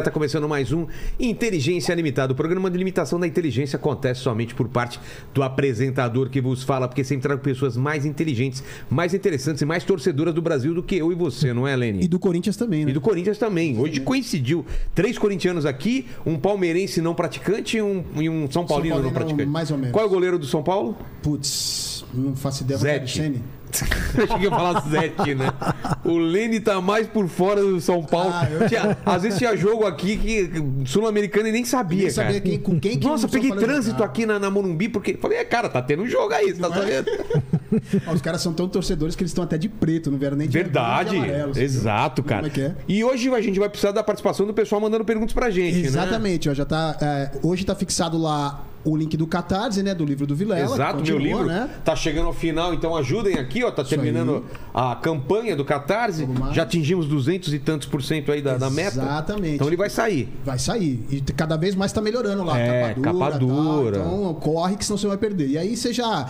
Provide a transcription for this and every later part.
Está começando mais um Inteligência Limitada. O programa de limitação da inteligência acontece somente por parte do apresentador que vos fala, porque sempre trago pessoas mais inteligentes, mais interessantes e mais torcedoras do Brasil do que eu e você, não é, Leni? E do Corinthians também, né? E do Corinthians também. Hoje coincidiu três corintianos aqui, um palmeirense não praticante e um, e um São Paulino não Paulino, praticante. mais ou menos. Qual é o goleiro do São Paulo? Putz, não faço ideia. Zete. Rogério Ceni. Eu cheguei a falar Zete, né? O Lene tá mais por fora do São Paulo. Ah, eu- Tinha- às vezes tinha jogo aqui que sul-americano e nem sabia, Nem sabia cara. quem- com quem que Nossa, eu peguei tô falando. trânsito Ah. aqui na, na Morumbi porque falei, é, cara, tá tendo um jogo aí, você tá é? sabendo? Ah, os caras são tão torcedores que eles estão até de preto, não vieram nem de Verdade. né? nem de amarelo, assim. sabe? Exato, cara. Como é que é? E hoje a gente vai precisar da participação do pessoal mandando perguntas pra gente, né? Exatamente, ó, já tá, é, hoje tá fixado lá o link do Catarse, né, do livro do Vilela. que Exato, meu continua, livro Né? tá chegando ao final, então ajudem aqui, ó, tá terminando a campanha do Catarse, Vamos lá. já atingimos duzentos e tantos por cento aí da, da meta. Exatamente. Então ele vai sair. Vai sair. E t- cada vez mais tá melhorando lá. É, capa dura. tal. Então corre que senão você vai perder. E aí você já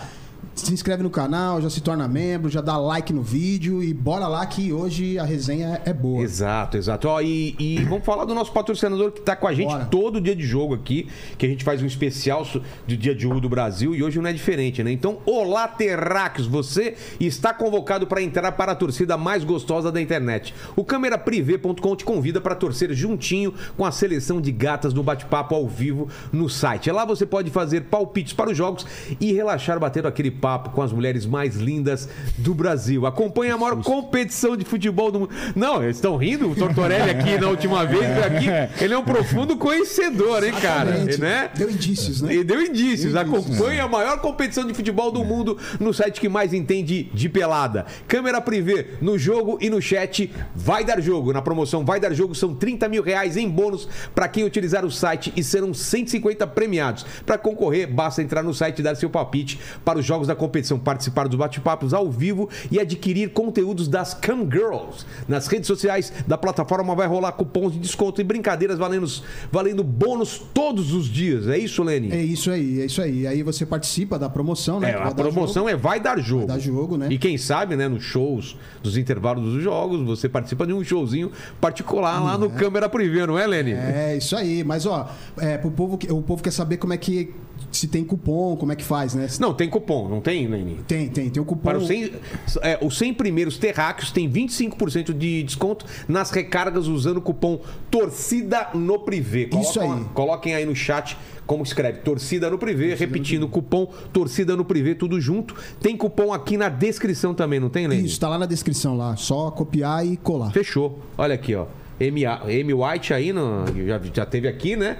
se inscreve no canal, já se torna membro, já dá like no vídeo e bora lá que hoje a resenha é boa. Exato, exato. Ó, e, e vamos falar do nosso patrocinador que tá com a gente Bora. todo dia de jogo aqui, que a gente faz um especial so- do dia de jogo do Brasil e hoje não é diferente, né? Então, olá, Terráqueos, você está convocado para entrar para a torcida mais gostosa da internet. O cameraprivê.com te convida para torcer juntinho com a seleção de gatas no bate-papo ao vivo no site. Lá você pode fazer palpites para os jogos e relaxar batendo aquele papo com as mulheres mais lindas do Brasil. Acompanhe a maior competição de futebol do mundo. Não, eles estão rindo, o Tortorelli aqui na última vez, foi aqui, ele é um profundo conhecedor, hein, cara? Exatamente. Né? Deu indícios, né? E deu indícios. Deu indícios, É. Acompanhe a maior competição de futebol do mundo no site que mais entende de pelada. Câmera privê no jogo e no chat. Vai dar jogo. Na promoção Vai Dar Jogo são 30 mil reais em bônus para quem utilizar o site e serão 150 premiados. Para concorrer, basta entrar no site e dar seu palpite para os jogos da competição, participar dos bate-papos ao vivo e adquirir conteúdos das Cam Girls. Nas redes sociais da plataforma vai rolar cupons de desconto e brincadeiras valendo, valendo bônus todos os dias. É isso, Leni? É isso aí, é isso aí. Aí você participa da promoção, né? É, que a vai dar promoção é vai dar jogo. Vai dar jogo, né? E quem sabe, né, nos shows, nos intervalos dos jogos, você participa de um showzinho particular lá no Câmera Privê, não é, Lene? jogo. Hum, É, isso aí. Mas, ó, é, pro povo que, o povo quer saber como é que... Se tem cupom, como é que faz, né? Se- Não, tem cupom, não tem, Lene? Tem, tem. Tem o cupom... Para os 100, é, os 100 primeiros terráqueos tem 25% de desconto nas recargas usando o cupom Torcida no Privê. Isso aí. Coloquem aí no chat como escreve Torcida no Privê, repetindo o cupom Torcida no Privê, tudo junto. Tem cupom aqui na descrição também, não tem, Lene? Isso, tá lá na descrição, lá. Só copiar e colar. Fechou. Olha aqui, ó. M, A- M White aí, no, já, já teve aqui, né?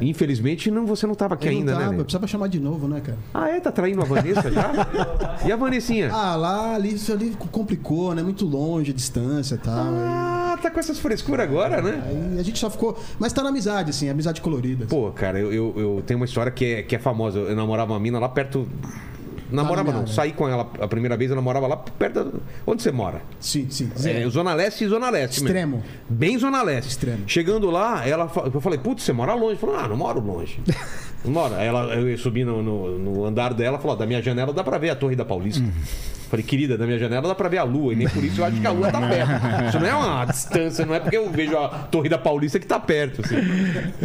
Infelizmente, não, você não tava aqui É. Eu não ainda, né? tava, Lene? Precisava chamar de novo, né, cara? Ah, é? Tá traindo a Vanessa já? e a Vanessinha? Ah, lá, ali, isso ali complicou, né? Muito longe, a distância e tal. né? Ah, tá com essas frescuras agora, né? Aí a gente só ficou... Mas tá na amizade, assim. Amizade colorida. Pô, cara, eu, eu, eu tenho uma história que é, que é famosa. Eu namorava uma mina lá perto... Namorava minha não, área. saí com ela a primeira vez, eu namorava lá perto... da- Onde você mora? Sim, sim. É, Zona Leste e Zona Leste mesmo. Extremo. Bem Zona Leste. Extremo. Chegando lá, ela fa- eu falei, putz, você mora longe. Falou, ah, não moro longe. Não moro. Aí Ela, eu subi no, no- no andar dela, falou, ó, da minha janela dá pra ver a Torre da Paulista. Falei, querida, da minha janela dá pra ver a lua, e nem por isso eu acho que a lua tá perto. Isso não é uma distância, não é porque eu vejo a Torre da Paulista que tá perto, assim.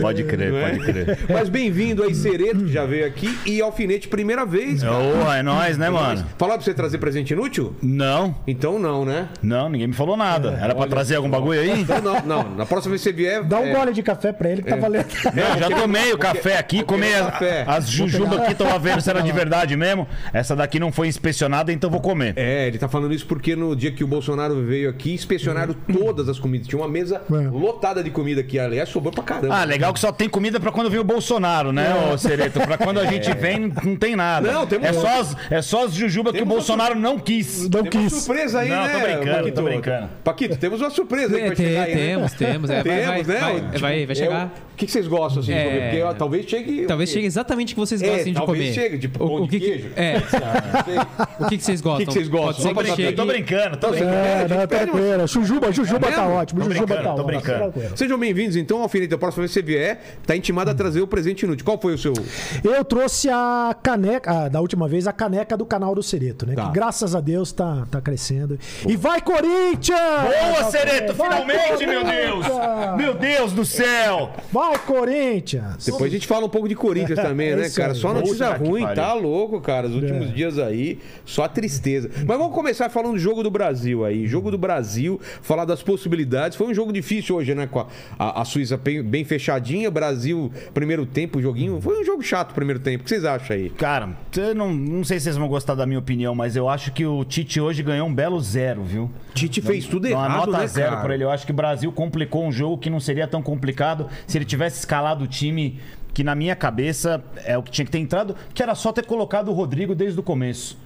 Pode crer, Não é? pode crer. Mas bem-vindo aí, Sereto, que já veio aqui, e Alfinete, primeira vez. Ô, é nóis, né, mano? Falar pra você trazer presente inútil? Não, Então não, né? não, ninguém me falou nada. Era pra trazer algum bagulho aí? Então não, não. Na próxima vez que você vier. Dá um é, gole de café pra ele que tá valendo. Não, já tomei o café vou aqui, pegar comi o café. as, as jujubas aqui, tava vendo se era de verdade mesmo. Essa daqui não foi inspecionada, então vou comer. É, ele tá falando isso porque no dia que o Bolsonaro veio aqui, inspecionaram todas as comidas. Tinha uma mesa lotada de comida aqui, aliás, sobrou pra caramba. Ah, legal que só tem comida pra quando vem o Bolsonaro, né, ô Sereto? Pra quando a gente vem, não tem nada. É. Não, temos é, só as, é só as jujubas que o Temos Bolsonaro não quis. Não Tem uma quis. surpresa aí, Não, né? tô brincando, Paquito? tô brincando. Paquito, temos uma surpresa aí Tem- pra chegar aí, né? temos, temos, é, vai- temos, vai- né? vai- O- é, vai- vai chegar. é, O que que vocês gostam, assim, de É. comer? Porque ó, talvez chegue... Talvez o- chegue exatamente o que vocês É, gostem de talvez comer. chegue, tipo, pão de que que- queijo. É, Não sei. o que, que vocês gostam? que que vocês gostam? Pode Só ser pra que saber. chegue... Tô brincando, tô brincando. É, a gente não, pede um- tranqueira. Jujuba, Jujuba tá mesmo? ótimo. Tô Jujuba brincando, tá tô ótimo. brincando. tranqueiro. Sejam bem-vindos, então, Alfinete. A próxima vez que você vier, tá intimado a trazer o presente inútil. Qual foi o seu... Eu trouxe a caneca, ah, da última vez, a caneca do canal do Sereto, né? Tá. Que graças a Deus tá, tá crescendo. E vai, Corinthians! Boa, Sereto, Vai, finalmente, meu Deus! Corinthians! Meu Deus do céu! Vai, Corinthians! Depois a gente fala um pouco de Corinthians também, né, É Isso cara? aí. É. Só notícia Puta que ruim, pariu. tá louco, cara. Os últimos dias aí, só tristeza. Mas vamos começar falando do jogo do Brasil aí. Jogo do Brasil, falar das possibilidades. Foi um jogo difícil hoje, né? Com a, a- a Suíça bem, bem fechadinha, Brasil, primeiro tempo, joguinho. Foi um jogo chato o primeiro tempo. O que vocês acham aí? Cara, eu não, não sei se vocês vão gostar da minha opinião, mas eu acho que o Tite hoje ganhou um belo zero, viu? Tite fez tudo Uma errado, nota né, zero cara? pra ele. Eu acho que o Brasil complicou um jogo que não seria tão complicado se ele tivesse escalado o time que, na minha cabeça, é o que tinha que ter entrado, que era só ter colocado o Rodrigo desde o começo.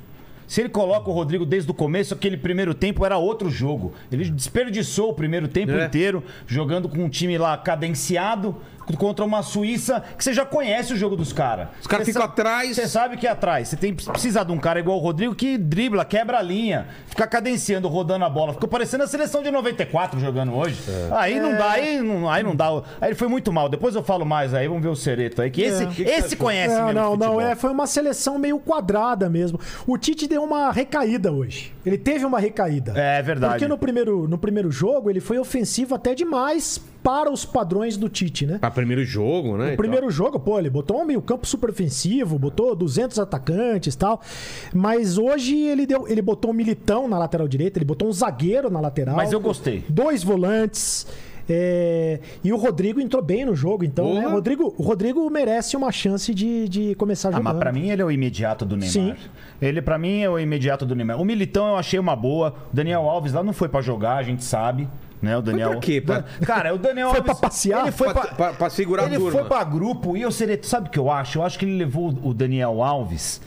Se ele coloca o Rodrigo desde o começo, aquele primeiro tempo era outro jogo. Ele desperdiçou o primeiro tempo É. inteiro, jogando com um time lá cadenciado contra uma Suíça que você já conhece o jogo dos caras. Os caras Você ficam sa- atrás. Você sabe que é atrás. Você tem precisar de um cara igual o Rodrigo que dribla, quebra a linha, fica cadenciando, rodando a bola. Ficou parecendo a seleção de 94 jogando hoje. Aí É. não dá, aí não, aí não dá. Aí ele foi muito mal. Depois eu falo mais aí, vamos ver o Cereto aí. Que esse, esse conhece É. Não, mesmo não, futebol. não. É, foi uma seleção meio quadrada mesmo. O Tite deu uma recaída hoje. Ele teve uma recaída. É verdade. Porque no primeiro, no primeiro jogo ele foi ofensivo até demais para os padrões do Tite, né? Pra primeiro jogo, né? O Então. primeiro jogo, pô, ele botou um meio campo super ofensivo, botou 200 atacantes e tal. Mas hoje ele deu, ele botou um militão na lateral direita, ele botou um zagueiro na lateral. Mas eu gostei. Dois volantes. é, E o Rodrigo entrou bem no jogo, então, né? Boa. O Rodrigo, o Rodrigo merece uma chance de, de começar Ah, jogando. mas pra mim ele é o imediato do Neymar. Sim. Ele pra mim é o imediato do Neymar. O Militão eu achei uma boa. O Daniel Alves lá não foi pra jogar, a gente sabe. Né, o Daniel. pra quê? Pra- Cara, o Daniel Foi Alves. pra passear? Ele foi Pra- pra, pra- pra segurar a Ele turma. foi pra grupo e eu seria. Sabe o que eu acho? Eu acho que ele levou o Daniel Alves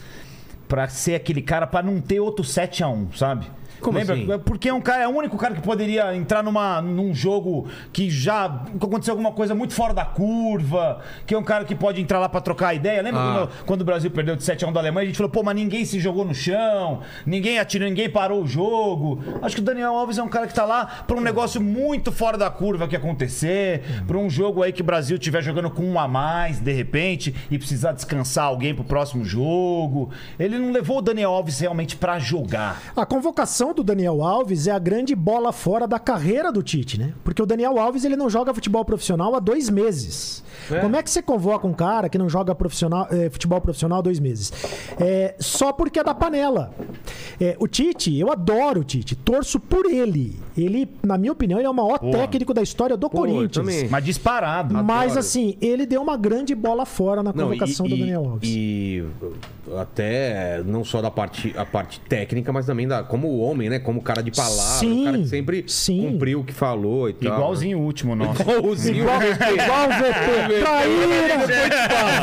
pra ser aquele cara pra não ter outro 7x1, sabe? Como assim? Porque é um cara, é o único cara que poderia entrar numa, num jogo que já que aconteceu alguma coisa muito fora da curva, que é um cara que pode entrar lá pra trocar ideia. Lembra Ah. quando, quando o Brasil perdeu de 7 a 1 da Alemanha, a gente falou, pô, mas ninguém se jogou no chão, ninguém atirou, ninguém parou o jogo. Acho que o Daniel Alves é um cara que tá lá pra um negócio muito fora da curva que acontecer, pra um jogo aí que o Brasil tiver jogando com um a mais, de repente, e precisar descansar alguém pro próximo jogo. Ele não levou o Daniel Alves realmente pra jogar. A convocação do Daniel Alves é a grande bola fora da carreira do Tite, né? Porque o Daniel Alves ele não joga futebol profissional há dois meses. Como é que você convoca um cara que não joga profissional, eh, futebol profissional há dois meses? É, só porque é da panela. É, o Tite, eu adoro o Tite, torço por ele. Ele, na minha opinião, ele é o maior técnico da história do eu Corinthians. também. Mas disparado. Mas Adoro. assim, ele deu uma grande bola fora na Não, e- convocação e- do Daniel Alves. E até não só da parte, a parte técnica, mas também da, como o homem, né? Como o cara de palavra, o Sim, cara que sempre sim. cumpriu o que falou e tal. Igualzinho o último nosso. Igualzinho. Igual... Igual o VP, traíra!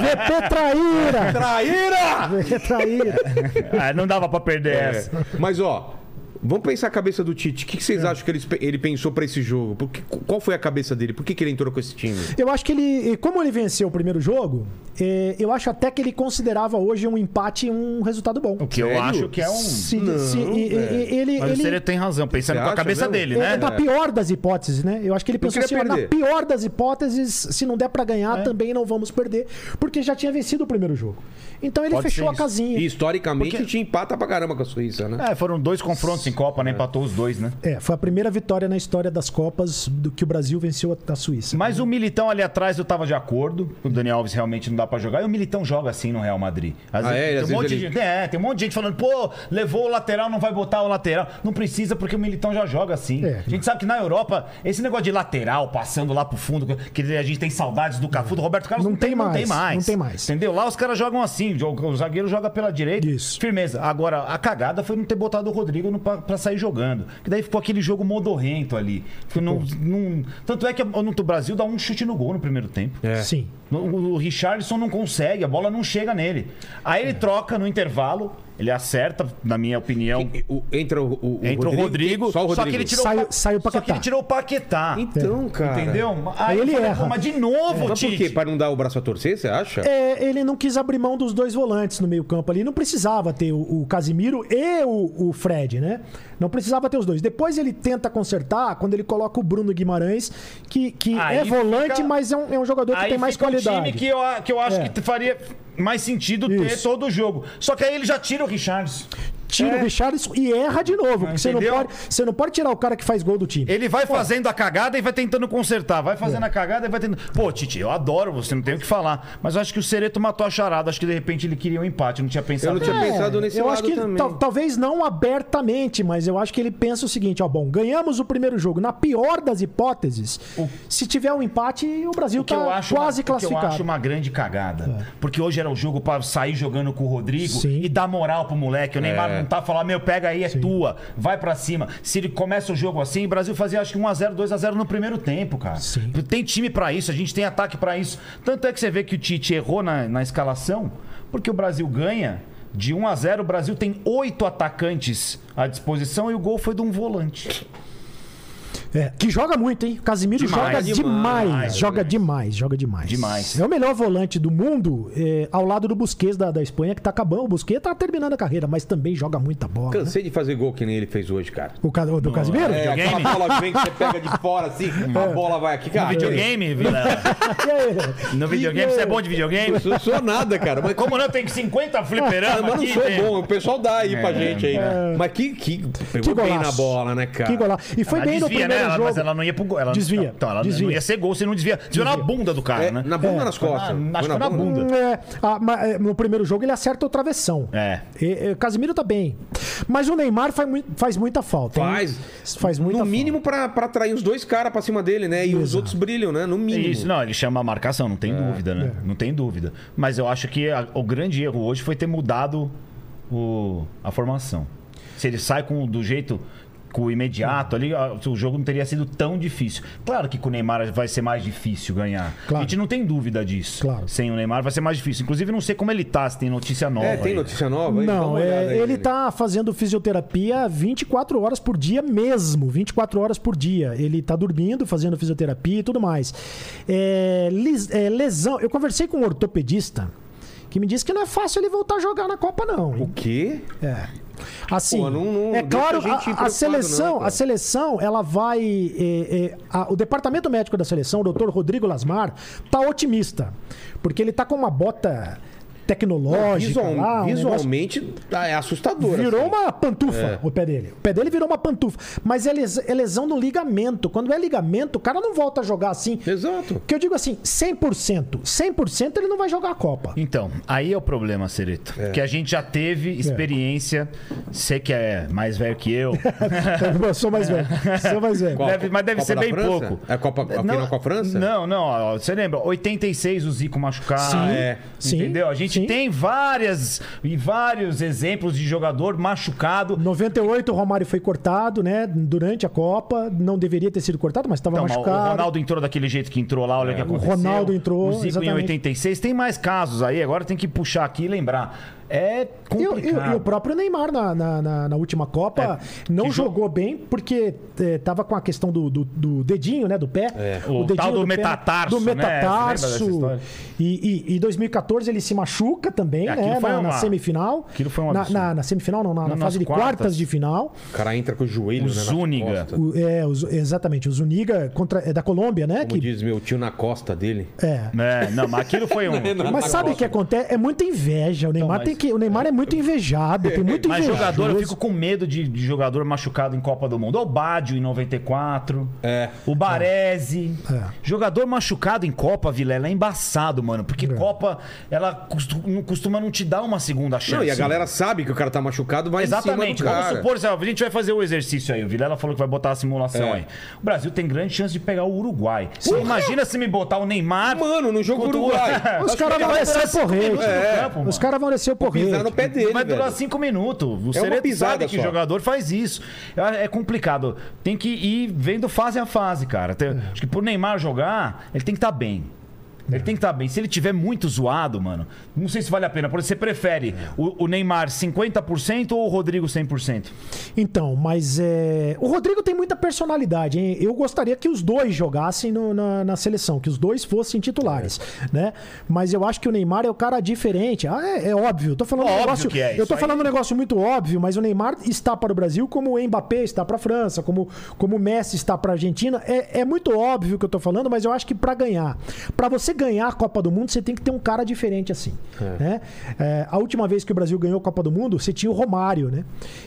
VP traíra! Traíra! É traíra. Ah, não dava pra perder É. essa. Mas ó, vamos pensar a cabeça do Tite. O que, que É. vocês acham que ele, espe- ele pensou pra esse jogo? Por que- qual foi a cabeça dele? Por que, que ele entrou com esse time? Eu acho que ele, como ele venceu o primeiro jogo, eh, eu acho até que ele considerava hoje um empate um resultado bom. O que eu Sério? acho que é um. Se- se- e- e- e- ele, Mas o ele- Cereto tem razão, pensando Você com a acha cabeça mesmo? tá- dele, né? é, na pior das hipóteses, né? Eu acho que ele pensou assim, queria ó, na perder. pior das hipóteses, se não der pra ganhar, É. também não vamos perder, porque já tinha vencido o primeiro jogo. Então ele Pode fechou ser a isso. casinha. E historicamente, a gente empata pra caramba com a Suíça, né? É, foram dois confrontos em Copa, né? Empatou os dois, né? É, foi a primeira vitória na história das Copas do que o Brasil venceu a, a Suíça. Mas o Militão ali atrás eu tava de acordo. O Daniel Alves realmente não dá pra jogar. E o Militão joga assim no Real Madrid. Às Ah, é? tem, Às um vezes monte de ele- gente, é, tem um monte de gente falando, pô, levou o lateral, não vai botar o lateral. Não precisa, porque o Militão já joga assim. É. A gente sabe que na Europa, esse negócio de lateral passando lá pro fundo, que a gente tem saudades do Cafu, do Roberto Carlos, Não tem não tem mais, mais. não tem mais. Entendeu? Lá os caras jogam assim, joga- o zagueiro joga pela direita. Isso. Firmeza. Agora, a cagada foi não ter botado o Rodrigo no, pra, pra sair jogando. Que daí ficou aquele jogo modorrento ali. Que não- não- tanto é que o Brasil dá um chute no gol no primeiro tempo. Sim. O, o Richarlison não consegue, a bola não chega nele. Aí ele troca no intervalo, ele acerta, na minha É. opinião. O- entra o, o, Entra o Rodrigo, Só o Rodrigo. que ele tirou Saiu- Pa- saiu o só que Paquetá. ele tirou o Paquetá. Então, É. cara. Entendeu? Aí eu ele falei, erra. "Pô, Mas de novo, É. Mas por Tite. quê? Pra não dar o braço a torcer, você acha? É, ele não quis abrir mão dos dois volantes no meio-campo ali. Não precisava ter o, o Casimiro e o, o Fred, né? Não precisava ter os dois. Depois ele tenta consertar quando ele coloca o Bruno Guimarães, que, que Aí é volante, fica- mas é um, é um jogador que Aí tem mais fica um qualidade. time que eu, que eu acho É. que faria mais sentido ter Isso. todo o jogo. Só que aí ele já tira o Richards. tira o Richarlison e erra de novo. Porque você não, é. Entendeu? pode, você não pode tirar o cara que faz gol do time. Ele vai fazendo a cagada e vai tentando consertar. Vai É. fazendo a cagada e vai tentando. Pô, Titi, eu adoro você, não tenho o que falar. Mas eu acho que o Cereto matou a charada. Acho que de repente ele queria um empate. Não tinha pensado. Eu não tinha nisso. pensado nesse É, eu lado acho que também. tal- talvez não abertamente, mas eu acho que ele pensa o seguinte, ó, bom, ganhamos o primeiro jogo. Na pior das hipóteses, se tiver um empate, o Brasil O que tá eu acho quase uma, O que eu classificado. É. acho uma grande cagada. Porque hoje era o jogo pra sair jogando com o Rodrigo Sim. e dar moral pro moleque. O Neymar não tá falando, meu, pega aí, é tua, vai pra cima. Se ele começa o jogo assim, o Brasil fazia acho que 1x0, 2x0 no primeiro tempo, cara. Sim. Tem time pra isso, a gente tem ataque pra isso. Tanto é que você vê que o Tite errou na, na escalação, porque o Brasil ganha. De 1 a 0 o Brasil tem oito atacantes à disposição e o gol foi de um volante. É, que joga muito, hein? O Casimiro Demais, joga demais, demais, demais. joga demais, joga demais. Demais. É o melhor volante do mundo é, ao lado do Busquets da, da Espanha, que tá acabando. O Busquets tá terminando a carreira, mas também joga muita bola. né? Cansei de fazer gol que nem ele fez hoje, cara. O ca- do Casimiro? É, aquela videogame? bola que vem que você pega de fora assim, a bola vai aqui, cara. é. No videogame, Vilela? E aí? No videogame, você é bom de videogame? Eu não sou nada, cara. Mas Como não, tem 50 Ah, Mas fliperama não Tá aqui, sou velho. bom, o pessoal dá aí pra gente aí. né? Mas que, que pegou bem na golaço. bola, né, cara? Que golaço. E foi Ela bem no desvia, primeiro né? Ela- jogo. Mas ela não ia pro gol. Ela Desvia, Não, então, ela desvia. não ia ser gol se não desvia. Desviou na bunda do cara, É, né? Na bunda ou nas Foi na- costas? acho Foi que na bunda. É, ah, ma- é, no primeiro jogo ele acerta o travessão. É. E- e o Casimiro tá bem. Mas o Neymar faz, mui- faz muita falta. hein? Faz. Faz muita No falta. mínimo pra, pra atrair os dois caras pra cima dele, né? E os outros brilham, né? No mínimo. Isso, não, ele chama a marcação, não É, tem dúvida, né? Não tem dúvida. Mas eu acho que a- o grande erro hoje foi ter mudado o- a formação. Se ele sai com, do jeito com o imediato ali, a- o jogo não teria sido tão difícil. Claro que com o Neymar vai ser mais difícil ganhar. Claro. A gente não tem dúvida disso. Claro. Sem o Neymar vai ser mais difícil. Inclusive, não sei como ele tá, se tem notícia nova. É, tem aí. notícia nova? aí? Dá Não, uma é, olhada aí, né? ele tá fazendo fisioterapia 24 horas por dia mesmo. 24 horas por dia. Ele tá dormindo, fazendo fisioterapia e tudo mais. É, lis- é, lesão. Eu conversei com um ortopedista que me disse que não é fácil ele voltar a jogar na Copa, não. hein? O quê? É. Assim, Pô, não- não é deixa claro, a gente a- a, preocupado, não, seleção, cara. a seleção, ela vai. é, é, a- o departamento médico da seleção, o doutor Rodrigo Lasmar, tá otimista. Porque ele tá com uma bota tecnológica. Visual- lá, um negócio- visualmente tá- é assustador. Virou assim. uma pantufa o pé dele. O pé dele virou uma pantufa. Mas é les- é lesão no ligamento. Quando é ligamento, o cara não volta a jogar assim. Exato. Porque eu digo assim, 100%. 100% ele não vai jogar a Copa. Então, aí é o problema, Cereto. Que a gente já teve experiência. Você que é mais velho que eu. Eu sou mais velho. Sou mais velho. Qual? deve- mas deve Copa ser da bem França? pouco. É Copa- a final com a França? Não, não. ó, Você lembra? 86 o Zico machucado. Sim, é. sim, entendeu? A gente sim. tem várias e vários exemplos de jogador machucado. 98 o Romário foi cortado, né? Durante a Copa. Não deveria ter sido cortado, mas estava Então, mas machucado. o Ronaldo entrou daquele jeito que entrou lá, olha o que aconteceu. Ronaldo entrou, O Zico em exatamente. 86. Tem mais casos aí, agora tem que puxar aqui e lembrar. É E o- complicado. É, E, o- e o próprio Neymar na, na, na- na última Copa não que jo- jogou bem porque é, tava com a questão do, do- do dedinho, né? Do pé. É, O tal do pé, metatarso, Do né? Você lembra metatarso. dessa história? E, e, e 2014 ele se machuca também, Aquilo né? foi na, na uma- semifinal. aquilo foi um na, absurdo. na, na semifinal, não, na, na Nas fase de quartas. quartas de final. O cara entra com o joelho, O né? nas Zúñiga. costas. O- é, o Zu- exatamente, o Zuniga contra, é da Colômbia, né? Como que, diz meu tio na costa dele. é. É, não, mas aquilo foi um. Mas sabe o que acontece? É muita inveja. O Neymar mas- tem que. O Neymar é muito invejado, tem muito Mas invejoso. jogador, eu fico com medo de, de jogador machucado em Copa do Mundo. Olha o Bádio em 94. É. O Baresi. É. Jogador machucado em Copa, Vilela, é embaçado, mano. É. Porque Copa, ela costu- não- costuma não te dar uma segunda chance. Não, e a galera sabe que o cara tá machucado, vai em Exatamente. cima do Vamos cara. supor, Zé, a gente vai fazer o exercício aí. O Vilela falou que vai botar a simulação É. aí. O Brasil tem grande chance de pegar o Uruguai. Você imagina se me botar o Neymar. Mano, no jogo do contra o Uruguai. Os caras vão descer o porrete. É. campo, mano. Os caras vão descer o porrete. Pisar no pé dele, Vai durar velho. cinco minutos. O É uma Cereto pisada sabe que só. jogador faz isso. É é complicado. Tem que ir vendo fase a fase, cara. Tem- É. Acho que pro Neymar jogar, ele tem que estar bem. Ele tem que estar bem. Se ele tiver muito zoado, mano, não sei se vale a pena. Por exemplo, Você prefere É. o, o Neymar 50% ou o Rodrigo 100%? Então, mas é... o Rodrigo tem muita personalidade, hein? Eu gostaria que os dois jogassem no- na, na seleção, que os dois fossem titulares, É. né? Mas eu acho que o Neymar é o cara diferente. Ah, é, é óbvio. Eu tô falando um Óbvio negócio, que é, eu isso tô aí. falando um negócio muito óbvio, mas o Neymar está para o Brasil como o Mbappé está para a França, como como o Messi está para a Argentina. É, é muito óbvio o que eu tô falando, mas eu acho que para ganhar, para você ganhar a Copa do Mundo, você tem que ter um cara diferente assim. né? É, a última vez que o Brasil ganhou a Copa do Mundo, você tinha o Romário, né?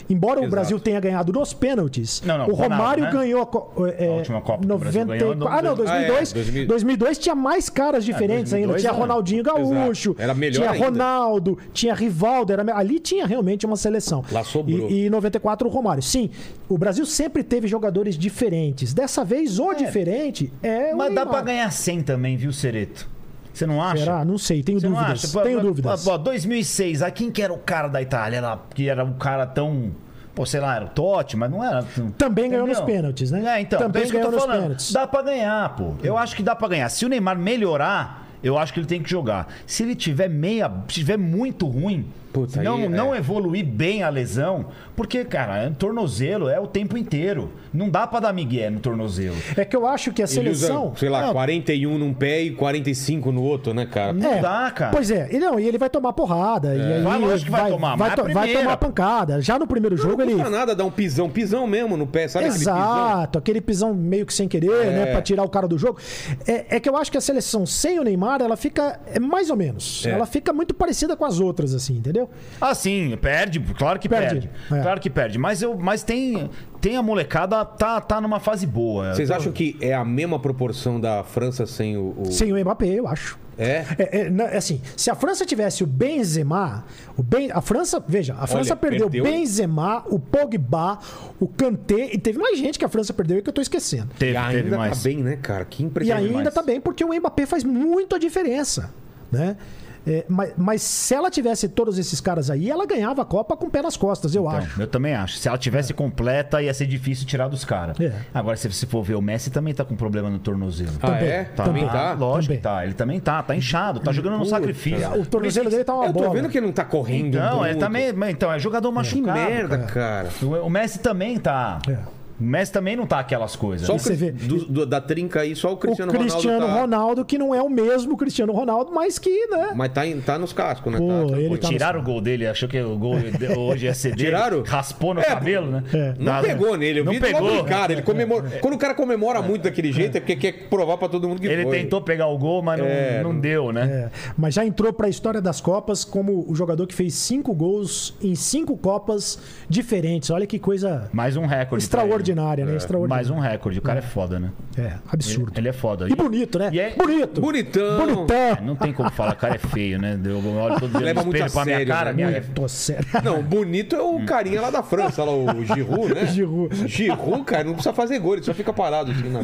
Embora o Exato. Brasil tenha ganhado nos pênaltis, Não, não, o Ronaldo, Romário né? ganhou a, co- é, A última Copa que o Brasil 94 ganhou, não- Ah, não, 2002. 2000. 2002 tinha mais caras diferentes ainda. 2002, Tinha né? Ronaldinho Gaúcho, Exato. Era melhor tinha ainda. Ronaldo, tinha Rivaldo. Era... me- Ali tinha realmente uma seleção. Lá sobrou. E- E, 94 o Romário. Sim, o Brasil sempre teve jogadores diferentes. Dessa vez, o diferente é o Mas dá Neymar. pra ganhar 100 também, viu, Cereto? Você não acha? Será? Não sei, tenho Você não dúvidas. acha? Pô, tenho pô, dúvidas. pô, 2006, aí ah, quem que era o cara da Itália? Era, que era um cara tão... Pô, sei lá, era o Totti, mas não era... Também ganhou nos pênaltis, né? É, então. Também é isso que eu tô ganhou nos falando. pênaltis. Dá pra ganhar, pô. Eu acho que dá pra ganhar. Se o Neymar melhorar, eu acho que ele tem que jogar. Se ele tiver meia... Se tiver muito ruim... Puta, não, aí, não é. evoluir bem a lesão, porque, cara, é um tornozelo é o tempo inteiro. Não dá pra dar migué no tornozelo. É que eu acho que a Ele usa, seleção. É. sei lá, Não, 41 num pé e 45 no outro, né, cara? Não dá, cara. Pois é, e não, e ele vai tomar porrada. E É. aí Vai, lógico que vai tomar, vai, mas é to- a vai primeira. tomar pancada. Já no primeiro jogo Não ele. custa nada dar um pisão, pisão mesmo no pé, sabe aquele pisão? É. Exato, aquele pisão meio que sem querer, né? Pra tirar o cara do jogo. É, é que eu acho que a seleção sem o Neymar, ela fica é, mais ou menos. É. Ela fica muito parecida com as outras, assim, entendeu? Ah, sim, perde, claro que perde. Perde, é. Claro que perde. Mas, eu, mas tem, tem a molecada, tá, tá numa fase boa. Vocês acham que é a mesma proporção da França sem o. o- Sem o Mbappé, eu acho. É? É, é, na- é assim, se a França tivesse o Benzema, o ben, a França, veja, a França perdeu, perdeu. o Benzema, o Pogba, o Kanté, e teve mais gente que a França perdeu e que eu tô esquecendo. E Teve, ainda teve mais. tá bem, né, cara? Que E impressionante. ainda tá bem, porque o Mbappé faz muito a diferença, né? É, mas, mas se ela tivesse todos esses caras aí, ela ganhava a Copa com o pé nas costas, eu acho. Então, eu também acho. Se ela tivesse completa, ia ser difícil tirar dos caras. É. Agora, se você for ver, o Messi também tá com problema no tornozelo. Ah, é? Também, Também também. tá? lógico Também. que tá. Ele também tá, tá inchado, tá jogando no sacrifício. O tornozelo dele é tá uma Eu tô bola. vendo que ele não tá correndo. Não, muito. ele também. Então, é jogador Que machucado. merda, cara. O o Messi também tá. É. O Messi também não tá aquelas coisas. Só o né? você Cri- vê. do- do- da trinca aí, só o O Cristiano, Cristiano Ronaldo. Ronaldo, tá- que não é o mesmo Cristiano Ronaldo, mas que, né? Mas tá, em- tá nos cascos, né? Pô, tá, ele tá- Tiraram o gol dele, achou que o gol de- hoje ia ser dele. Tiraram? Raspou no É, cabelo, né? tá Não Nada. pegou nele, eu não vi logo pegou. de cara. Ele comemora... É. Quando o cara comemora muito daquele jeito, é porque quer provar pra todo mundo que Ele foi. tentou pegar o gol, mas não, É, não não- deu, né? É, mas já entrou pra história das Copas como o jogador que fez cinco gols em cinco Copas diferentes. Olha que coisa Mais um recorde. pra ele. extraordinária, É. né? Mais Extraordinária. um recorde. O cara é foda, né? um. É, absurdo. Ele é foda. E bonito, né? E é- Bonito. Bonitão. É, Bonitão. Não tem como falar, o cara é feio, né? Eu olho todo dia Leva no muito espelho a pra minha sério, cara. né? Minha... Tô sério. Não, bonito é o Hum. carinha lá da França, lá, o Giroud, né? Giroud. Giroud, cara, não precisa fazer gol, ele só fica parado. Assim, na...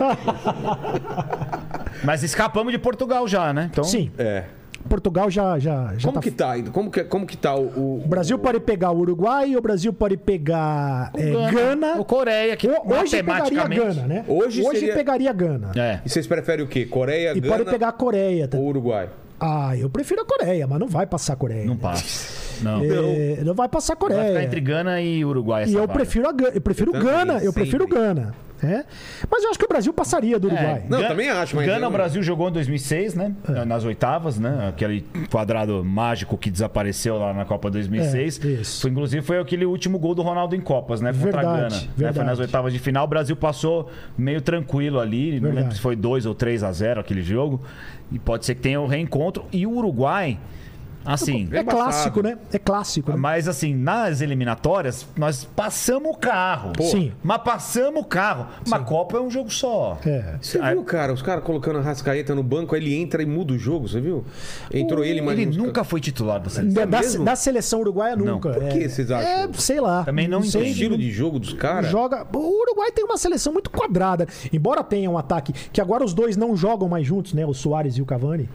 Mas escapamos de Portugal já, né? Então, Sim, É. Portugal já, já, já Como tá... que tá ainda? Como que, como que tá o... o- O Brasil pode pegar o Uruguai, o Brasil pode pegar é, Gana. O Coreia, que Ho- Hoje pegaria a matematicamente. Gana, né? Hoje seria- pegaria a Gana. É. E vocês preferem o quê? Coreia, E Gana pode pegar a Coreia ou também. Uruguai? Ah, eu prefiro a Coreia, mas não vai passar a Coreia. Não passa. Não. É, não. vai passar a Vai Coreia. ficar entre Gana e Uruguai. E essa eu vaga. prefiro a Gana, eu prefiro também, Gana, eu sempre. prefiro Gana, né? Mas eu acho que o Brasil passaria É. do Uruguai. É. Não, também acho, mas- Gana, o Brasil jogou em 2006, né? Nas oitavas, né? Aquele quadrado mágico que desapareceu lá na Copa 2006. É, isso. foi, inclusive, foi aquele último gol do Ronaldo em Copas, né? Contra a Verdade, Gana. né? Foi verdade. nas oitavas de final. O Brasil passou meio tranquilo ali. Não lembro Verdade. se foi 2 ou 3 a 0 aquele jogo. E pode ser que tenha o reencontro. E o Uruguai, assim. É embaçado. clássico, né? É clássico. né? Mas assim, nas eliminatórias, nós passamos o carro. Sim. Mas passamos o carro. Mas Copa é um jogo só. É. Você Ah, viu, cara, os caras colocando a Rascaeta no banco, aí ele entra e muda o jogo, você viu? Entrou ele, mas... Ele uns- nunca foi titular da seleção. Da, da- é mesmo? da seleção uruguaia nunca. Por é. que vocês acham? É, sei lá. Também não O sei, entendi. estilo de jogo dos caras... Joga. O Uruguai tem uma seleção muito quadrada. Embora tenha um ataque que agora os dois não jogam mais juntos, né? O Soares e o Cavani.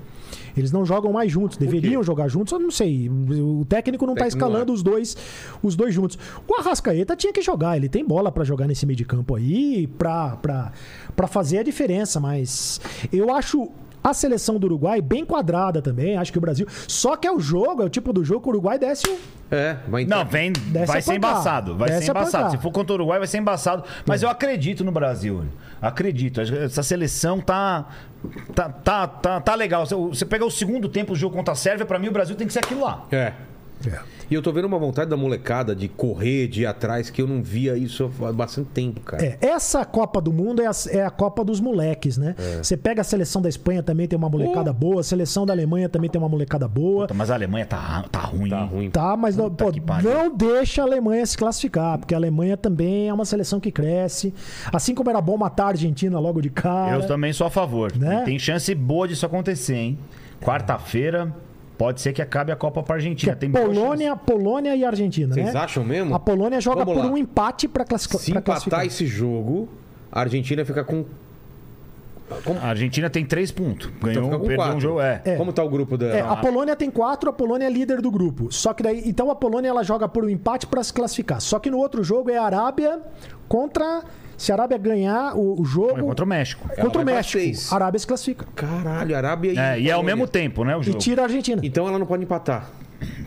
Eles não jogam mais juntos. Deveriam jogar juntos, eu não sei. O técnico não técnico tá não escalando os dois, os dois juntos. O Arrascaeta tinha que jogar. Ele tem bola pra jogar nesse meio de campo aí, pra pra- pra fazer a diferença. Mas eu acho a seleção do Uruguai bem quadrada também. Acho que o Brasil. Só que é o jogo, é o tipo do jogo que o Uruguai desce. o- É, vai entrar. Não, vem, Desce vai a ser pancada. embaçado. Vai Desce ser a embaçado. pancada. Se for contra o Uruguai, vai ser embaçado. Mas É. eu acredito no Brasil. Acredito. Essa seleção tá. Tá, tá, tá, tá legal. Você- Você pega o segundo tempo do jogo contra a Sérvia, pra mim o Brasil tem que ser aquilo lá. É. E eu tô vendo uma vontade da molecada de correr, de ir atrás, que eu não via isso há bastante tempo, cara. É, essa Copa do Mundo é a, é a Copa dos moleques, né? É. Você pega a seleção da Espanha também tem uma molecada boa, a seleção da Alemanha também tem uma molecada boa. Uh. Puta, mas a Alemanha tá, tá ruim. Tá hein? ruim. Tá, mas não, Puta pô, que pariu. não deixa a Alemanha se classificar, porque a Alemanha também é uma seleção que cresce. Assim como era bom matar a Argentina logo de cara. Eu também sou a favor. Né? E tem chance boa disso acontecer, hein? Quarta-feira pode ser que acabe a Copa pra Que Argentina. é Tem boa Polônia, Polônia e Argentina, Vocês né? acham mesmo? A Polônia joga Vamos por lá. um empate pra classificar. Se empatar esse jogo, a Argentina fica com. chance. A Argentina tem três pontos. Ganhou, Então fica com perdeu quatro. um jogo. É. Como tá o grupo da. É, a Polônia tem quatro, a Polônia é líder do grupo. Só que daí, então a Polônia ela joga por um empate pra se classificar. Só que no outro jogo é a Arábia contra se a Arábia ganhar o, o jogo É contra o México. Ela contra vai o pra México, seis. a Arábia se classifica Caralho, Arábia e. É, e é ao Polônia. mesmo tempo, né? O e jogo. tira a Argentina. Então ela não pode empatar.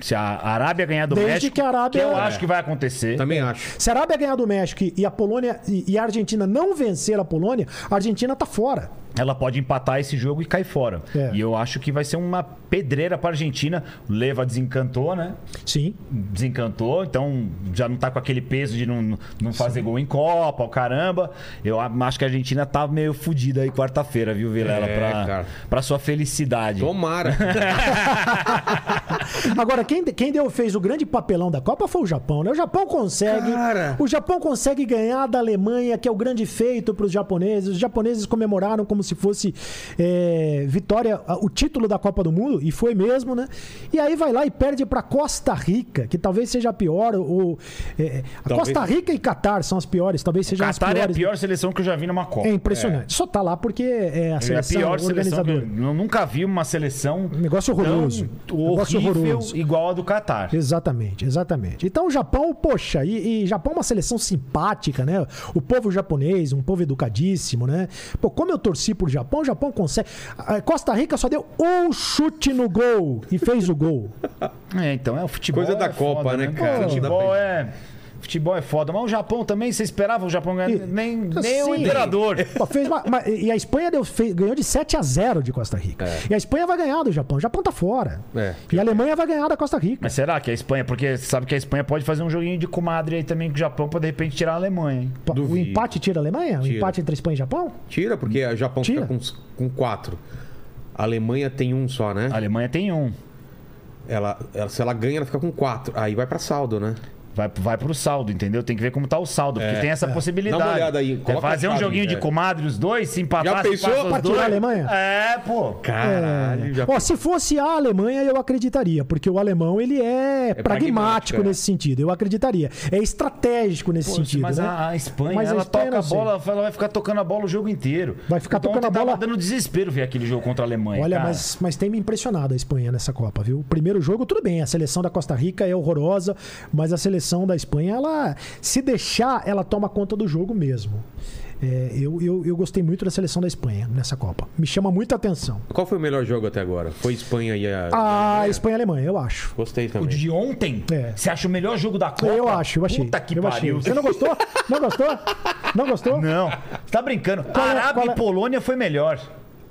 Se a Arábia ganhar do Desde México, que a Arábia- eu É. acho que vai acontecer. Também acho. Se a Arábia ganhar do México e- e a Polônia e, e a Argentina não vencer a Polônia, a Argentina tá fora. ela pode empatar esse jogo e cai fora. É. E eu acho que vai ser uma pedreira pra Argentina. O Leva desencantou, né? Sim. Desencantou, então já não tá com aquele peso de não, não fazer gol em Copa, o caramba. Eu a- acho que a Argentina tá meio fodida aí quarta-feira, viu, Vilela? É, pra, cara. pra sua felicidade. Tomara. Agora, quem, quem deu, fez o grande papelão da Copa foi o Japão, né? O Japão consegue. Cara! O Japão consegue ganhar da Alemanha, que é o grande feito para os japoneses. Os japoneses comemoraram como se fosse é, vitória, a- o título da Copa do Mundo, e foi mesmo, né? E aí vai lá e perde para Costa Rica, que talvez seja a pior. Ou, é, a Talvez- Costa Rica e Catar são as piores, talvez sejam as Qatar é a piores. né? pior seleção que eu já vi numa Copa. É impressionante. Só tá lá porque é É a a seleção pior seleção que eu, organizadora. eu nunca vi uma seleção Negócio horroroso. tão Negócio Então, horrível horroroso. igual a do Qatar. Exatamente, exatamente. Então o Japão, poxa, e, e Japão é uma seleção simpática, né? O povo japonês, um povo educadíssimo, né? Pô, como eu torci pro Japão, o Japão consegue. A Costa Rica só deu um chute no gol e fez o gol. É, então é o futebol. Coisa da é Copa, foda, né, cara? Não dá futebol pra- é. Futebol é foda. Mas o Japão também, você esperava o Japão ganhar? E- Nem, nem o Sim. imperador. Pô, fez uma- uma- e a Espanha deu- fe- ganhou de 7 a 0 de Costa Rica. E a Espanha vai ganhar do Japão. O Japão tá fora. É. E a Alemanha vai ganhar da Costa Rica. Mas será que a Espanha? Porque você sabe que a Espanha pode fazer um joguinho de comadre aí também com o Japão pra de repente tirar a Alemanha, hein? Pô, O duvido. empate tira a Alemanha? O Tira. empate entre Espanha e Japão? Tira, porque o Japão Tira. fica com, s- com quatro. A Alemanha tem um só, né? A Alemanha tem um. Ela, ela- se ela ganha, ela fica com quatro. Aí vai pra saldo, né? Vai, vai pro saldo, entendeu? Tem que ver como tá o saldo, porque tem essa possibilidade. É, Dá uma olhada aí, É coloca fazer a um chave, joguinho de é. comadre os dois, se empatar, Já se pensou? passa os Pra tirar dois. a Alemanha? É, pô. É. Caralho, já Ó, se fosse a Alemanha, eu acreditaria, porque o alemão ele é, pragmático, pragmático, é. nesse sentido, eu acreditaria. É estratégico nesse Pô, sentido. mas né? a, a Espanha, Mas a ela Espanha, toca a não sei. bola, ela vai ficar tocando a bola o jogo inteiro. Vai ficar Então, tocando ontem a bola- Tava dando desespero ver aquele jogo contra a Alemanha. Olha, cara. mas, mas tem me impressionado a Espanha nessa Copa, viu? O primeiro jogo, tudo bem, a seleção da Costa Rica é horrorosa, mas a seleção da Espanha, ela, se deixar, ela toma conta do jogo mesmo. É, eu, eu, eu gostei muito da seleção da Espanha nessa Copa. Me chama muita atenção. Qual foi o melhor jogo até agora? Foi Espanha e a. A Espanha e a Alemanha, eu acho. Gostei O também. de ontem, É. você acha o melhor jogo da Copa? Eu acho, eu achei. Puta que eu achei. pariu. Você não gostou? Não gostou? Não gostou? Não, você tá brincando. é- Arábia qual é- e Polônia foi melhor.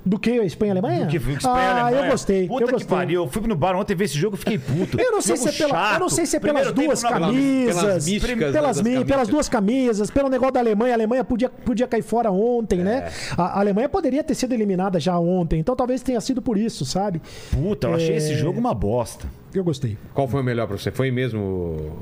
Do que a Espanha e a Alemanha? Do que foi Espanha e ah, Alemanha. eu gostei. Puta eu que gostei. pariu. Eu fui no bar ontem ver esse jogo e fiquei puto. Eu não sei Jogo se é, pela- eu não chato. sei se é pelas Primeiro tempo duas na- camisas, pelas né, místicas pelas, das mi- camisas. pelas duas camisas, pelo negócio da Alemanha. A Alemanha podia, podia cair fora É. ontem, né? A, a Alemanha poderia ter sido eliminada já ontem, então talvez tenha sido por isso, sabe? Puta, eu achei É. esse jogo uma bosta. Eu gostei. Qual foi o melhor pra você? Foi mesmo.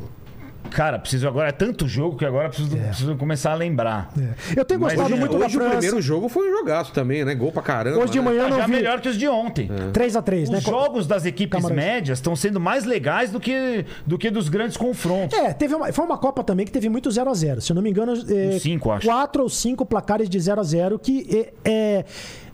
Cara, preciso agora. É tanto jogo que agora preciso, preciso começar a lembrar. É. Eu tenho Mas gostado hoje- muito da Hoje o França. primeiro jogo foi um jogaço também, né? Gol pra caramba. Hoje de né? manhã eu Tá Já não vi. melhor que os de ontem. 3x3, né? Os jogos das equipes Camarões. médias estão sendo mais legais do que, do que dos grandes confrontos. É, teve uma, foi uma Copa também que teve muito 0 a 0 Se eu não me engano, é, Uns Um cinco, acho. quatro ou cinco placares de 0 a 0 que é, é-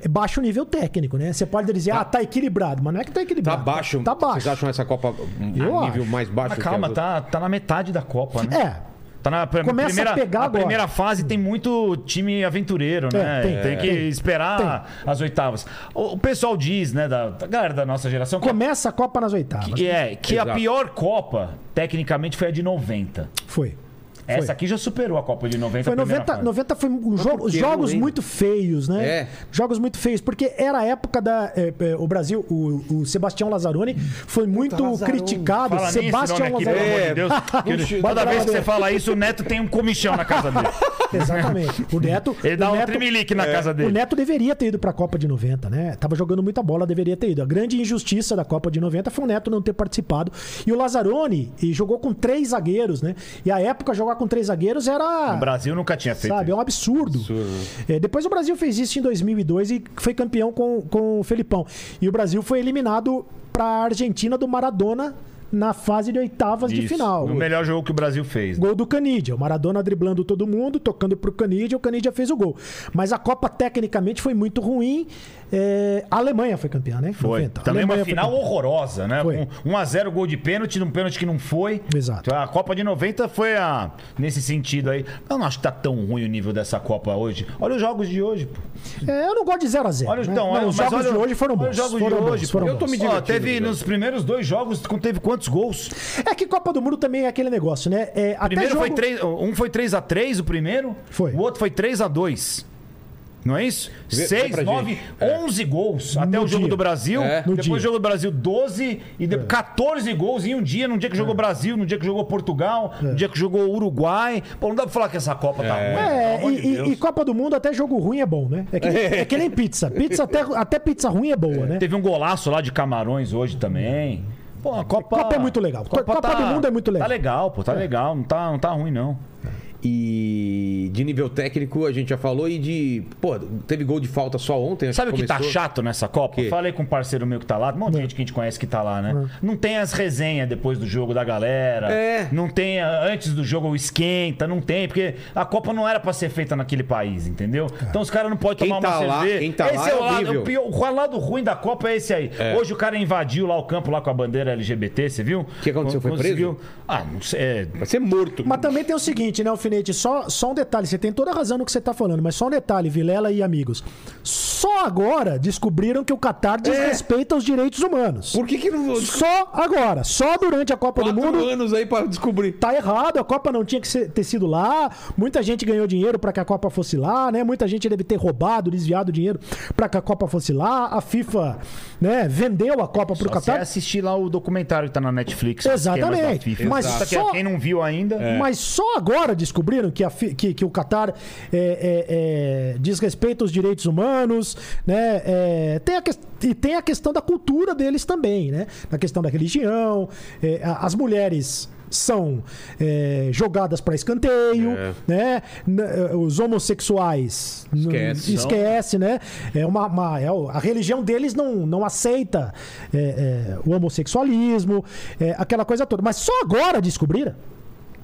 é baixo o nível técnico, né? Você pode dizer, ah, tá equilibrado, mas não é que tá Tá equilibrado. baixo. Tá Vocês baixo. acham essa Copa um Eu nível acho. mais baixo Mas que é calma, as tá, tá na metade da Copa, né? É. Tá na pr- Começa a primeira, pegar na agora. primeira fase tem muito time aventureiro, né? É, tem, tem que tem, esperar as oitavas. O, o pessoal diz, né, da, da galera da nossa geração, que, Começa a Copa nas oitavas. que é, que a Exato. pior Copa, tecnicamente, foi a de 90. Foi. Essa aqui já superou a Copa de 90. Foi a primeira 90, fase. 90 foi um jogo, porque eu não jogos lembro. muito feios, né? É. Jogos muito feios, porque era a época da. é, é, o Brasil, o, o Sebastião Lazzaroni foi muito Lazzaroni. criticado. Fala nisso, Sebastião nome aqui, pelo Lazzaroni. amor É. de Deus. Que ele- Bota Toda lá, vez que você Deus. fala isso, o Neto tem um comichão na casa dele. Exatamente. O Neto. Ele dá o um Neto, trimelique É. na casa o dele. Neto deveria ter ido pra Copa de 90, né? Tava jogando muita bola, deveria ter ido. A grande injustiça da Copa de 90 foi o Neto não ter participado. E o Lazzaroni e jogou com três zagueiros, né? E a época jogar com três zagueiros era. O Brasil nunca tinha feito Sabe, é isso. um absurdo. É, depois o Brasil fez isso em 2002 e foi campeão com, com o Felipão. E o Brasil foi eliminado para a Argentina do Maradona na fase de oitavas de Isso. final. O melhor jogo que o Brasil fez. né? Gol do Canidia. O Maradona driblando todo mundo, tocando pro Canidia, o Canidia fez o gol. Mas a Copa tecnicamente foi muito ruim. É, A Alemanha foi campeã, né? Foi. 90. A Também uma Alemanha foi final campeã. horrorosa, né? Foi. Com 1x0 gol de pênalti, num pênalti que não foi. Exato. Então, a Copa de 90 foi a. Nesse sentido aí. Eu não acho que tá tão ruim o nível dessa Copa hoje. Olha os jogos de hoje, pô. É, eu não gosto de 0x0. Olha, então, olha, os mas jogos olha- de hoje foram olha bons. Os jogos foram de bons, hoje, foram pô. bons. me Ó, divertindo teve jogando. nos primeiros dois jogos, teve quantos gols? É que Copa do Mundo também é aquele negócio, né? É, até Primeiro foi jogo- três- um foi 3x3 o primeiro, Foi. o outro foi 3x2. Não é isso? Vê- vê 6, pra 9, gente. É. 11 gols até No o jogo dia. do Brasil. É. No Depois dia. É. o jogo do Brasil 12 e de- 14 gols em um dia, num dia que jogou Brasil, num dia que jogou Portugal, É. num dia que jogou Uruguai. Pô, não dá pra falar que essa Copa tá ruim. pelo É, amor e, de e- Deus. e Copa do Mundo até jogo ruim é bom, né? É que, é que nem pizza. Pizza até, até pizza ruim é boa, né? Teve um golaço lá de Camarões hoje também. Pô, a Copa. Copa é muito legal. Copa tá- do Mundo é muito legal. Tá legal, pô, tá legal. Não tá, não tá ruim, não. E de nível técnico a gente já falou e de. Pô, teve gol de falta só ontem. acho Sabe o que tá começou. chato nessa Copa? quê? Falei com um parceiro meu que tá lá, um É. monte de gente que a gente conhece que tá lá, né? Não tem as resenhas depois do jogo da galera. É. Não tem ah, antes do jogo o esquenta, não tem, porque a Copa não era pra ser feita naquele país, entendeu? Então os caras não podem Quem tomar tá uma lá- cerveja. quem tá esse lá é o é lado, horrível. o pior, o lado ruim da Copa é esse aí. Hoje o cara invadiu lá o campo lá com a bandeira LGBT, você viu? O que aconteceu? Foi preso? Ah, não sei. é, Vai ser morto. Mas também tem o seguinte, né, Alfinete? Só, só um detalhe, você tem toda a razão no que você tá falando, mas só um detalhe, Vilela e amigos. Só agora descobriram que o Catar desrespeita os direitos humanos. É. Por que, que não. Só agora, só durante a Copa Quatro do Mundo. anos aí pra descobrir. Tá errado, a Copa não tinha que ser- ter sido lá. Muita gente ganhou dinheiro pra que a Copa fosse lá, né? Muita gente deve ter roubado, desviado dinheiro pra que a Copa fosse lá. A FIFA, né, vendeu a Copa pro Só é você Qatar. assistir lá o documentário que tá na Netflix. Exatamente. esquemas da FIFA. Mas Puta que é, só- Quem não viu É. ainda. né? Mas só agora descobriram que, a fi- que- que o Qatar é, é, é, desrespeita os direitos humanos, né? É, tem a ques- e tem a questão da cultura deles também, né? Na questão da religião, é, a- as mulheres são é, jogadas para escanteio, né? N- eh, Os homossexuais n- Esquece. esquece, né? É uma, uma- é o- a religião deles não, não aceita é, é, o homossexualismo, é, aquela coisa toda. Mas só agora descobriram.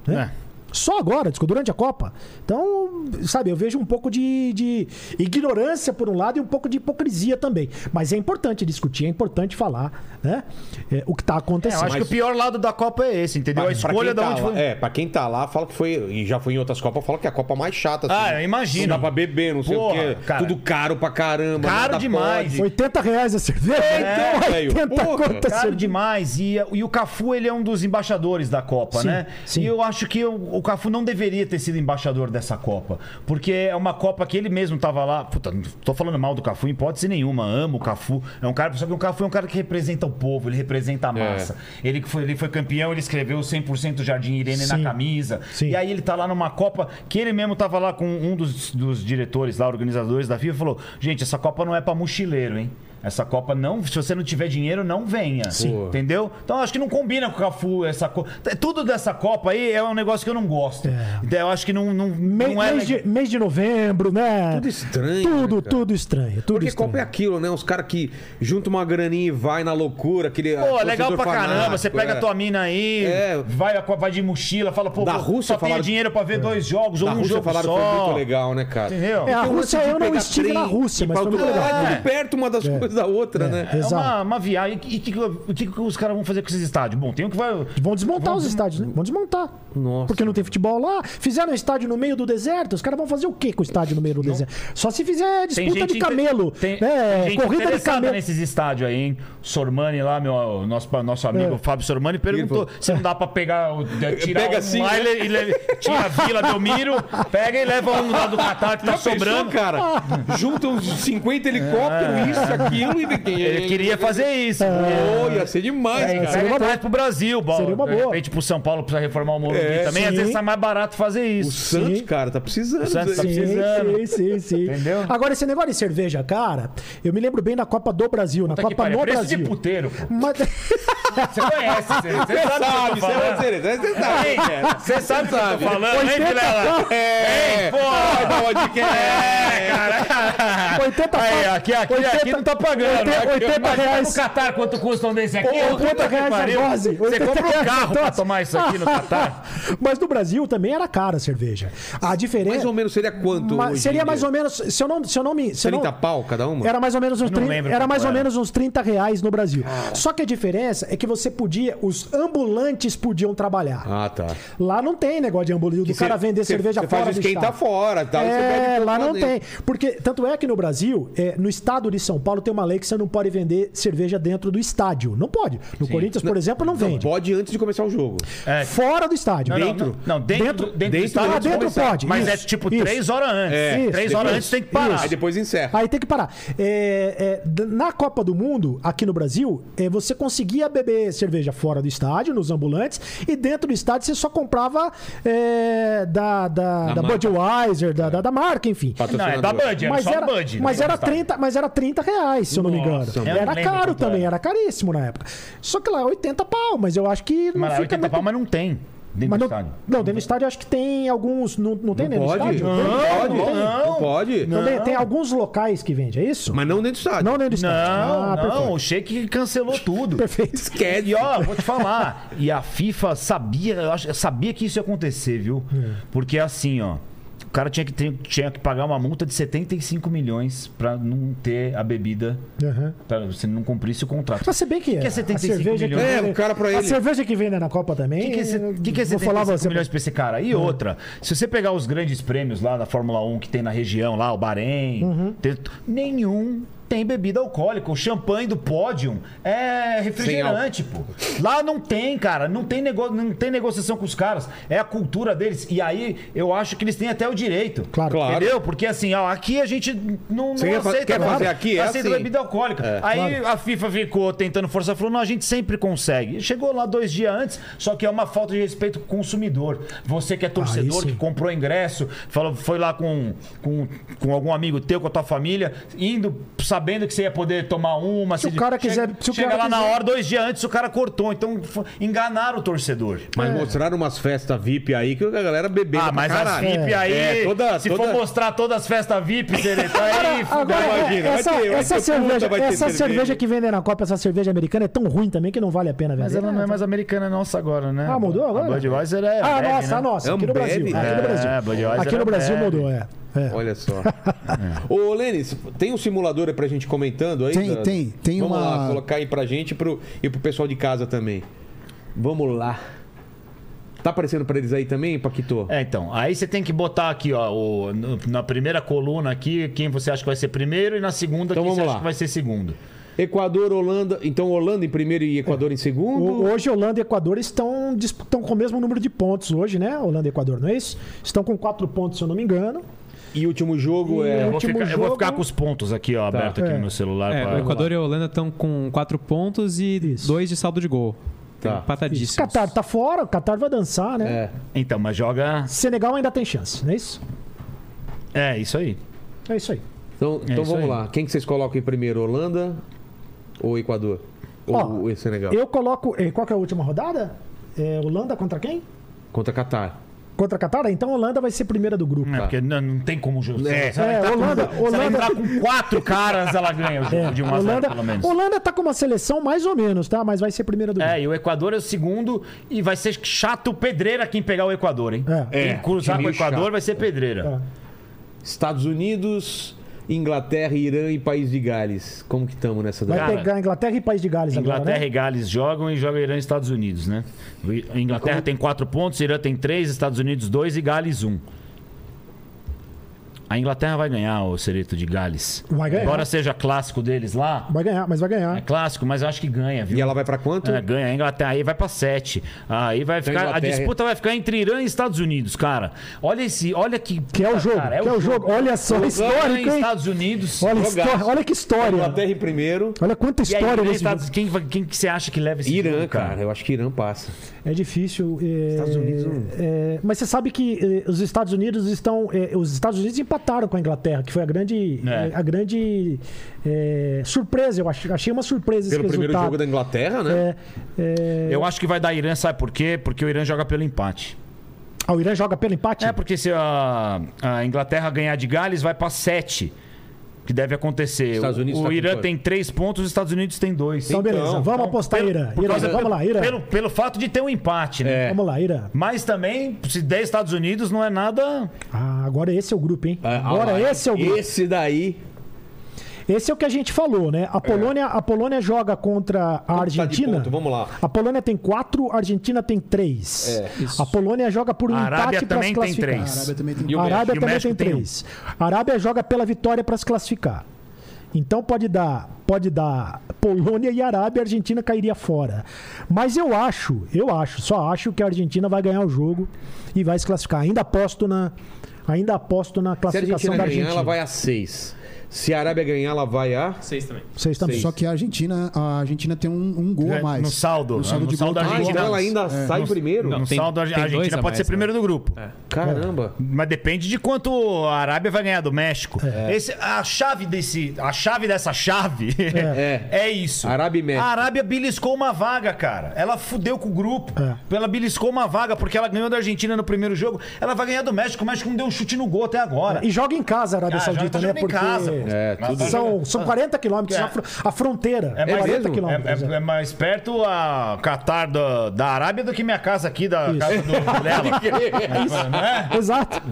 né? É. Só agora, desculpa, durante a Copa. Então, sabe, eu vejo um pouco de, de ignorância por um lado e um pouco de hipocrisia também. Mas é importante discutir, é importante falar, né? É, o que tá É, eu acontecendo. acho que o pior lado da Copa é esse, entendeu? a Pra- pra escolha quem da tá onde lá- foi. É, pra quem tá lá, fala que foi. E já foi em outras Copas, fala que é a Copa mais chata. Ah, eu imagino. Não dá pra beber, não sei Porra, o quê. cara. Tudo caro pra caramba. Caro nada demais. pode. 80 reais a cerveja? É, então, velho, 80 porra, conto a Caro cerveja. demais. E, e o Cafu, ele é um dos embaixadores da Copa, Sim, né? sim. E eu acho que o, o Cafu não deveria ter sido embaixador dessa Copa. Porque é uma Copa que ele mesmo tava lá. Puta, não tô falando mal do Cafu, em hipótese nenhuma. Amo o Cafu. É um cara, só que o Cafu é um cara que representa o povo, ele representa a É. massa. Ele, que foi, ele foi campeão, ele escreveu 100% Jardim Irene na Sim. camisa. Sim. E aí ele tá lá numa Copa que ele mesmo tava lá com um dos, dos diretores lá, organizadores da FIFA, falou: gente, essa Copa não é pra mochileiro, hein? Essa Copa não, se você não tiver dinheiro, não venha. Sim. Entendeu? Então acho que não combina com o Cafu essa Copa. Tudo dessa Copa aí é um negócio que eu não gosto. É. Então, Eu acho que não, não, Me- não é. mês, de, mês de novembro, né? Tudo estranho, Tudo, né, cara? tudo estranho. Tudo Porque estranho. Copa é aquilo, né? Os caras que juntam uma graninha e vai na loucura. Aquele Pô, torcedor legal pra fanático, caramba. Você pega é. a tua mina aí, É. vai, a- vai de mochila, fala, pô, Da vou- Rússia só falaram- tenho dinheiro pra ver dois jogos Da ou um Rússia jogo falaram só. que foi muito legal, né, cara? Entendeu? É, a Tem o Rússia, lance de eu não pegar estive trem na Rússia, e mas pra foi muito outro legal. lado, É. de perto uma das coisas. depois da outra, né? É Exato. uma, uma viagem. E o que, o que que os caras vão fazer com esses estádios? Bom, tem um que vai. Vão desmontar os estádios, né? Vão desmontar. Nossa. Porque não tem futebol lá. Fizeram um estádio no meio do deserto. Os caras vão fazer o quê com o estádio no meio do deserto? Só se fizer disputa de inte- camelo. Tem, né? tem gente corrida de interessada camelo. nesses estádios aí, hein? Sormani lá, meu, nosso, nosso amigo É. Fábio Sormani, perguntou se não dá pra pegar, o- de- tirar Pega um assim, lá e le- e le- tira a Vila Belmiro, pega e leva um lá do Catar que tá Já pensou, sobrando. É. cara. Junta uns 50 helicópteros, isso, aquilo e. Ele queria fazer isso. Oh, ia ser demais, É, cara. É. seria seria uma boa. pro Brasil, bola. Seria uma De boa. repente pro São Paulo precisa reformar o Morumbi É, também. Às sim. vezes tá mais barato fazer O isso. Santos, Sim. cara, tá precisando. Santos tá disso aí. Sim, precisando. sim, sim, sim. Entendeu? Agora, esse negócio de cerveja, cara, eu me lembro bem da Copa do Brasil, na Puta que Copa pariu, no preço Brasil. de puteiro, pô. Mas- Você conhece, você, tá você sabe, o Sabe, que eu tô falando. você sabe, você sabe, cara. Você sabe o que eu tô sabe. falando, hein, Vilela? É, Ei, pô! Vai dar uma dica, é, É, cara. 80 Aí, pa- aqui, aqui, 80 aqui não tá pagando. 80 Aqui, reais. mas vai no Catar quanto custa um desse aqui? Ô, Puta 80 que reais a pariu. dose, Você 80 compra um reais a carro pra dose. tomar isso aqui no Catar? Mas no Brasil também era cara a cerveja. A diferença. Mais ou menos seria quanto? Ma- hoje seria em mais dia? ou menos. Se eu não, se eu não me. Se eu não- 30 pau cada uma? Era mais ou menos uns não 30, lembro era quanto mais ou era. menos uns 30 reais no Brasil. Só que a diferença é que você podia, os ambulantes podiam trabalhar. Ah, tá. Lá não tem negócio de ambulantes, do cara vender cerveja você fora faz o do esquenta estado. fora, tal, e você É, bebe lá tudo não dentro. tem. Porque, tanto é que no Brasil, é, no estado de São Paulo, tem uma lei que você não pode vender cerveja dentro do estádio. Não pode. No Corinthians, por exemplo, não Não, vende. Então, pode antes de começar o jogo. É. Fora do estádio. Não, Dentro? Não, não, dentro, dentro, do dentro, estádio Ah, antes de dentro começar. pode, Mas isso, é tipo isso. três horas antes. É, Três isso, horas depois- antes tem que parar. Aí depois encerra. Aí tem que parar. É, é, d- na Copa do Mundo, aqui no Brasil, é, você conseguia beber cerveja fora do estádio, nos ambulantes, e dentro do estádio você só comprava é, da, da, da marca. Budweiser, da, da, da marca, enfim. Não, é Patrocinador. da Bud, É. era tá Mas só era, Bud. né, mas, era gostava. 30, mas era 30 reais, se eu não me engano. Nossa, eu não era lembro caro quanto também, era. era caríssimo na época. Só que lá é 80 pau, mas eu acho que não Mas lá fica 80 muito... pau, mas não tem. Dentro mas do não, estádio. não, dentro do estádio eu acho que tem alguns. Não, não tem dentro do Pode? estádio? pode? não, Não pode? Então tem, tem alguns locais que vende, é isso? Mas não dentro do estádio. Não dentro do estádio. Não, Ah, não, o Sheik cancelou tudo. Perfeito. perfeito. Esquece. E ó, vou te falar. E a FIFA sabia, eu acho, sabia que isso ia acontecer, viu? Porque assim, ó. O cara tinha que, ter- tinha que pagar uma multa de 75 milhões pra não ter a bebida. Aham. Pra, se não cumprisse o contrato. Mas se bem que, que é 75 a cerveja que milhões? vende- É, o cara pra A ele. cerveja que vende na Copa O também. que, que, é esse- que, que é vou falar 75 você. É. milhões pra esse cara? E outra, se você pegar os grandes prêmios lá da Fórmula 1 que tem na região, lá, o Bahrein, Uhum. tem- nenhum tem bebida alcoólica. O champanhe do pódio é refrigerante, pô. Lá não tem, cara. Não tem, nego... não tem negociação com os caras. É a cultura deles. E aí eu acho que eles têm até o direito. Claro. Claro. Entendeu? Porque assim, ó, aqui a gente não, não Você quer fa- aceita. quer nada. fazer aqui? É aceita assim. bebida alcoólica. É, Aí a FIFA ficou tentando força, falou: não, a gente sempre consegue. Chegou lá dois dias antes, só que é uma falta de respeito com o consumidor. Você Ah, que é torcedor, sim. que comprou ingresso, falou, foi lá com, com, com algum amigo teu, com a tua família, indo sabendo que você ia poder tomar uma. Se o cara quiser- Chega, se o chega cara lá na quiser. hora, dois dias antes, o cara cortou. Então f- enganaram o torcedor. Mas mostraram umas festas VIP aí que a galera bebeu. Ah, mas as VIP aí, É, toda- se toda- for mostrar todas as festas VIP, Sereta, tá aí Ah, Agora, Não, imagina, vai essa, ter- vai essa ter puta, cerveja, vai ter essa cerveja. cerveja que vende na Copa, essa cerveja americana é tão ruim também que não vale a pena vender. Mas ela não é mais americana nossa agora, né? Ah, mudou agora? A Budweiser é Ah, Ambev, nossa, né? a nossa. Aqui no Ambev, Brasil. Aqui né? no Brasil, É, Budweiser aqui no é Brasil Ambev. mudou, é. é. Olha só. Ô, Lênis, tem um simulador aí pra gente comentando aí? Tem, tem, tem Vamos uma- lá, colocar aí pra gente e pro, e pro pessoal de casa também. Vamos lá. Tá aparecendo pra eles aí também, Paquito? É, então. Aí você tem que botar aqui, ó, o- no- na primeira coluna aqui, quem você acha que vai ser primeiro e na segunda Então quem você vamos lá. acha que vai ser segundo. Equador, Holanda. Então, Holanda em primeiro e Equador em segundo. O- Hoje, Holanda e Equador estão, dis- estão com o mesmo número de pontos hoje, né? Holanda e Equador, não é isso? Estão com quatro pontos, se eu não me engano. E último jogo E é. Eu vou, Último ficar, eu vou jogo. ficar com os pontos aqui, ó, aberto aqui É. no meu celular. É, pra- o Equador e a Holanda estão com 4 pontos e Isso. 2 de saldo de gol. Tá. Empatadíssimos. Catar tá fora, o Catar vai dançar, né? É. Então, mas joga. Senegal ainda tem chance, não é isso? É, isso aí. É isso aí. Então, então isso vamos aí. lá. Quem que vocês colocam em primeiro, Holanda ou Equador? Ou é Ó, o Senegal? Eu coloco. eh, Qual que é a última rodada? É, Holanda contra quem? Contra Catar. Contra Catar? Então a Holanda vai ser primeira do grupo. É, porque não, não tem como jogar. É. ela Tá. É, entrar Holanda- com, um se ela Holanda- entrar com quatro caras, ela ganha o jogo É, de um a zero, Holanda, pelo menos. Holanda tá com uma seleção mais ou menos, tá? Mas vai ser primeira do É, grupo. e o Equador é o segundo e vai ser chato pedreira quem pegar o Equador, hein? É. Quem cruzar time com o Equador chato. vai ser pedreira. Estados Unidos Inglaterra, Irã e País de Gales. Como que estamos nessa Vai daí? Cara, pegar Inglaterra e País de Gales agora, Inglaterra né? e Gales jogam e joga Irã e Estados Unidos, né? A Inglaterra tem quatro pontos, Irã tem três, Estados Unidos dois e Gales um. A Inglaterra vai ganhar o Cerito de Gales. Vai ganhar. Embora seja clássico deles lá, Vai ganhar, mas vai é ganhar. clássico, mas eu acho que ganha, viu? E ela vai pra quanto? É, ganha a Inglaterra, aí vai pra 7. Aí vai Então, ficar. A Inglaterra- disputa vai ficar entre Irã e Estados Unidos, cara. Olha esse. Olha que. Que é o puta, jogo, cara, que é o jogo. Olha só, Irã e histórico, hein? Estados Unidos. Olha, Jogaço. histó- olha que história. Inglaterra em primeiro. Olha quanta E aí, tá história Irã e nesse Estados... jogo. quem, vai- quem que você acha que leva esse Irã, jogo, cara. Eu acho que Irã passa. É difícil. é, Estados Unidos não- é, mas você sabe que é, os Estados Unidos estão. é, os Estados Unidos empataram com a Inglaterra, que foi a grande, É. é, a grande é, surpresa. Eu achei, achei uma surpresa Pelo esse primeiro resultado. jogo da Inglaterra, né? É, é, Eu acho que vai dar Irã, sabe por quê? Porque o Irã joga pelo empate. ah, o Irã joga pelo empate? É, porque se a, a Inglaterra ganhar de Gales, vai pra 7. Que deve acontecer. Estados Unidos o tá com Irã quanto? tem 3 pontos, os Estados Unidos tem 2. então, beleza. vamos apostar, Irã. Irã vamos lá, Irã. Pelo, pelo fato de ter um empate, É. né? Vamos lá, Irã. Mas também, se der Estados Unidos, não é nada. Ah, agora esse é o grupo, hein? Ah, Agora ah, esse é o grupo. Esse daí. Esse é o que a gente falou, né? A Polônia, a Polônia joga contra a Quanto tá de Argentina. ponto? Vamos lá. A Polônia tem quatro, a Argentina tem três. É, a Polônia joga por um A Arábia empate para se também tem classificar. A três. Arábia também tem E o A Arábia México? E o também México tem tem um. três. A Arábia joga pela vitória para se classificar. Então pode dar, pode dar Polônia e Arábia, a Argentina cairia fora. Mas eu acho, eu acho, só acho que a Argentina vai ganhar o jogo e vai se classificar. Ainda aposto na, ainda aposto na Se a classificação Argentina da ganhar, Argentina. ela vai a 6. Se a Arábia ganhar, ela vai a. Seis também. Vocês também. Seis. um Só que a Argentina, a Argentina tem um, um gol a mais. No saldo. No saldo de gol da tem um Ah, gol. então Argentina. ela ainda sai primeiro? No tem- saldo, a tem Argentina dois a pode mais, ser né? primeiro do grupo. Caramba. Mas depende de quanto a Arábia vai ganhar do México. É. Esse, a chave desse, a chave dessa chave é, isso. Arábia e México. A Arábia beliscou uma vaga, cara. Ela fudeu com o grupo. Então, É. Ela beliscou uma vaga porque ela ganhou da Argentina no primeiro jogo. Ela vai ganhar do México. O México não deu um chute no gol até agora. E joga em casa a Arábia Ah, joga- Saudita, né? tá jogando em Porque casa, pô. É, Mas tudo- tá são, jogando- são 40 quilômetros, É. a, fro- a fronteira é, É mais 40 mesmo? quilômetros. É, é- é mais perto a Catar da, da Arábia do que minha casa aqui, da casa do Vilela. Né? é. Exato.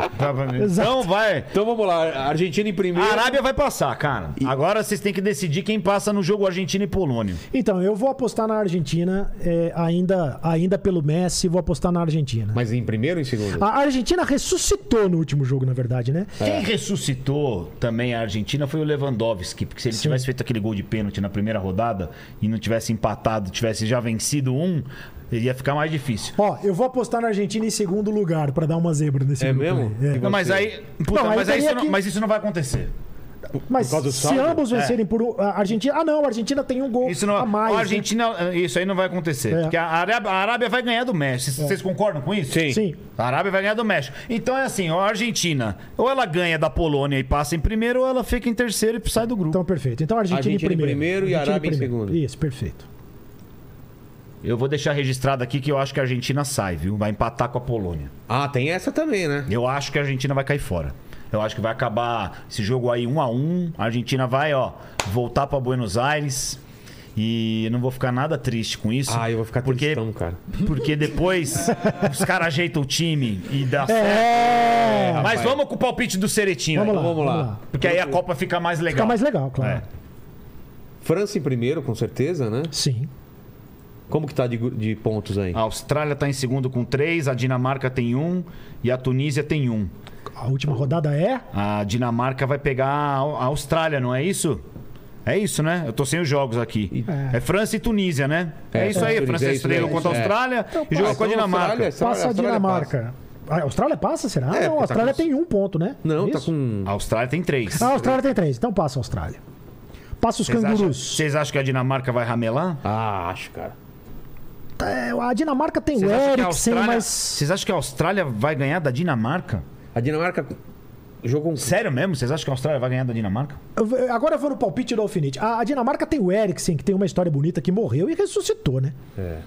Então vai. Então vamos lá. A Argentina em A primeiro. Arábia vai passar, cara. Agora vocês têm que decidir quem passa no jogo Argentina e Polônia. Então, eu vou apostar na Argentina, é, ainda, ainda pelo Messi, vou apostar na Argentina. Mas em primeiro ou em segundo? A Argentina ressuscitou no último jogo, na verdade, né? Quem ressuscitou também a Argentina foi o Lewandowski, porque se ele tivesse feito aquele gol de pênalti na primeira rodada e não tivesse empatado, tivesse já vencido um, ele ia ficar mais difícil. Ó, eu vou apostar na Argentina em segundo lugar, pra dar uma zebra nesse É grupo mesmo? aí. É. E Não, mas você? aí, puta, Não, aí mas, aí teria isso não, que- mas isso não vai acontecer. Mas causa do se saldo? ambos vencerem por um. A Argentina. Ah, não, a Argentina tem um gol É. Isso não, a mais. a né? Argentina, isso aí não vai acontecer. É. Porque a Arábia, a Arábia vai ganhar do México. Vocês- Vocês concordam com isso? Sim. Sim. A Arábia vai ganhar do México. Então é assim, ó, a Argentina, ou ela ganha da Polônia e passa em primeiro, ou ela fica em terceiro e sai do grupo. Então, perfeito. Então, a Argentina, Argentina em em primeiro. primeiro e Argentina Arábia em segundo. Isso, perfeito. Eu vou deixar registrado aqui que eu acho que a Argentina sai, viu? Vai empatar com a Polônia. Ah, tem essa também, né? Eu acho que a Argentina vai cair fora. Eu acho que vai acabar esse jogo aí um a um. A Argentina vai, ó, voltar pra Buenos Aires. E eu não vou ficar nada triste com isso. Ah, eu vou ficar porque, tristão, cara. Porque depois os caras ajeitam o time e dá certo. É! Mas vamos com o palpite do Ceretinho. Vamos aí. lá. Vamos lá. Porque aí a Copa fica mais legal. Fica mais legal, claro. É. França em primeiro, com certeza, né? Sim. Como que tá de, gru- de pontos aí? A Austrália tá em segundo com três, a Dinamarca tem um e a Tunísia tem um. A última rodada é. A Dinamarca vai pegar a Au- a Austrália, não é isso? É isso, né? Eu tô sem os jogos aqui. É, França e Tunísia, né? É, É, isso França e aí. Tunísia, A França é isso estreou mesmo. contra a É. Austrália e jogou com a Dinamarca. Passa a Dinamarca. A Austrália passa, será? É, porque não, tá a Austrália com- tem um ponto, né? Não, tá Isso? com. A Austrália tem três. Ah, a Austrália tem três, então passa a Austrália. Passa os Vocês acham, cangurus. vocês acham que a Dinamarca vai ramelar? Ah, acho, cara. É, a Dinamarca tem o Vocês acham, que a Eriksen, Austrália... mas. vocês acham que a Austrália vai ganhar da Dinamarca? A Dinamarca jogou um. Sério mesmo? Vocês acham que a Austrália vai ganhar da Dinamarca? Eu vou- Agora eu vou no palpite do Alfinete. A, a Dinamarca tem o Eriksen, que tem uma história bonita, que morreu e ressuscitou, né? É.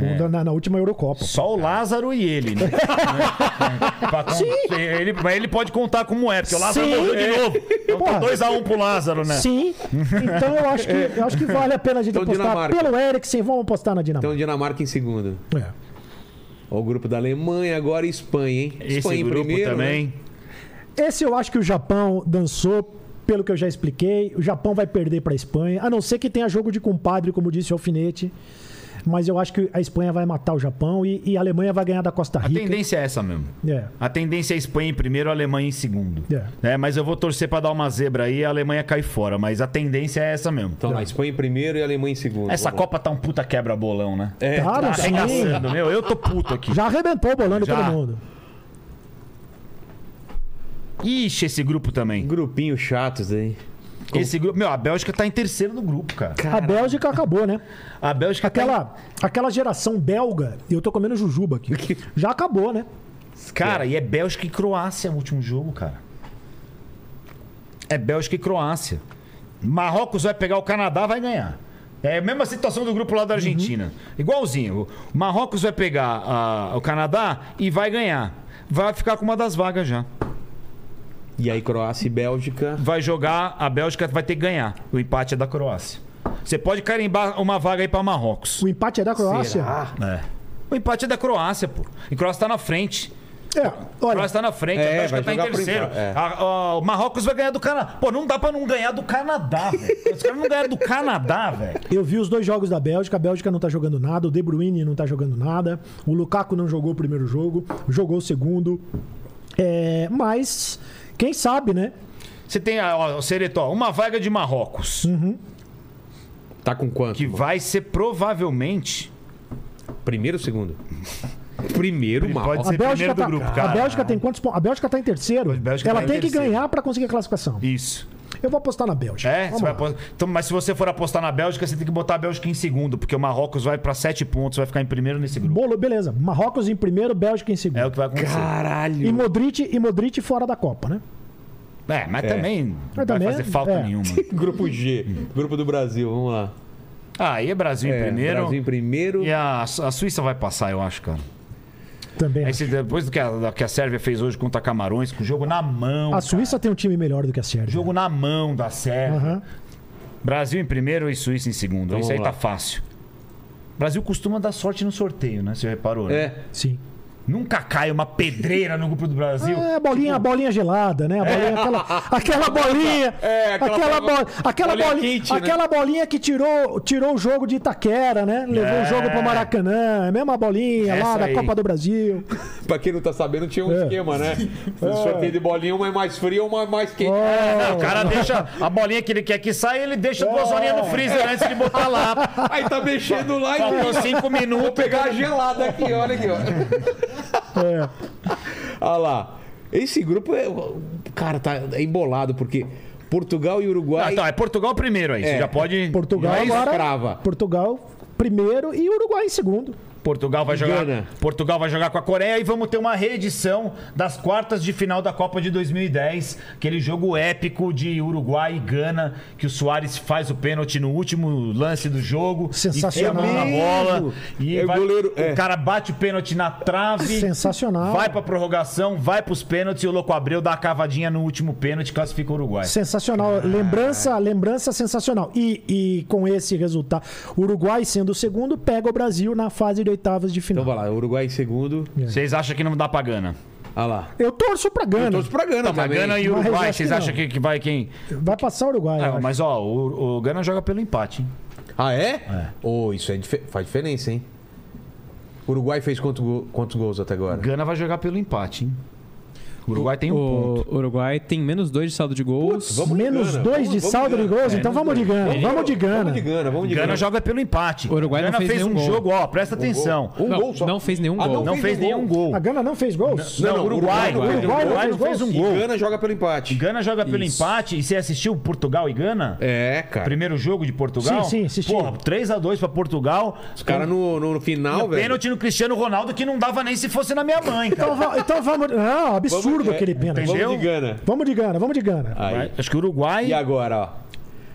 O- Na, na última Eurocopa. Só o Lázaro e ele, né? Pra con- ele, mas ele pode contar como é, porque o Lázaro Sim. morreu de novo. Porra. Então 2x1 pro Lázaro, né? Sim. Então eu acho, que, eu acho que vale a pena a gente Então, apostar Dinamarca. pelo Eriksen. Vamos apostar na Então, Dinamarca. Dinamarca em segundo. É. Ó, o grupo da Alemanha, agora e Espanha, hein? Esse Espanha em né? grupo primeiro, também. né? Esse eu acho que o Japão dançou pelo que eu já expliquei, o Japão vai perder para a Espanha, a não ser que tenha jogo de compadre, como disse o Alfinete. Mas eu acho que a Espanha vai matar o Japão e, e a Alemanha vai ganhar da Costa A Rica. tendência é essa mesmo. É. A tendência é a Espanha em primeiro, a Alemanha em segundo. É. Né? Mas eu vou torcer pra dar uma zebra aí e a Alemanha cai fora. Mas a tendência é essa mesmo. Então, a Espanha em primeiro e a Alemanha em segundo. Essa Vamos lá. Copa tá um puta quebra-bolão, né? É, Claro, Tá sim. arregaçando, meu. Eu tô puto aqui. Já arrebentou o bolão de Já. todo mundo. Ixi, esse grupo também. grupinho chato isso aí. Esse grupo. Meu, a Bélgica tá em terceiro do grupo, cara. A Bélgica acabou, né? A Bélgica tá Aquela, aquela geração belga, eu tô comendo jujuba aqui. Já acabou, né? em- Cara, e é Bélgica e Croácia o último jogo, cara. É Bélgica e Croácia. Marrocos vai pegar o Canadá, vai ganhar. É a mesma situação do grupo lá da Argentina. Igualzinho. O Marrocos vai pegar ah, o Canadá e vai ganhar. Vai ficar com uma das vagas já. E aí, Croácia e Bélgica. vai jogar, a Bélgica vai ter que ganhar. O empate é da Croácia. Você pode carimbar uma vaga aí pra Marrocos. O empate é da Croácia. Será? É. O empate é da Croácia, pô. E Croácia tá na frente. É, A olha, Croácia tá na frente, É, a vai Bélgica tá em jogar por terceiro. empate, é. A- a- o Marrocos vai ganhar do Canadá. Pô, não dá pra não ganhar do Canadá, velho. Os caras não ganharam do Canadá, velho. eu vi os dois jogos da Bélgica. A Bélgica não tá jogando nada, o De Bruyne não tá jogando nada, o Lukaku não jogou o primeiro jogo, jogou o segundo. É, mas, quem sabe, né? Você tem, ó, o Sereto, ó, uma vaga de Marrocos. Tá com quanto? Que vai ser provavelmente. Primeiro ou segundo? Primeiro, mal. Pode ser primeiro do tá, grupo, a cara. Bélgica tem quantos pontos? A Bélgica tá em terceiro. A Bélgica Ela tá em tem que terceiro. ganhar pra conseguir a classificação. Isso. Eu vou apostar na Bélgica. É, Tipo, Vamos você vai lá. apostar- então, mas se você for apostar na Bélgica, você tem que botar a Bélgica em segundo, porque o Marrocos vai pra sete pontos, vai ficar em primeiro nesse grupo. Bolo, beleza. Marrocos em primeiro, Bélgica em segundo. É o que vai acontecer. um. E Caralho. Modric, e Modric fora da Copa, né? É, mas também não vai também- fazer falta é. nenhuma. Grupo G. Grupo do Brasil, vamos lá. Aí é Brasil em É, primeiro. Brasil em primeiro. E a, a Suíça vai passar, eu acho, cara. Também. Aí você- depois do que a, do que a Sérvia fez hoje contra Camarões, com o jogo na mão. A cara. Suíça tem um time melhor do que a Sérvia. Jogo na mão da Sérvia. Uhum. Aham. Brasil em primeiro e Suíça em segundo. Então, Isso aí vamos tá lá. fácil. Brasil costuma dar sorte no sorteio, né? Você reparou, né? É. Sim. Nunca cai uma pedreira no grupo do Brasil. É, a Tipo, bolinha, a bolinha gelada, né? A bolinha, aquela, aquela bolinha. É, aquela aquela, aquela, bola- bo- aquela bolinha bolinha, quente, né? aquela bolinha que tirou, tirou o jogo de Itaquera, né? Levou É. o jogo pro Maracanã. É a mesma bolinha lá Essa da aí. Copa do Brasil. Pra quem não tá sabendo, tinha um É. esquema, né? Sorteio de bolinha, uma é mais fria, uma é mais quente. O cara deixa a bolinha que ele quer que saia, ele deixa duas horinhas no freezer antes de botar lá. Aí tá mexendo lá e Faltou cinco Vou minutos. pegar a gelada aqui, olha aqui, ó. É. Olha lá. Esse grupo é. Cara, tá é embolado, porque Portugal e Ah, Uruguai. tá, é Portugal primeiro aí. Você já pode. Portugal Mas agora. crava. Portugal primeiro e Uruguai em segundo. Portugal vai jogar. Gana. Portugal vai jogar com a Coreia e vamos ter uma reedição das quartas de final da Copa de 2010, aquele jogo épico de Uruguai e Gana que o Soares faz o pênalti no último lance do jogo, Sensacional. enfia a mão na bola e É, o vai- goleiro- é. o cara bate o pênalti na trave. Sensacional. Vai pra prorrogação, vai pros pênaltis e o Louco Abreu dá a cavadinha no último pênalti, classifica o Uruguai. Sensacional. Lembrança, lembrança sensacional. E, e com esse resultado, o Uruguai sendo o segundo, pega o Brasil na fase de oitavas de Então final. vai lá, Uruguai em segundo. Vocês acham que não dá pra Gana? Olha lá. Eu torço pra Gana. Torço pra Gana, Não, mas também. Gana e Mas Uruguai, acho vocês que acham não. que, que vai quem? Vai passar o Uruguai. Ah, eu acho. mas ó, o, o Gana joga pelo empate. hein? Ah, é? É. Oh, isso é dife- faz diferença, hein? Uruguai fez quanto go- quantos gols até agora? Gana vai jogar pelo empate, hein? O Uruguai tem um ponto. O Uruguai tem menos dois de saldo de gols. Vamos de Menos Gana, dois vamos- de vamos saldo de de gols, então vamos de Gana. Vamos de Gana. Vamos de Gana, vamos de Gana Gana. joga pelo empate. O Uruguai não Gana fez um nenhum gol. jogo, ó, presta atenção. Um Não, gol só. não fez nenhum Ah, gol. Não fez nenhum gol. A Gana não fez gols? Não, não, Uruguai. Uruguai, Uruguai não Uruguai não fez fez um E gol. Gana joga pelo empate. Gana joga pelo empate e você assistiu Portugal e Gana? É, cara. Primeiro jogo de Portugal? Sim, sim, assisti. Porra, 3x2 pra Portugal. Os caras no, no, no final, Um velho. Pênalti no Cristiano Ronaldo que não dava nem se fosse na minha mãe, Então, cara. va- então vamos. Não, absurdo Vamos- é, aquele pênalti. entendi. Vamos de entendeu? Gana. Vamos de Gana, vamos de Gana. Aí. Vai, Acho que o Uruguai. E agora, ó.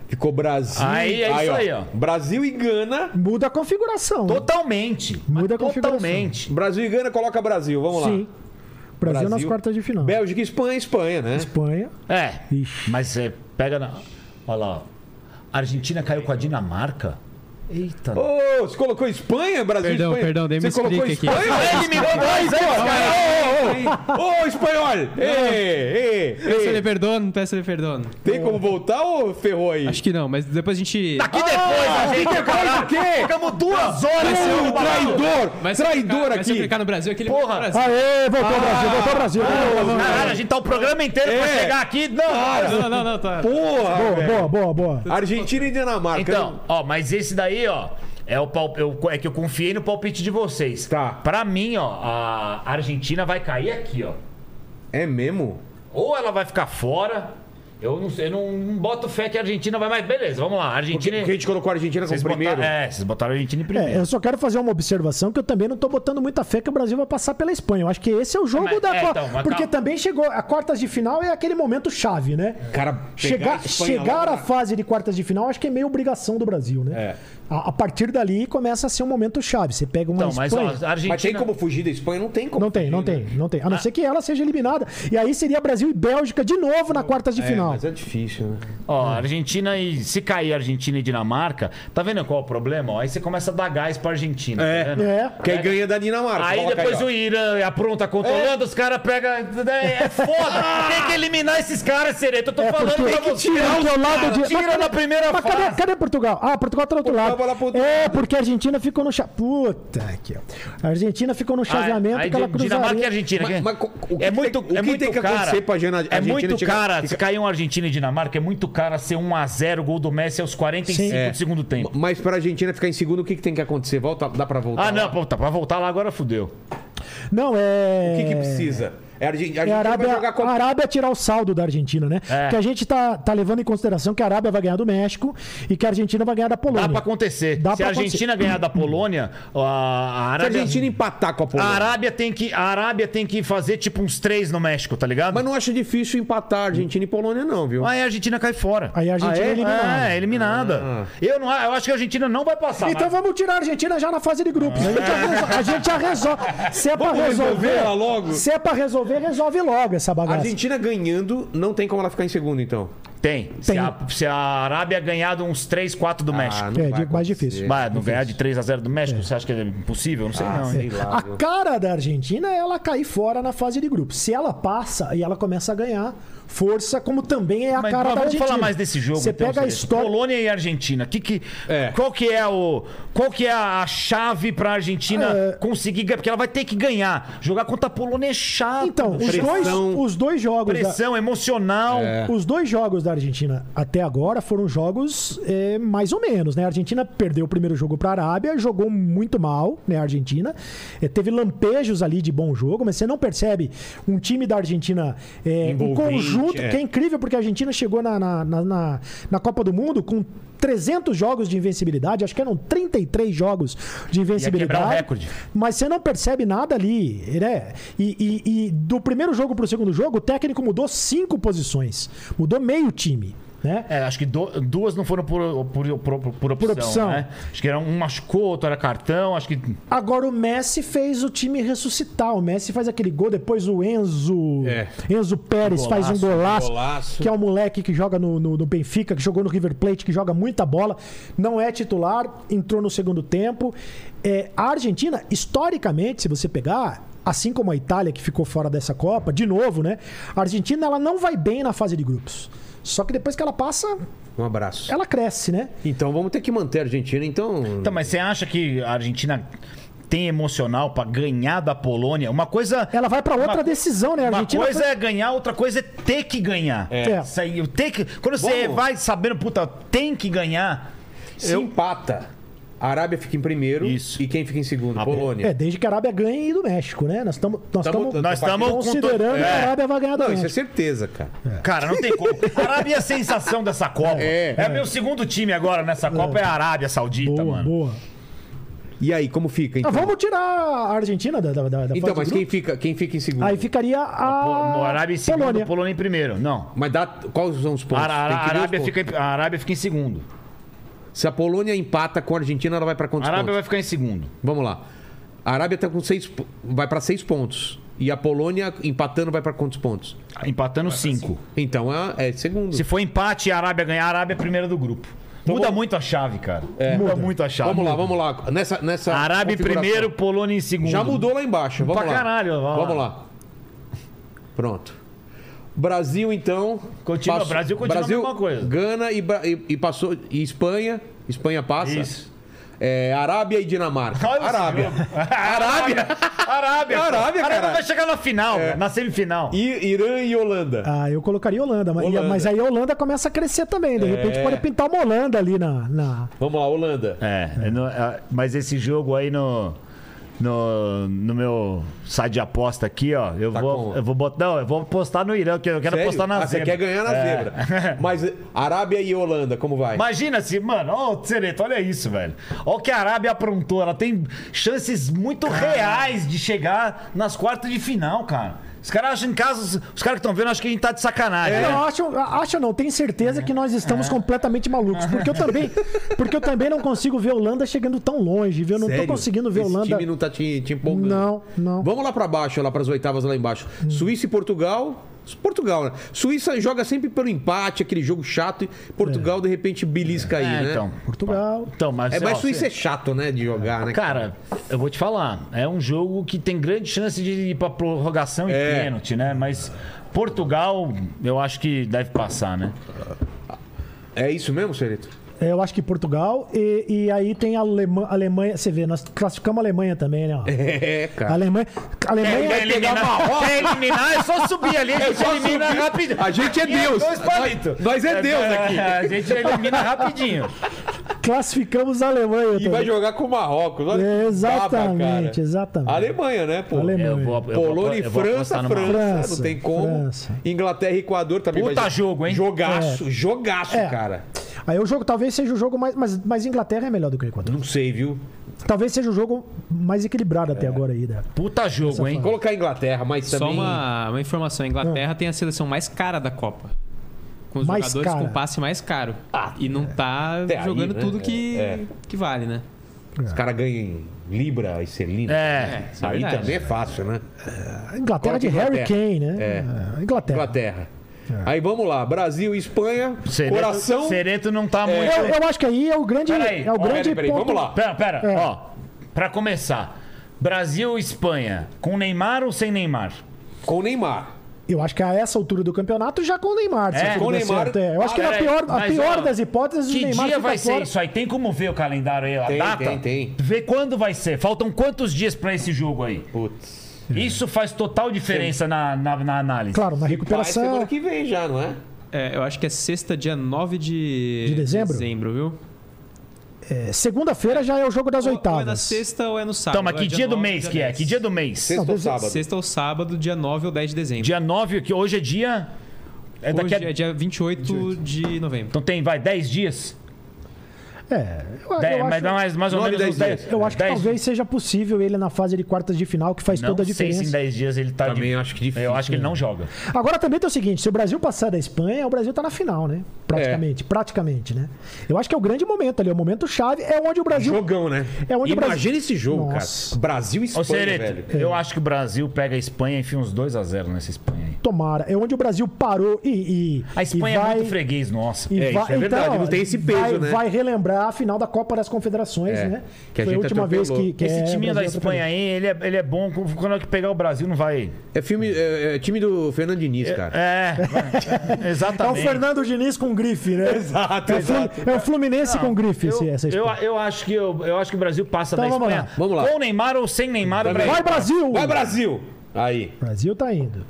Ficou Brasil. Aí, é isso aí, ó. Brasil e Gana. Muda a configuração. Totalmente. Muda a configuração. totalmente. Brasil e Gana coloca Brasil, vamos lá. Sim. Brasil, nas quartas de final. Bélgica e Espanha, Espanha, né? Espanha. É. Ixi. Mas é, pega na. Olha lá. ó. A Argentina caiu com a Dinamarca. Eita. Ô, você colocou Espanha, Brasil Perdão, Espanha? perdão, dei Você misclick colocou aqui. Espanha? Ele me mandou isso Ô, aí, ô, ô, ô, ô, espanhol! Ei, Peço ei, de ei. perdono, peço de perdono. Tem como voltar ou ferrou aí? Acho que não, mas depois a gente. Ah, Aqui depois, a gente Depois o quê? ficamos duas horas. Ô, falando. traidor! Mas se eu traidor clicar- Mas se eu aqui! clicar no Brasil, aquele. Porra. Aê, Ah. voltou o Brasil, voltou o Brasil. Caralho, a gente tá o programa inteiro pra É. chegar aqui. Não, Não, não, não, tá. Porra! Boa, velho. boa, boa, boa. Argentina e Dinamarca. Então, ó, mas esse daí, ó, é o palp... eu- é que eu confiei no palpite de vocês. Tá. Pra mim, ó, a Argentina vai cair aqui, ó. É mesmo? Ou ela vai ficar fora. Eu não sei, eu não, não boto fé que a Argentina vai mais. Beleza, vamos lá. a Porque Argentina. porque a gente colocou a Argentina como Vocês botaram- primeiro. É, vocês botaram a Argentina em É, primeiro. eu só quero fazer uma observação que eu também não tô botando muita fé que o Brasil vai passar pela Espanha. Eu acho que esse é o jogo Mas- da é, Copa. então, mas porque calma. também chegou a quartas de final é aquele momento chave, né? Cara, pegar a Chegar, Espanha chegar lá- à fase de quartas de final, acho que é meio obrigação do Brasil, né? É. A, a partir dali começa a ser um momento chave. Você pega uma Então, mas ó, Espanha. a Argentina. Mas tem como fugir da Espanha? Não tem como. Não tem, não fugir, tem, né? não tem. Ah. A não ser que ela seja eliminada. E aí seria Brasil e Bélgica de novo na quartas de É, final. mas é difícil, né? Ó, Argentina e. Se cair Argentina e Dinamarca, tá vendo qual é o problema? Ó, aí você começa a dar gás pra Argentina. tá vendo? É. Porque aí ganha da Dinamarca. Aí Coloca depois ó. o Irã apronta controlando, os caras pegam. É foda! tem que eliminar esses caras, Sereto. É, Eu tô falando pra você. do lado de... Tira Mas cadê- na primeira mas fase. Cadê, cadê Portugal? Ah, Portugal tá do outro Portugal lado. vai lá pro outro é, lado. porque a Argentina ficou no... Cha... Puta aqui, ó. A Argentina ficou no chaveamento Ah, é, Aí, que ela cruzaria. Dinamarca e Argentina. Mas- que- mas co- o que é que tem- muito, o é que muito tem que cara. acontecer pra Argentina- é Argentina muito chegar- cara. fica- Se cair um Argentina e Dinamarca, é muito cara ser 1x0 gol do Messi aos 45 Sim. É. do segundo tempo. Mas pra Argentina ficar em segundo, o que, que tem que acontecer? Volta, dá pra voltar? Ah, não, lá? pô, tá, pra voltar lá agora fudeu. Não, é... O que, que precisa? É a Argentina, a É Argentina a Arábia, vai jogar a contra. Arábia tirar o saldo da Argentina, né? É. Porque a gente tá, tá levando em consideração que a Arábia vai ganhar do México e que a Argentina vai ganhar da Polônia. Dá pra acontecer. Dá Se a pra acontecer. Argentina ganhar da Polônia, a Se a a Arábia. Argentina empatar com a Polônia. A Arábia tem que, a Arábia tem que fazer tipo uns três no México, tá ligado? Mas não acho difícil empatar Argentina e Polônia, não, viu? Aí a Argentina cai fora. Aí a Argentina Ah, é? é eliminada. É, eliminada. Eu, não, eu acho que a Argentina não vai passar. Então mas- vamos tirar a Argentina já na fase de grupos. A gente já É. resolve. A gente já resolve. Se é pra Vamos resolver resolver, ela logo? se é pra resolver, resolve logo essa A bagaça. Argentina ganhando, não tem como ela ficar em segundo, então. Tem. Se, Tem. a, se a Arábia ganhar de uns 3, 4 do Ah, México. É, vai digo, mais acontecer. difícil. Vai, não ganhar de 3 a 0 do México, você acha que é impossível? Não sei Ah, não. hein? sei lá. A viu? cara da Argentina é ela cair fora na fase de grupos. Se ela passa e ela começa a ganhar força, como também é a Mas, cara mas da vamos Argentina. falar mais desse jogo. Você então, pega a Celeste. história. Polônia e Argentina. Que que, É. Qual que é o, qual que é a chave pra Argentina É. conseguir ganhar? Porque ela vai ter que ganhar. Jogar contra a Polônia é chato. Então, os Pressão. dois, os dois jogos. da- pressão emocional. Então, Os dois jogos da Argentina até agora foram jogos é, mais ou menos, né? A Argentina perdeu o primeiro jogo para a Arábia, jogou muito mal, né? A Argentina É, teve lampejos ali de bom jogo, mas você não percebe um time da Argentina é, um Envolvente, conjunto é. que é incrível porque a Argentina chegou na, na, na, na- na Copa do Mundo com 300 jogos de invencibilidade, acho que eram 33 jogos de invencibilidade. quebrar o recorde. Mas você não percebe nada ali, né? E, e- e do primeiro jogo pro segundo jogo, o técnico mudou cinco posições. Mudou meio time, né? É, acho que do- duas não foram por, por, por, por, opção, opção. né? Acho que era um machucou, outro era cartão, acho que... Agora o Messi fez o time ressuscitar. O Messi faz aquele gol, depois o Enzo. É. Enzo Pérez faz um golaço, golaço. Que é o moleque que joga no, no- no Benfica, que jogou no River Plate, que joga muita bola. Não é titular, entrou no segundo tempo. É, a Argentina, historicamente, se você pegar. Assim como a Itália, que ficou fora dessa Copa, de novo, né? A Argentina ela não vai bem na fase de grupos. Só que depois que ela passa, Um abraço. ela cresce, né? Então vamos ter que manter a Argentina, então. Então, mas você acha que a Argentina tem emocional pra ganhar da Polônia? Uma coisa... Ela vai pra outra Uma- decisão, né? A Uma É, Argentina coisa foi- é ganhar, outra coisa é ter que ganhar. É. Isso aí, o ter que... Quando você Vamos. vai sabendo, puta, tem que ganhar... Se empata, a Arábia fica em primeiro Isso. e quem fica em segundo? Ah, bom. Polônia. É, desde que a Arábia ganhe do México, né? Nós estamos nós Tamo- tamo tamo- Nós estamos considerando que a Arábia vai ganhar do Não, isso é México. certeza, cara. Cara, não tem como. A Arábia é a sensação dessa Copa. É. É, meu segundo time agora nessa Copa, é, a Arábia Saudita, Boa, mano. boa. E aí, como fica? Então, Ah, vamos tirar a Argentina da, da, da, da então fase mas de quem grupo? fica, quem fica em segundo? Aí ficaria Pô, a Arábia em segundo, Polônia. Polônia. em primeiro. Não. Mas dá, quais são os A, pontos? a- Tem que ver a os Arábia pontos. fica, em- a Arábia fica em segundo. Se a Polônia empata com a Argentina, ela vai pra A quantos Arábia pontos? vai ficar em segundo. Vamos lá. A Arábia tá com seis, po- vai pra seis pontos. E a Polônia empatando vai pra quantos pontos? Empatando cinco. Então é, é segundo. Se for empate e a Arábia ganhar, a Arábia é primeira do grupo. Então Muda muito a chave, cara. Muda muito a chave. É. Vamos lá, vamos lá. Nessa, nessa Arábia em configuração. primeiro, Polônia em segundo. Já mudou lá embaixo. Vamos Pra lá. caralho, vamos lá. Vamos lá. Pronto. Brasil, então. Continua, Brasil continua a mesma coisa. Gana e, Bra- e- e passou. E Espanha. Espanha passa. Isso. É, Arábia e Dinamarca. Olha esse Arábia. jogo. Arábia. Arábia. pô. Arábia, caralho. vai chegar na final, cara, na semifinal. E Irã e Holanda. Ah, eu colocaria Holanda mas, Holanda. É. mas aí a Holanda começa a crescer também. De repente pode pintar uma Holanda ali na. na- Vamos lá, Holanda. É, eu não- ah, mas esse jogo aí no, no, no meu site de aposta aqui, ó, eu Tá vou, com- eu vou botar, não, eu vou postar no Irã, que eu quero Sério? apostar na Ah, Você zebra. quer ganhar na É. zebra. Mas eh, Arábia e Holanda, como vai? Imagina se, mano, ó, o Tsereto, olha isso, velho. Ó o que a Arábia aprontou, ela tem chances muito reais de chegar nas quartas de final, cara. Os caras acham em casa, os- os caras que estão vendo acham que a gente tá de É. sacanagem. né? Não, acho, acho não, tenho certeza que nós estamos completamente malucos. Porque eu também, porque eu também não consigo ver a Holanda chegando tão longe, viu? Eu não Sério? tô conseguindo ver a Esse Holanda. time não tá te, te empolgando. Não, não. Hum. Vamos lá pra baixo, lá pras oitavas lá embaixo. Suíça e Portugal. Portugal, né? Suíça joga sempre pelo empate, aquele jogo chato. E É. Portugal, de repente, belisca aí, É, né? então. Portugal. Então, mas, É, mas ó, Suíça é chato, né? De jogar, né? Cara, eu vou te falar, é um jogo que tem grande chance de ir pra prorrogação e É. pênalti, né? Mas Portugal, eu acho que deve passar, né? É isso mesmo, Serito? É, Eu acho que Portugal. E, e aí tem a Alema- Alemanha. Você vê, nós classificamos a Alemanha também, né? ó. É, A cara. Alemanha. a Alemanha Quer eliminar, quer eliminar, é só subir ali, a gente elimina rapidinho. A gente é Aqui Deus. Dois palitos. Nós é Deus aqui. A gente elimina rapidinho. classificamos a Alemanha. E vai também. jogar com o Marrocos. Olha É, que exatamente, baba, cara. exatamente. Alemanha, né, pô? Alemanha. Eu vou- eu vou- Polônia e eu vou França, apostar no França, Marrocos. França, não tem como. França. Inglaterra e Equador também. Puta mas- jogo, hein? Jogaço, jogaço, É. cara. Aí o jogo talvez seja o jogo mais. Mas, mas Inglaterra é melhor do que o Equador. Não sei, viu? Talvez seja o jogo mais equilibrado até agora aí, né? Puta jogo, hein? Colocar a Inglaterra, mas Só também... uma, uma informação: a Inglaterra Ah. tem a seleção mais cara da Copa. Com os Mais jogadores cara. com passe mais caro. Ah, e não tá Até aí, jogando né? tudo que, É. que vale, né? Os caras ganham em Libra e Celina. É. isso é Aí verdade. também é fácil, né? A Coloca Inglaterra de Inglaterra. Harry Kane, né? É. É, Inglaterra. Inglaterra. Aí vamos lá. Brasil e Espanha. Sereto- Coração... Sereto não tá muito. Eu, eu acho que aí é o grande. Peraí, é o ó, peraí, grande peraí, ponto. vamos lá. Pera, pera, É. ó. Pra começar, Brasil e Espanha, com Neymar ou sem Neymar? Com o Neymar. Eu acho que a essa altura do campeonato já com o Neymar. se É, tudo com o der Neymar. certo, é. Eu acho Ah, que na peraí, pior, a mas, pior ó, das hipóteses, o Que Neymar dia fica vai ser fora. isso aí? Tem como ver o calendário aí, a Tem, data? tem, tem. Ver quando vai ser. Faltam quantos dias pra esse jogo aí? Putz. Isso faz total diferença na, na, na análise. É. Claro, na Vai semana recuperação. que vem já, não é? É, eu acho que é sexta, dia 9 de, De dezembro? viu? é, Segunda-feira já é o jogo das Ou- Ou é na oitavas. sexta ou é no sábado. Toma, Ou é que dia do 9 ou mês que é? 10? Que dia do mês? Sexta ou Talvez- sábado? Sexta ou sábado, dia 9 ou 10 de dezembro. Dia 9, que hoje é dia. É Hoje daqui a... é dia 28, de novembro. Então tem, vai, 10 dias? É, eu, eu 10, acho- mas dá mais, mais ou Nove, menos dez uns 10. dias. eu acho que talvez seja possível ele na fase de quartas de final, que faz Não toda a sei diferença. se em 10 dias ele tá. Também acho que difícil, né? Eu acho que ele não joga. Agora também tem o seguinte: se o Brasil passar da Espanha, o Brasil tá na final, né? Praticamente, É. praticamente, né? Eu acho que é o grande momento ali, é o momento chave, é onde o Brasil. Jogão, né? É onde o Imagina Brasil- esse jogo, Nossa. cara. Brasil e Ô, Espanha, velho. Sereto, eu acho que o Brasil pega a Espanha e enfia uns 2x0 nessa Espanha aí. Tomara, é onde o Brasil parou e. e A Espanha e vai, é muito freguês, nossa. e É, isso é vai- verdade, então, não tem esse peso, vai, né? vai relembrar a final da Copa das Confederações, É, né? que a Foi gente a última vez atropelou. que. que é, Esse timinho Brasil da atropelou. Espanha aí, ele é, ele é bom. Quando é que pegar o Brasil, não vai. É filme, é, é time do Fernando Diniz, cara. É, É o exatamente. Fernando Diniz com grife, né? Ah, Exato, tá. É o, Flu- é o Fluminense com grife, esse- essa é eu, Espanha. eu acho que, eu, eu acho que o Brasil passa Então da vamos Espanha. lá. Vamos lá. Com Neymar ou sem Neymar, o Também. Brasil. Vai, Brasil! Vai, Brasil! Aí. Brasil tá indo.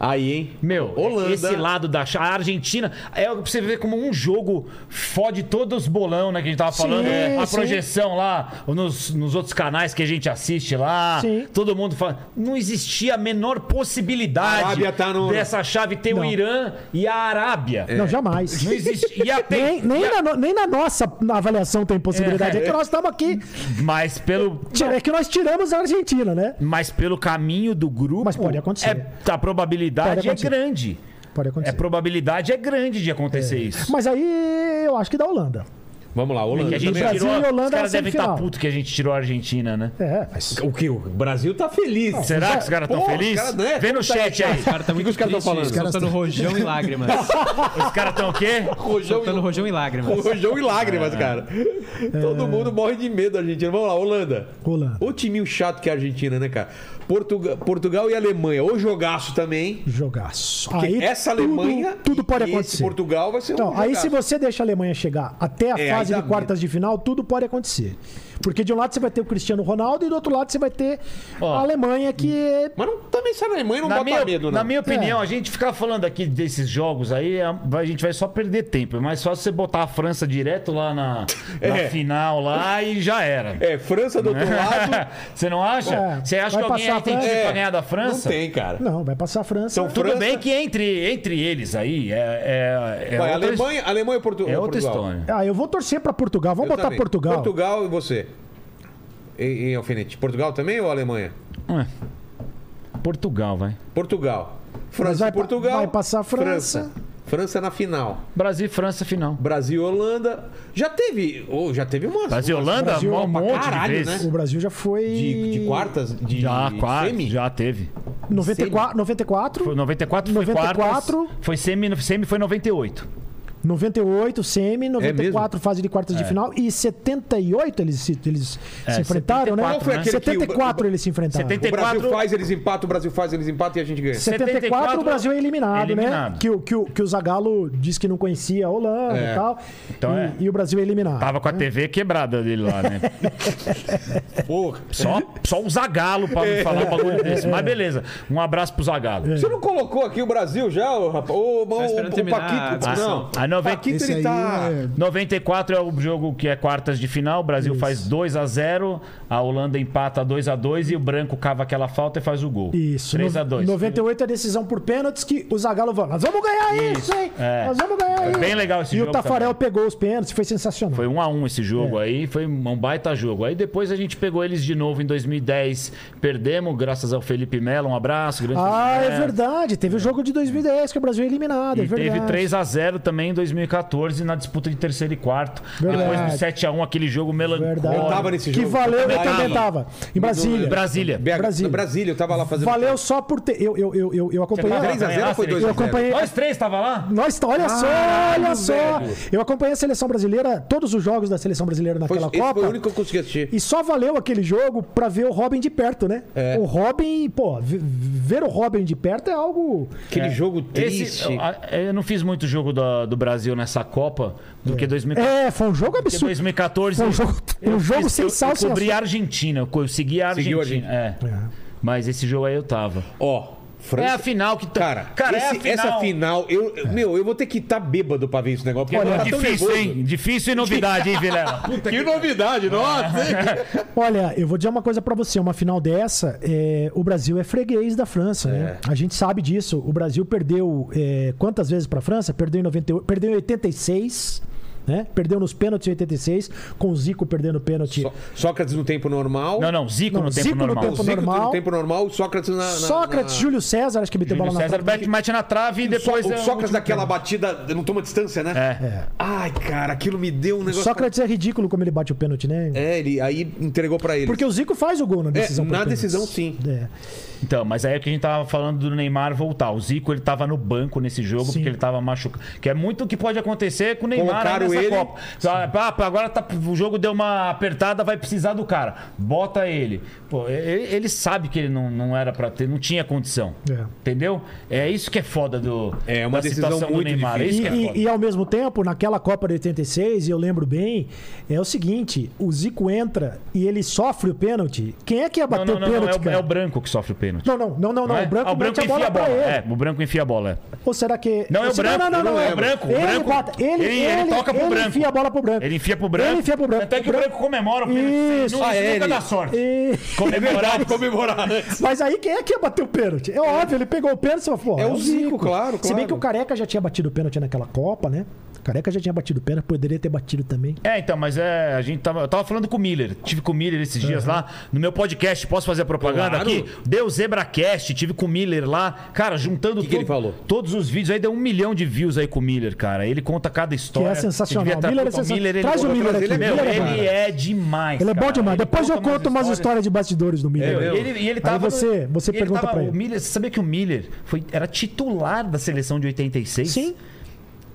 Aí, hein? Meu, Holanda. esse lado da cha- a Argentina, é pra você ver como um jogo fode todos os bolão, né, que a gente tava Sim, falando, a sim. projeção lá nos, nos outros canais que a gente assiste lá, Sim. todo mundo fala, não existia a menor possibilidade A Arábia tá no- dessa chave ter o Não. Irã e a Arábia. É. Não, jamais. Não existe. E a Nem, nem, e a- na, no- nem na nossa avaliação tem possibilidade. É, que nós estamos aqui. Mas pelo tira- É que nós tiramos a Argentina, né? mas pelo caminho do grupo, Mas pode acontecer. é- a probabilidade Pode acontecer. é grande. Pode É, acontecer. a probabilidade é grande de acontecer isso. Mas aí eu acho que da Holanda. Vamos lá, Holanda. É Que a gente também. Brasil tirou, e Holanda os caras é na devem estar semifinal. putos que a gente tirou a Argentina, né? É, mas. O que? O Brasil tá feliz. Será que os caras estão Pô, os felizes? caras, né? Vem no Puta chat aí. Os caras estão O que que os caras tão falando? Os Soltando caras tão- rojão e lágrimas. Os caras estão o quê? Rojão Tá soltando rojão e lágrimas. Rojão e lágrimas, É. cara. Todo mundo morre de medo da Argentina. Vamos lá, Holanda. Holanda. O timinho chato que é a Argentina, né, cara? Portuga- Portugal e Alemanha. O jogaço também. Jogaço. Porque aí essa tudo- Alemanha Tudo, e- e pode Esse acontecer. Portugal vai ser um Então, aí jogaço. se você deixa a Alemanha chegar até a É, aí fase dá de quartas de final, tudo pode acontecer. Porque de um lado você vai ter o Cristiano Ronaldo e do outro lado você vai ter Ó. hum, a Alemanha que Mas não, também se a Alemanha não na bota minha, medo, não. na minha opinião, É. a gente ficar falando aqui desses jogos aí, a, a gente vai só perder tempo. É mais fácil você botar a França direto lá na, na É. final lá e já era. É, França do outro lado. Você não acha? É. Você acha Vai que alguém passar aí a tem França? time É, pra ganhar da França? Não tem, cara. Não, vai passar a França. Então, Tudo França- bem que entre, entre eles aí é, é, é Vai, outra, Alemanha, Alemanha e Portu- Portugal. é outra história. Ah, eu vou torcer pra Portugal. Vamos Eu botar também. Portugal. Portugal e você. Em, em alfinete. Portugal também ou Alemanha? É. Portugal, vai. Portugal. França vai e pa- Portugal. vai passar a França. França. França na final. Brasil e França final. Brasil e Holanda. Já teve. ou já teve uma. Brasil e uma- Holanda, Brasil, um pra monte caralho, de vezes. né? O Brasil já foi. De, de quartas? De Já, quase, semi? já teve. 94, 94 Foi 94 foi 94. quartas, foi semi, semi foi 98. 98 É semi, 94 fase de quartas de final e 78 eles se, eles É, se enfrentaram, 74, né? Qual foi né? aquele que o- 74 eles se enfrentaram. 70 O Brasil 74 faz, eles empatam, o Brasil faz, eles empatam e a gente ganha. 74 o Brasil é eliminado, Eliminado. né? Que, o- que, o- que o Zagallo disse que não conhecia a Holanda É. e tal. Então e, é. e o Brasil é eliminado. Tava com a TV quebrada dele lá, né? Porra. Só, só o Zagalo pra me falar um bagulho desse. Mas beleza. Um abraço pro Zagalo. É. Você não colocou aqui o Brasil já, ô, rapaz? Ô, o, o, Tá esperando o terminar a Paquito. discussão. não. A 90 Paquito, Esse ele aí tá. é- 94 é o jogo que é quartas de final. O Brasil faz 2 a 0 A Holanda empata 2 a 2 E o Branco cava aquela falta e faz o gol. Isso. 3 No- a 2 98 é decisão por pênaltis que o Zagallo falou, nós vamos ganhar isso, hein? É. Nós vamos ganhar isso. bem legal esse E jogo o Tafarel pegou os pênaltis, foi sensacional. Foi 1 a 1 esse É. jogo aí, foi um baita jogo. Aí depois a gente pegou eles de novo em 2010, perdemos graças ao Felipe Melo, um abraço, grande Ah, Felipe é, Melo. verdade. Teve o jogo de 2010 que o Brasil é eliminado, é E verdade. teve 3 a 0 também em 2014 na disputa de terceiro e quarto. Verdade. Depois do 7 a 1 aquele jogo É Verdade. Eu melancólico. tava nesse que jogo. valeu, eu Tava também lá. tava. Em Brasília. Brasília. BH, Brasília. Brasília. Brasília, eu tava lá fazendo. é Valeu só por ter. Eu, eu, eu, eu, eu acompanhei. tava a- 3 a 0 ou foi 2 Eu a 0 acompanhei. Nós três tava lá? Nós, tá- olha só, olha só. velho. Eu acompanhei a seleção brasileira, todos os jogos da seleção brasileira Foi, naquela esse Copa. foi o único que eu consegui assistir. E só valeu aquele jogo pra ver o Robin de perto, né? É. O Robin, pô, ve- ver o Robin de perto é algo. Aquele jogo triste. Esse, eu, eu não fiz muito jogo do, do Brasil nessa Copa do que 2014. É, foi um jogo Porque absurdo. 2014. Foi um jogo, um jogo eu, eu sensacional. cobri a Argentina, eu consegui a Seguiu Argentina. a É. Mas esse jogo aí eu tava. Ó, França. É a final que tá. Cara, é a É. esse- essa final, eu, meu, eu vou ter que estar bêbado pra ver esse negócio. Porque Olha, eu vou tá tão é difícil, nervoso. hein? Difícil e novidade, hein, Vilela? Que novidade, nossa! hein? Olha, eu vou dizer uma coisa pra você. Uma final dessa, é, o Brasil é freguês da França, né? É. A gente sabe disso. O Brasil perdeu é, quantas vezes pra França? Perdeu em 98, perdeu em 86, né? Perdeu nos pênaltis em 86, com o Zico perdendo pênalti. Só- Ah, Sócrates no tempo normal. Não, não, Zico Não, no tempo Zico no normal. tempo Zico no normal. tempo normal, Sócrates na. na- Sócrates, na- Júlio César, acho que meteu bola Júlio na César trave. bate, bate na trave e depois. Só- o é o Sócrates último daquela batida, não toma distância, né? É. Ai, cara, aquilo me deu um negócio. Sócrates é ridículo como ele bate o pênalti, né? É, ele aí entregou pra ele. Porque o Zico faz o gol na decisão. na por pênaltis. decisão, sim. É. Então, mas aí é que a gente tava falando do Neymar voltar. O Zico, ele tava no banco nesse jogo Sim. porque ele tava machucado. Que é muito o que pode acontecer com o Neymar aí Colocaram nessa ele. Copa. Ah, pá, agora tá- o jogo deu uma apertada, vai precisar do cara. Bota ele. Pô, ele, ele sabe que ele não, não era pra ter, não tinha condição. É. Entendeu? É isso que é foda do, É, uma da decisão situação muito do Neymar. É isso E, que é foda. e- e ao mesmo tempo, naquela Copa de 86, e eu lembro bem, é o seguinte: o Zico entra e ele sofre o pênalti. Quem é que ia não, bater não, o não, não, é pênalti, o, cara? é o branco que sofre o pênalti. Não, não, não, não, não. Não é? O branco, Ah, o branco mete enfia a bola. pra ele. É, o branco enfia a bola. é. Ou será que. Não, é o Ou se- branco, Não, não, não. não é não. o branco, o Ele, branco- bate- ele, ele- ele toca pro ele branco. enfia a bola pro branco. Ele enfia pro branco. É. Ele enfia pro branco. Até que o branco comemora o pênalti. Isso. Não, Ah, é, nunca ele- dá sorte. E- Comemorar. comemorar. né? Mas aí quem é que ia bater o pênalti? É óbvio, ele pegou o pênalti e falou, pô, É o Zico, claro, Se bem claro. que o Careca já tinha batido o pênalti naquela Copa, né? O Careca já tinha batido o pênalti, poderia ter batido também. É, então, mas é. A gente tava. Eu tava falando com o Miller. Tive com o Miller esses dias lá no meu podcast. Posso fazer a propaganda Claro. aqui? Deu ZebraCast, tive com o Miller lá. Cara, juntando que ele to- falou? todos os vídeos aí, deu um milhão de views aí com o Miller, cara. Ele conta cada história. Que é devia sensacional. estar- Miller é Puta, o sensacional. Miller, ele- Traz o Puta, Miller mas aqui. ele é Miller Meu, bom, é bom. ele é demais. Ele é bom cara. demais. Depois eu conta conto umas histórias de bastidores do Miller. Meu, Aí e ele, e ele tava no- você, você ele pergunta tava- pra ele. o Miller, você sabia que o Miller foi, era titular da seleção de 86? Sim.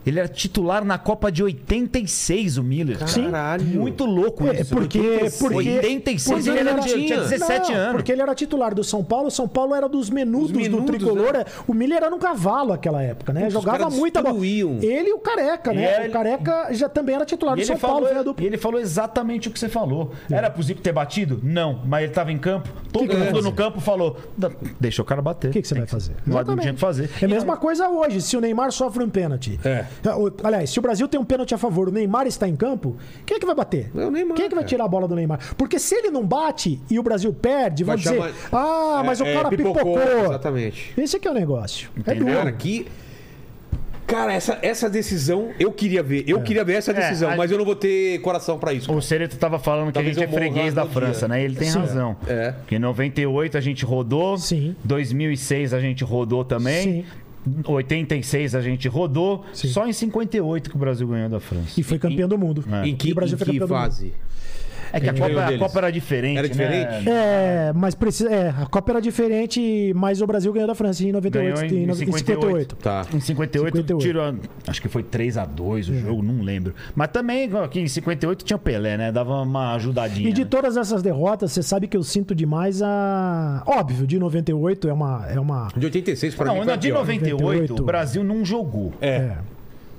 Ele era titular na Copa de 86, o Miller. cara. Sim. Caralho. Muito louco É, isso. porque, 86. porque, 86 ele ele era, era- tinha 17 Não, anos. Porque ele era titular do São Paulo. O São Paulo era dos menudos, menudos, do tricolor. né? O Miller era um cavalo naquela época, né? Putz, os Jogava caras muita bola. destruíam. Ele e o Careca, E né? ele- O Careca já também era titular E do ele, São Paulo. falou, veio a dupla. e ele falou exatamente o que você falou. Era pro Zico ter batido? Não, mas ele tava em campo. Todo Que que vai mundo no fazer? campo falou: "Da- deixa o cara bater. O que que É você vai fazer? Não Exatamente. tinha o que fazer. É a mesma coisa hoje, se o Neymar sofre um pênalti. Então, É. O- Aliás, se o Brasil tem um pênalti a favor, o Neymar está em campo, quem é que vai bater? É o Neymar, Quem é que vai cara. tirar a bola do Neymar? Porque se ele não bate e o Brasil perde, vão Vai dizer: chamar- ah, mas É, o é, cara pipocou. Exatamente. Esse aqui é o negócio. É Cara, duro. que. Cara, essa, essa decisão eu queria ver. É. Eu queria ver essa decisão, a- mas eu não vou ter coração pra isso. O Sereto tava falando que Talvez a eu gente é morra freguês da no França, dia. né? Ele tem Sim. razão. É. Que em 98 a gente rodou. Sim. 2006 a gente rodou também. Sim. 86 a gente rodou. Sim. Só em 58 que o Brasil ganhou da França. E foi campeão do mundo. Em que, É. E o Brasil em foi que campeão do mundo. fase? É que a Quem Copa, ganhou a deles? Copa era diferente. Era né? diferente? É, mas precisa. É, a Copa era diferente, mas o Brasil ganhou da França em 98. Ganhou em- em no- 58. Tá. Em 58, 58. tirou. Acho que foi 3x2 É. o jogo, não lembro. Mas também, aqui em 58 tinha o Pelé, né? Dava uma ajudadinha. E de né? todas essas derrotas, você sabe que eu sinto demais a. Óbvio, de 98 é uma. É uma... De 86 pra mim Não, foi na a de pior. 98, o 98. Brasil não jogou. É.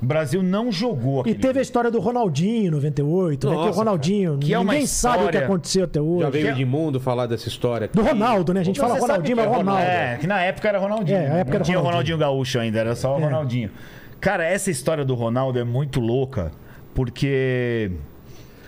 O Brasil não jogou E aquele teve a história do Ronaldinho em 98, né? Que Nossa, o Ronaldinho. Que é uma ninguém sabe o que história- aconteceu até hoje. Já veio o Edmundo falar dessa história. um, Do Ronaldo, né? A gente Então, fala você sabe Ronaldinho, que mas é Ronaldo. É, que na época era Ronaldinho. né? É, a época não era tinha o Ronaldinho Ronaldinho. Gaúcho ainda, era só o É. Ronaldinho. Cara, essa história do Ronaldo é muito louca, porque.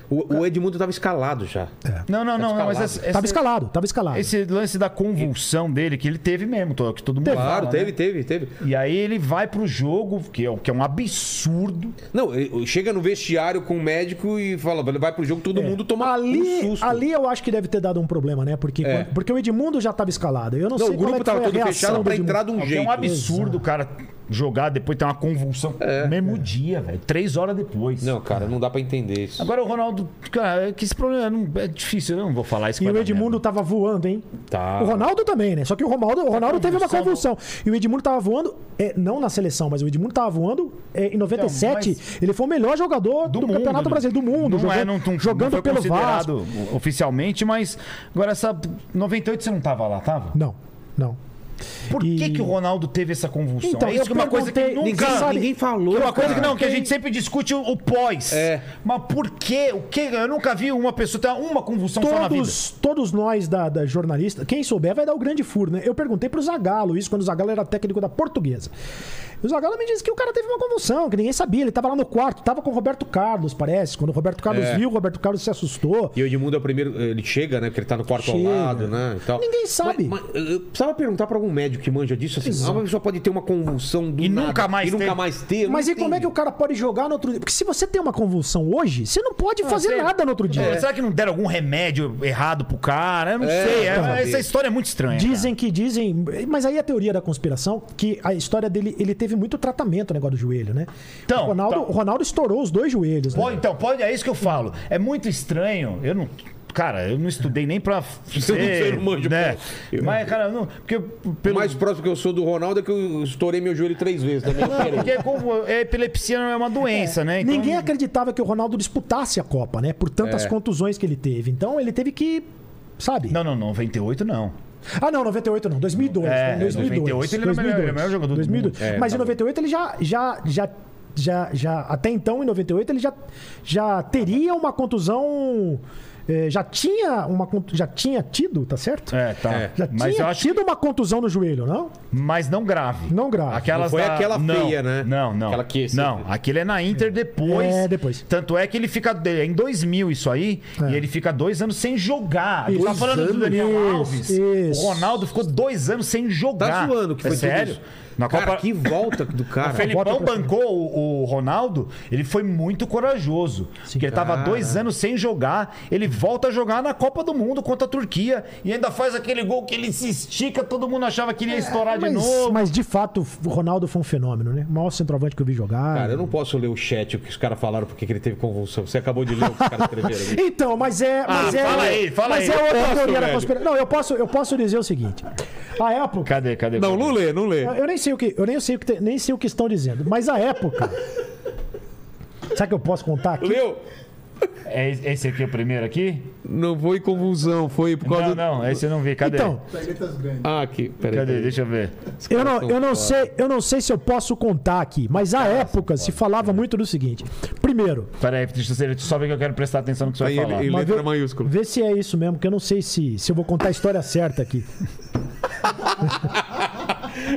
O, É. o Edmundo tava escalado já. Não, não, não, não, mas escalado. essa- Tava essa- escalado, tava escalado. esse lance da convulsão dele, que ele teve mesmo, to- que todo mundo Claro, fala, teve, né? teve, teve. E aí ele vai pro jogo, que é, o- que é um absurdo. Não, ele chega no vestiário com o médico e fala, vai pro jogo, todo mundo toma um É. Ali, susto. ali eu acho que deve ter dado um problema, né? Porque, É. quando- porque o Edmundo já tava escalado. Eu não, Não, sei o qual é grupo que tava foi a todo reação fechado do pra Edmundo. entrar de um É, que jeito. é um absurdo, o cara jogar, depois ter uma convulsão no mesmo dia, velho. Três horas depois. É, Não, cara, não dá pra entender isso. Agora o Ronaldo, cara, é que esse problema não- é difícil, eu não vou falar isso E vai o dar Edmundo merda. tava voando, hein? Tá. Ah. O Ronaldo também, né? Só que o Ronaldo, Tá o Ronaldo teve uma convulsão. E o Edmundo tava voando, é, não na seleção, mas o Edmundo tava voando é, em 97. Então, Ele foi o melhor jogador do, Campeonato né? Brasileiro, do mundo, Não jogando, é, não, não, jogando não foi pelo considerado Vasco. oficialmente, mas agora essa 98 você não tava lá, tava? Não, não. Por que, E- que o Ronaldo teve essa convulsão? Então, isso eu que é uma coisa que perguntei, nunca ninguém sabe. Ninguém falou. Que é uma coisa que cara. não, que a gente sempre discute o, o pós. É. Mas por quê? O que? Eu nunca vi uma pessoa ter uma convulsão só na vida. Todos, todos nós da, da jornalista, quem souber vai dar o grande furo, né? Eu perguntei pro Zagallo isso quando o Zagallo era técnico da portuguesa. O Zagallo me disse que o cara teve uma convulsão, que ninguém sabia. Ele tava lá no quarto, tava com o Roberto Carlos, parece. Quando o Roberto Carlos É. viu, o Roberto Carlos se assustou. E o Edmundo é o primeiro. Ele chega, né? Porque ele tá no quarto Chega. ao lado, né? E tal. Ninguém sabe. Mas, mas, eu precisava perguntar pra algum médico que manja disso, assim. Exato. Uma pessoa pode ter uma convulsão do E nada, nunca mais E nunca ter. mais ter. Mas e como é que o cara pode jogar no outro dia? Porque se você tem uma convulsão hoje, você não pode fazer sei. nada no outro dia. Será que não deram algum remédio errado pro cara? Eu não É, sei. é- cara. essa história é muito estranha. então. Dizem que dizem, mas aí a teoria da conspiração que a história dele, ele teve muito tratamento o negócio do joelho, né? Então, o Ronaldo, então. o Ronaldo estourou os dois joelhos, né? Pô, então, pode, é isso que eu falo. É muito estranho. Eu não. Cara, eu não estudei nem pra. sei, Ser, eu não manjo, né? pô. Eu- Mas, cara, não. Porque O pelo. mais próximo que eu sou do Ronaldo é que eu estourei meu joelho três vezes. Né? Não, porque como a epilepsia não é uma doença, né? Então- Ninguém acreditava que o Ronaldo disputasse a Copa, né? Por tantas É. contusões que ele teve. Então ele teve que. Sabe? Não, não, não, 98 não. Ah, não, 98 não, 2002. É, né? 2002 98 ele era o melhor- ele era o melhor jogador do mundo. É, Mas tá em 98 ele já, já, já, já, já. Até então, em 98, ele já, já teria uma contusão. eh, já tinha uma contu- já tinha tido, tá certo? É, tá. É. Já Mas eu tinha acho tido uma contusão no joelho, não? Mas não grave. Não grave. Aquelas Não foi da- aquela não, feia, né? Não, não. Aquela que- Não, aquele é na Inter depois. É, depois. É. Tanto é que ele fica. É em 2000 isso aí. E ele fica dois anos sem jogar. Ele tá Dois falando do anos? Daniel Isso, Alves. isso. O Ronaldo ficou dois anos sem Tá jogar. zoando que É foi tudo sério. isso. Na Cara, Copa. que volta do cara. O Felipão Bota pra- bancou o, o Ronaldo, ele foi muito corajoso. porque ele tava Cara. dois anos sem jogar, ele volta a jogar na Copa do Mundo contra a Turquia e ainda faz aquele gol que ele se estica, todo mundo achava que ele ia estourar Tá de É, mas, novo. mas, de fato, o Ronaldo foi um fenômeno, né? O maior centroavante que eu vi jogar. Cara, eu não posso ler o chat o que os caras falaram porque que ele teve convulsão. Você acabou de ler o que os caras escreveram. ali. Então, mas é. Mas é Ah, fala aí, fala aí. mas é outra Posso, teoria da velho? conspiração. Não, eu posso, eu posso dizer o seguinte. A época. Cadê, cadê? Não, cadê? não lê, não lê. Eu nem sei o que, eu nem sei o que, te- nem sei o que estão dizendo, mas a época. Será que eu posso contar aqui? Leu? É es- esse aqui o primeiro aqui? Não foi convulsão, foi por causa Não, do- não, esse eu não vi. Cadê? Então, Ah, aqui, peraí. cadê? peraí. Deixa eu ver. eu não, eu não Cara, sei, eu não sei se eu posso contar aqui, mas Ah, a época se é. falava muito do seguinte. Primeiro, Peraí, deixa eu ver, só ver que eu quero prestar atenção no que você vai Aí ele, falar. em Mas letra vê- maiúscula. Vê se é isso mesmo, que eu não sei se, se eu vou contar a história certa aqui.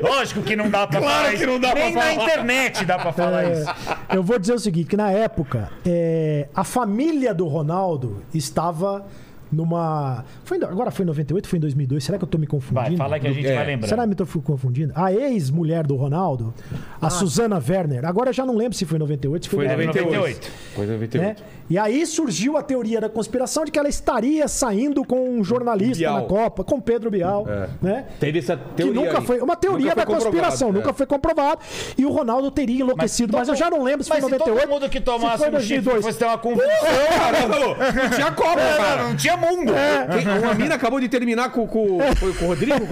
Lógico que não dá pra falar que não dá pra Nem falar. na internet dá pra falar É, isso. eu vou dizer o seguinte, que na época, é, a família do Ronaldo estava numa... Foi, em- agora foi em 98, foi em 2002, será que eu tô me confundindo? Vai, fala que a gente é, vai lembrar. Será que eu tô confundindo? A ex-mulher do Ronaldo, a Ah. Susana Werner, agora eu já não lembro se foi em 98, se foi, É, Foi em em 99, 98. 98. Foi em né? 98. E aí surgiu a teoria da conspiração de que ela estaria saindo com um jornalista Bial. na Copa, com Pedro Bial, É. né? Teve essa teoria. que nunca aí. foi. Uma teoria Nunca da foi comprovado, conspiração, é. nunca foi comprovado. E o Ronaldo teria enlouquecido, mas, todo- eu já não lembro se foi em mas 98. todo mundo que tomasse se foi um chifre 2002. fosse ter uma convulsão. É, Não tinha Copa, cara. É, É. Não tinha mundo. Quem- Uma mina acabou de terminar com, com, foi com o Rodrigo? Com-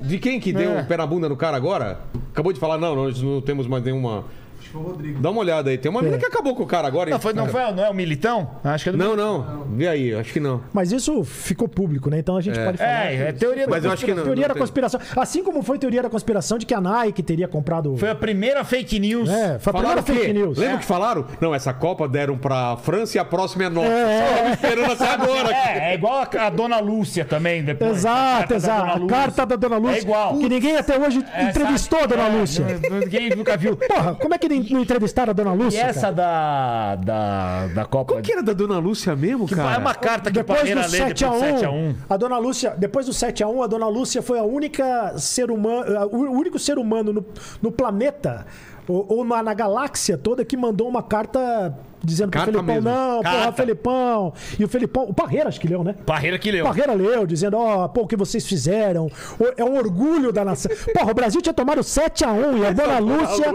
com- de quem que É. deu o pé na bunda no cara agora? Acabou de falar, não, nós não temos mais nenhuma. Acho que foi o Rodrigo. Dá uma olhada aí. Tem uma mina que acabou com o cara agora. hein? É. Não, foi, não, foi, não é o Militão? Acho que é do não, não. Vê aí, acho que não. Mas isso ficou público, né? Então a gente pode falar. É, é teoria Mas da eu acho que não. Teoria não da tem. conspiração. Assim como foi teoria da conspiração de que a Nike teria comprado. Foi a primeira fake news. É, foi a Falaram primeira o quê? fake news. Lembra que falaram? Não, essa Copa deram pra França e a próxima é nossa. Só tava esperando até agora. É, é igual a, a Dona Lúcia também, depois. A carta da Exato, Dona exato. A Lúcia. carta da Dona Lúcia. É igual. Que ninguém até hoje Essa- entrevistou a Dona é, Lúcia. não- Ninguém nunca viu. Porra, como é que não entrevistaram a Dona E Lúcia? essa cara? é, da, da, da Copa. Qual que era da Dona Lúcia mesmo, cara? é uma carta que Depois do Palmeira lê 7 a depois do 7 a 1 1 a Dona Lúcia, depois do 7 a 1 a Dona Lúcia foi a única ser humano, o único ser humano no, no planeta ou, ou na, na galáxia toda que mandou uma carta dizendo pro Carta Felipão, mesmo. não, porra, Carta. Felipão. E o Felipão, o Parreira acho que leu, né? Parreira que leu. Parreira leu, dizendo, ó, pô, o que vocês fizeram, o- é um orgulho da nação. Porra, o Brasil tinha tomado 7x1 e a Dona Lúcia,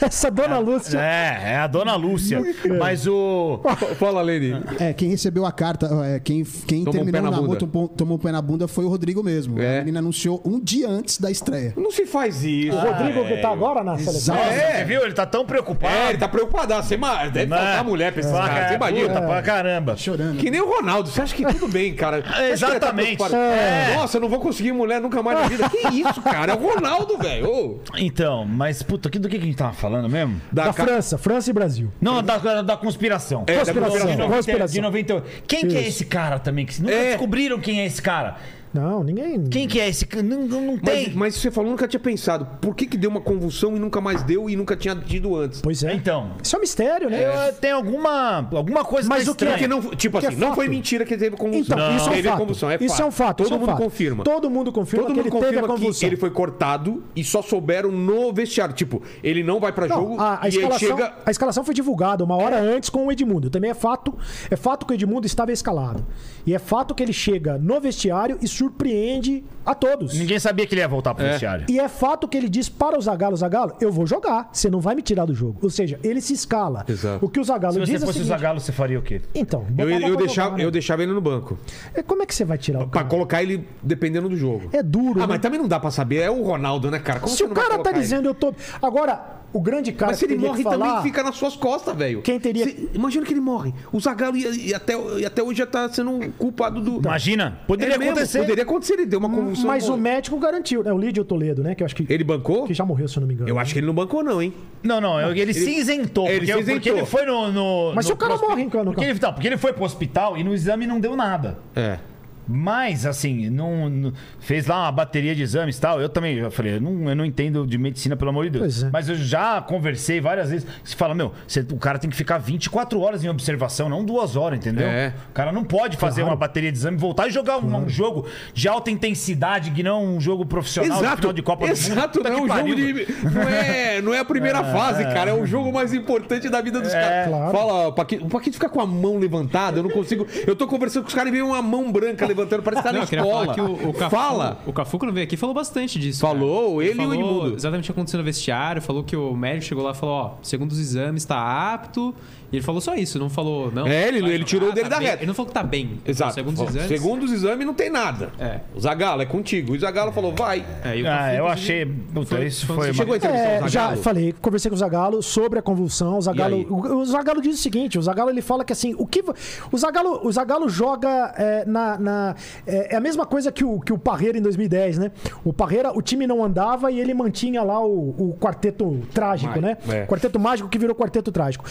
essa Dona Lúcia... É, é a Dona Lúcia. Mas o. Fala, Leni. É, quem recebeu a carta, é, quem, quem Tomou um pé terminou na o namoro, bunda. tomou, tomou um pé na bunda foi o Rodrigo mesmo. É. A menina anunciou um dia antes da estreia. Não se faz isso. O Rodrigo que tá agora na seleção. Exato. Você viu? Ele tá tão preocupado. É, ele tá preocupadaço. Você ma- É, Deve Né? faltar mulher pra esse Pra cara. Você ca- puta, imagina? tá- pra caramba. Chorando. Que nem o Ronaldo. Você acha que tudo bem, cara? Você acha que ele tá Exatamente. É. preocupado? Nossa, eu não vou conseguir mulher nunca mais na vida. Que isso, cara? É o Ronaldo, velho. Ô, Então, mas puta, que- do que, que a gente tava falando mesmo? Da ca- França, França e Brasil. Não, da, da conspiração. É, da De Conspiração, conspiração. 90, conspiração. de 98. Quem que é esse cara também? Que nunca É. descobriram quem é esse cara. Não, ninguém... Quem que é esse cara? Não, não, não Mas, tem. mas você falou, eu nunca tinha pensado. Por que, que deu uma convulsão e nunca mais deu e nunca tinha tido antes? Pois é. Então, Isso é um mistério, né? eu- tem alguma, alguma coisa Mas tá o que é estranha. Porque não, tipo Que assim, é não fato. foi mentira que ele teve convulsão. Então, isso é um teve fato. convulsão, é fato. Isso é um fato. isso Todo é um mundo fato. confirma. Todo mundo confirma Todo que mundo ele teve a confirma que convulsão. ele foi cortado e só souberam no vestiário. Tipo, ele não vai pra Não, jogo a, a e ele escalação, chega. a escalação foi divulgada uma hora antes com o Edmundo. Também é fato, é fato que o Edmundo estava escalado. E é fato que ele chega no vestiário e surpreende a todos. Ninguém sabia que ele ia voltar pro vestiário. E é fato que ele diz para o Zagalo, Zagalo, eu vou jogar, você não vai me tirar do jogo. Ou seja, ele se escala. Exato. O que o Zagalo Se diz você é o fosse o seguinte, Zagalo, você faria o quê? Então, Eu, botava eu, pra deixava, jogar, né? eu deixava ele no banco. É, Como é que você vai tirar o Pra cara? colocar ele dependendo do jogo. É duro, Ah, né? mas também não dá pra saber. É o Ronaldo, né, cara? Como Se você o não vai cara tá colocar ele? dizendo, eu tô... Agora, o grande cara Mas se que ele teria morre que falar... também fica nas suas costas, velho. Quem teria- Cê- imagina que ele morre. O Zagallo ia, ia até, ia até hoje já tá sendo culpado do. Então, Imagina. É Poderia mesmo, acontecer. Poderia acontecer, ele Hum, deu uma convulsão. Mas o morre. médico garantiu, né? O Lídio Toledo, né? Que eu acho que, Ele bancou? que já morreu, se eu não me engano. Eu acho que ele não bancou, não, hein? Não, não, eu- ele, se isentou. ele porque, se porque isentou. ele foi no. no- Mas no se o cara hospi- morre, cara, no porque campo. ele, tá, porque ele foi pro hospital e no exame não deu nada. É. Mas, assim, não, não- fez lá uma bateria de exames e tal. Eu também já falei, eu não, eu não entendo de medicina, pelo amor de Deus. Pois é. Mas eu já conversei várias vezes. Você fala, meu, você- o cara tem que ficar 24 horas em observação, não duas horas, entendeu? É. O cara não pode fazer uma bateria de exame, voltar e jogar um, um jogo de alta intensidade, que não um jogo profissional de final de Copa Exato, do não Mundo. Puta é que um jogo pariu, de. Não é, não é a primeira fase, cara. É o jogo mais importante da vida dos É. caras. Claro. Fala, o Paquito, o Paquito fica com a mão levantada, eu não consigo. Eu tô conversando com os caras e veio uma mão branca levantando, parece que tá Não, na eu queria falar escola. que o, o Cafu, Fala! O Cafu, quando veio aqui, falou bastante disso. Falou, ele e o falou Edmundo. Exatamente o que aconteceu no vestiário. Falou que o médico chegou lá e falou: ó, segundo os exames, tá apto. E ele falou só isso, não falou, não. É, ele- vai ele tirou o dele tá da bem. reta. Ele não falou que tá bem. Exato. Segundo os Fala, exames. Segundo os exames, não tem nada. É. O Zagalo, é contigo. E o Zagalo falou, vai. É, e o Cafu, Ah, eu inclusive, achei. Puta, foi- isso foi um foi. dos- Chegou a entrevistar É, o já Zagalo. falei, conversei com o Zagalo sobre a convulsão. O E aí? Zagalo, o, o Zagalo diz o seguinte: o Zagalo ele fala que assim, o que. vo- O Zagalo, o Zagalo joga é, na. na- é, é a mesma coisa que o, que o Parreira em 2010, né? O Parreira, o time não andava e ele mantinha lá o, o quarteto trágico, Mas, né? é. Quarteto mágico que virou quarteto trágico.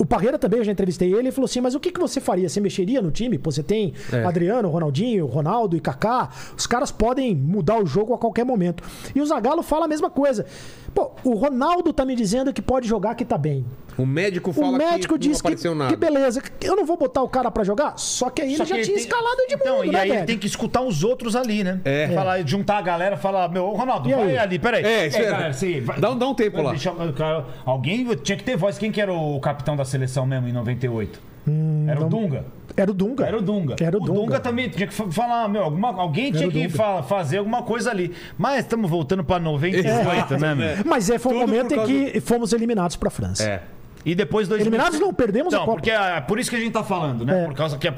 O Parreira também, eu já entrevistei ele, ele falou assim: mas o que, que você faria? Você mexeria no time? Pô, você tem É. Adriano, Ronaldinho, Ronaldo e Kaká. Os caras podem mudar o jogo a qualquer momento. E o Zagallo fala a mesma coisa. Pô, o Ronaldo tá me dizendo que pode jogar que tá bem. O médico O fala médico que diz não que, apareceu nada. que beleza, eu não vou botar o cara pra jogar, só que aí Só ele já que tinha tem- escalado de mundo, Então, e né, aí ele velho? tem que escutar os outros ali, né? É. Falar, juntar a galera, falar, meu, ô Ronaldo, E vai aí? ali, peraí. É, Ei, espera. você vai- Dá um- dá um tempo lá. Deixa eu- cara, alguém tinha que ter voz. Quem que era o capitão da seleção mesmo em 98? Hum, era o Dunga. Era o Dunga. Era o Dunga. tá- Era o o Dunga. também tinha que fa- falar, meu, alguma- alguém tinha o que Dunga. fa- fazer alguma coisa ali. Mas estamos voltando pra 98, né, meu? Mas é, foi o Tudo momento por em causa que fomos eliminados pra França. É. E depois dois Eliminados não, perdemos a Não, Copa. porque é por isso que a gente tá falando, né? É. Por causa que é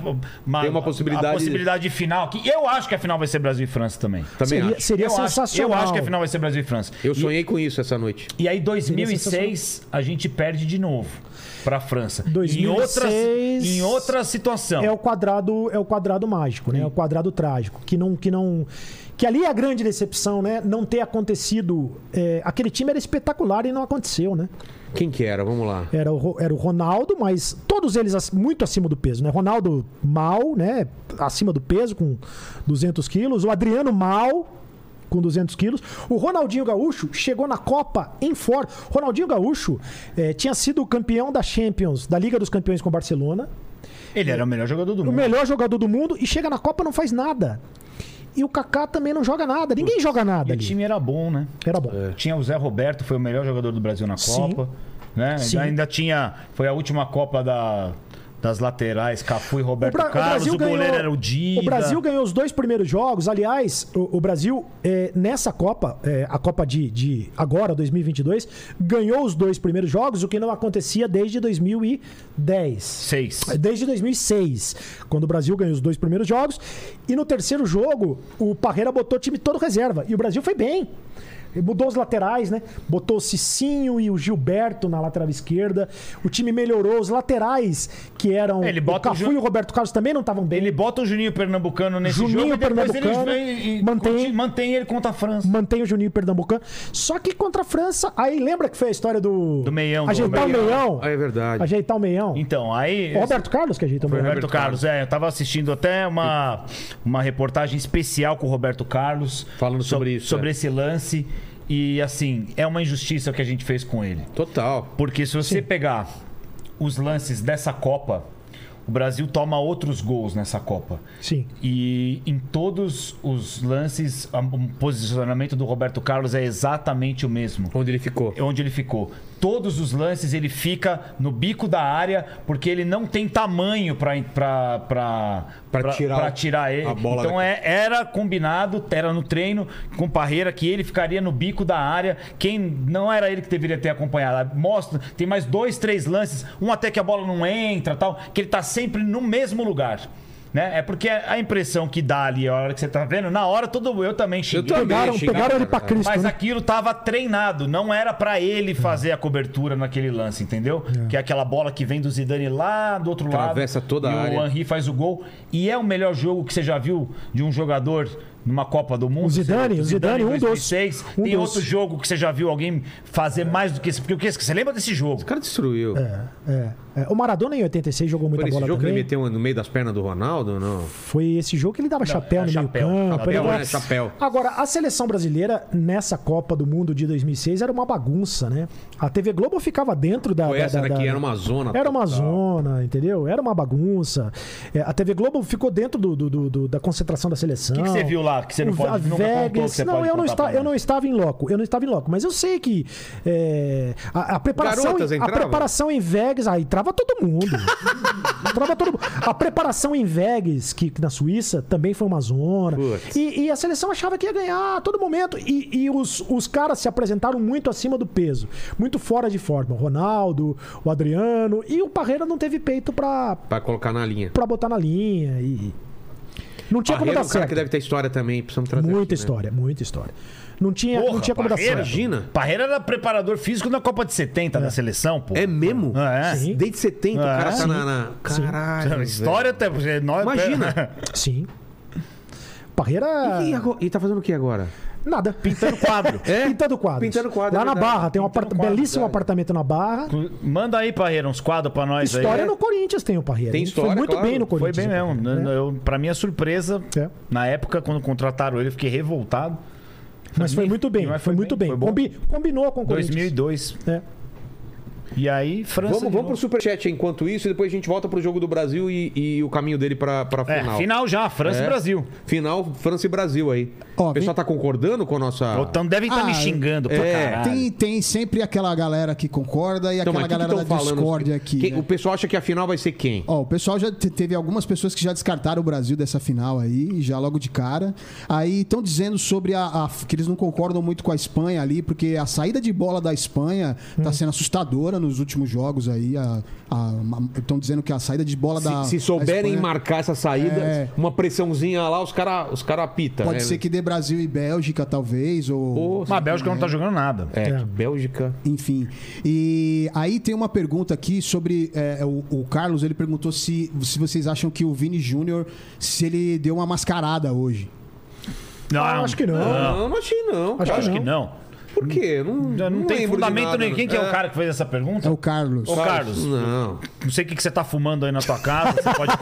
uma, Tem uma possibilidade- a possibilidade de final, que eu acho que a final vai ser Brasil e França também. Também Seria, acho. seria eu Acho, sensacional. eu acho que a final vai ser Brasil e França. Eu sonhei com isso essa noite. E aí 2006 a gente perde de novo para França. 2006 em outra em outra situação. é o quadrado é o quadrado mágico, né? É o quadrado trágico que não que não que ali é a grande decepção, né? Não ter acontecido é, aquele time era espetacular e não aconteceu, né? Quem que era? Vamos lá. Era o, Ro- era o Ronaldo, mas todos eles ac- muito acima do peso, né? Ronaldo mal, né? Acima do peso com 200 quilos, o Adriano mal com 200 quilos. O Ronaldinho Gaúcho chegou na Copa em fora. Ronaldinho Gaúcho eh, tinha sido campeão da Champions, da Liga dos Campeões com o Barcelona. Ele era o melhor jogador do O mundo. melhor jogador do mundo e chega na Copa e não faz nada. E o Kaká também não joga nada. Ninguém joga E nada o ali. time era bom, né? Era bom. É. Tinha o Zé Roberto, foi o melhor jogador do Brasil na Sim. Copa, né? Sim. Ainda tinha, foi a última Copa da das laterais, Cafu e Roberto Bra- Carlos, o, goleiro era o Dida. O Brasil ganhou os dois primeiros jogos. Aliás, o, o Brasil, eh, nessa Copa, eh, a Copa de, de agora, 2022, ganhou os dois primeiros jogos, o que não acontecia desde 2010. seis. Desde 2006, quando o Brasil ganhou os dois primeiros jogos. E no terceiro jogo, o Parreira botou o time todo reserva. E o Brasil foi bem. Ele Mudou os laterais, né? Botou o Cicinho e o Gilberto na lateral esquerda. O time melhorou. Os laterais, que eram É, ele bota o o Cafu Ju- e o Roberto Carlos, também não estavam bem. Ele bota o Juninho Pernambucano nesse Juninho jogo e depois ele Pernambucano, vem e mantém- continua- mantém ele contra a França. Mantém o Juninho Pernambucano. Só que contra a França, aí lembra que foi a história do... Do meião, do Ajeitar o meião. meião. Ah, é verdade. Ajeitar o meião. Então, aí O Roberto Carlos que ajeitou o meião. Roberto Carlos, é, eu tava assistindo até uma, uma reportagem especial com o Roberto Carlos. Falando sobre so- isso, Sobre é. esse lance. E assim, é uma injustiça o que a gente fez com ele. Total. Porque se você pegar os lances dessa Copa, o Brasil toma outros gols nessa Copa. Sim. E em todos os lances, a- o posicionamento do Roberto Carlos é exatamente o mesmo Onde ele ficou. é onde ele ficou. Todos os lances ele fica no bico da área porque ele não tem tamanho pra- pra pra- Pra pra- tirar pra o- tirar ele. a bola então da- é- era combinado, era no treino com o Parreira que ele ficaria no bico da área. Quem não era ele que deveria ter acompanhado. Mostra, tem mais dois, três lances, um até que a bola não entra, tal, que ele tá sempre no mesmo lugar. Né? É porque a impressão que dá ali, a hora que você tá vendo, na hora todo eu também xinguei. também. Pegaram, xingaram, pegaram ele pra cara. Cristo, Mas né? aquilo tava treinado, não era pra ele fazer a cobertura naquele lance, entendeu? Que é aquela bola que vem do Zidane lá do outro Atravessa lado. toda e a área. o Henry faz o gol. E é o melhor jogo que você já viu de um jogador numa Copa do Mundo. O Zidane, sei lá, o Zidane, em um dos- 2006. um Tem dos. outro jogo que você já viu alguém fazer mais do que esse. Porque o que você lembra desse jogo? O cara destruiu. É, é. O Maradona em 86 jogou Foi muita nesse bola jogo que ele também. meteu um no meio das pernas do Ronaldo? Não. Foi esse jogo que ele dava chapéu é no chapéu. meio campo. Chapéu, ele dava- né? Chapéu. Agora, a seleção brasileira nessa Copa do Mundo de 2006 era uma bagunça, né? A TV Globo ficava dentro da... Foi da- essa da- daqui, da- era uma zona. Era uma total. zona, entendeu? Era uma bagunça. É, a TV Globo ficou dentro do, do- do- do- da concentração da seleção. O que que você viu lá que você não O- pode- a nunca Vegas. contou que você não, pode eu não contar estava, pra eu não nós? estava em loco. Eu não estava em loco, mas eu sei que é, a, a preparação, Garotas a entravam? preparação em Vegas, aí trava todo mundo. trava todo mundo. A preparação em Vegas, que que na Suíça também foi uma zona. Putz. E, e a seleção achava que ia ganhar a todo momento. E, e os, os caras se apresentaram muito acima do peso, muito fora de forma. O Ronaldo, o Adriano. E o Parreira não teve peito pra, Pra colocar na linha. pra botar na linha. E... Não tinha Parreira é como um dar cara que certo. deve ter história também, precisamos trazer. Muita aqui, né? história, muita história. Não tinha, não Porra, tinha como dar Parreira, certo. Imagina. Parreira era preparador físico na Copa de 70 da seleção, pô. É mesmo? É. Sim. Desde 70 o É? cara tá Sim. na. na- Caralho. velho. História até. nós- Imagina. Sim. E, que Parreira. agora- e tá fazendo o que agora? Nada. Pintando Tá quadro. É? Pintando quadro. Pintando quadro, Lá é na verdade. é. Barra, tem um apart- quadro, belíssimo verdade. apartamento na Barra. Manda aí, Parreira, uns quadros pra nós História aí. é- no Corinthians tem o Parreira. Tem Ele história, Foi muito claro. bem no Foi Corinthians. bem o mesmo. Parreira, né? Eu, pra minha surpresa, É. na época, quando contrataram ele, eu fiquei revoltado. Mas foi Também- muito bem. Foi, mas foi muito bem, foi bem. bom. Combi- combinou com o Corinthians. 2002. É. E aí, França. Vamos, de vamos pro novo. superchat enquanto isso e depois a gente volta pro jogo do Brasil e, e o caminho dele pra, pra É, final. final. já, França É. e Brasil. Final, França e Brasil aí. Ó, o pessoal vem- tá concordando com a nossa. O Tano deve estar Ah, me xingando pra é, caralho. Tem, tem sempre aquela galera que concorda e Então, mas aquela o que que galera tão da discórdia aqui. Quem- né? O pessoal acha que a final vai ser quem? Ó, o pessoal já te- teve algumas pessoas que já descartaram o Brasil dessa final aí, já logo de cara. Aí estão dizendo sobre a, a- que eles não concordam muito com a Espanha ali, porque a saída de bola da Espanha tá sendo assustadora nos últimos jogos aí. Estão dizendo que a saída de bola da. Se, se da souberem Espanha- marcar essa saída, É. uma pressãozinha lá, os caras os cara apitam. Pode né? ser que dê Brasil e Bélgica, talvez, ou. Pô, Mas a Bélgica não tá jogando nada. É, que Bélgica. Enfim. E aí tem uma pergunta aqui sobre. é, o, o Carlos ele perguntou se, se vocês acham que o Vini Júnior, se ele deu uma mascarada hoje. Não, Ah, acho que não. Não, não achei não. Acho cara. Acho que não. Por quê? Não, Não, tem lembro de fundamento nada, né? nenhum. Quem que é o cara que fez essa É pergunta? o Carlos. Ô, Carlos, Não. não sei o que, que você tá fumando aí na tua casa. Você pode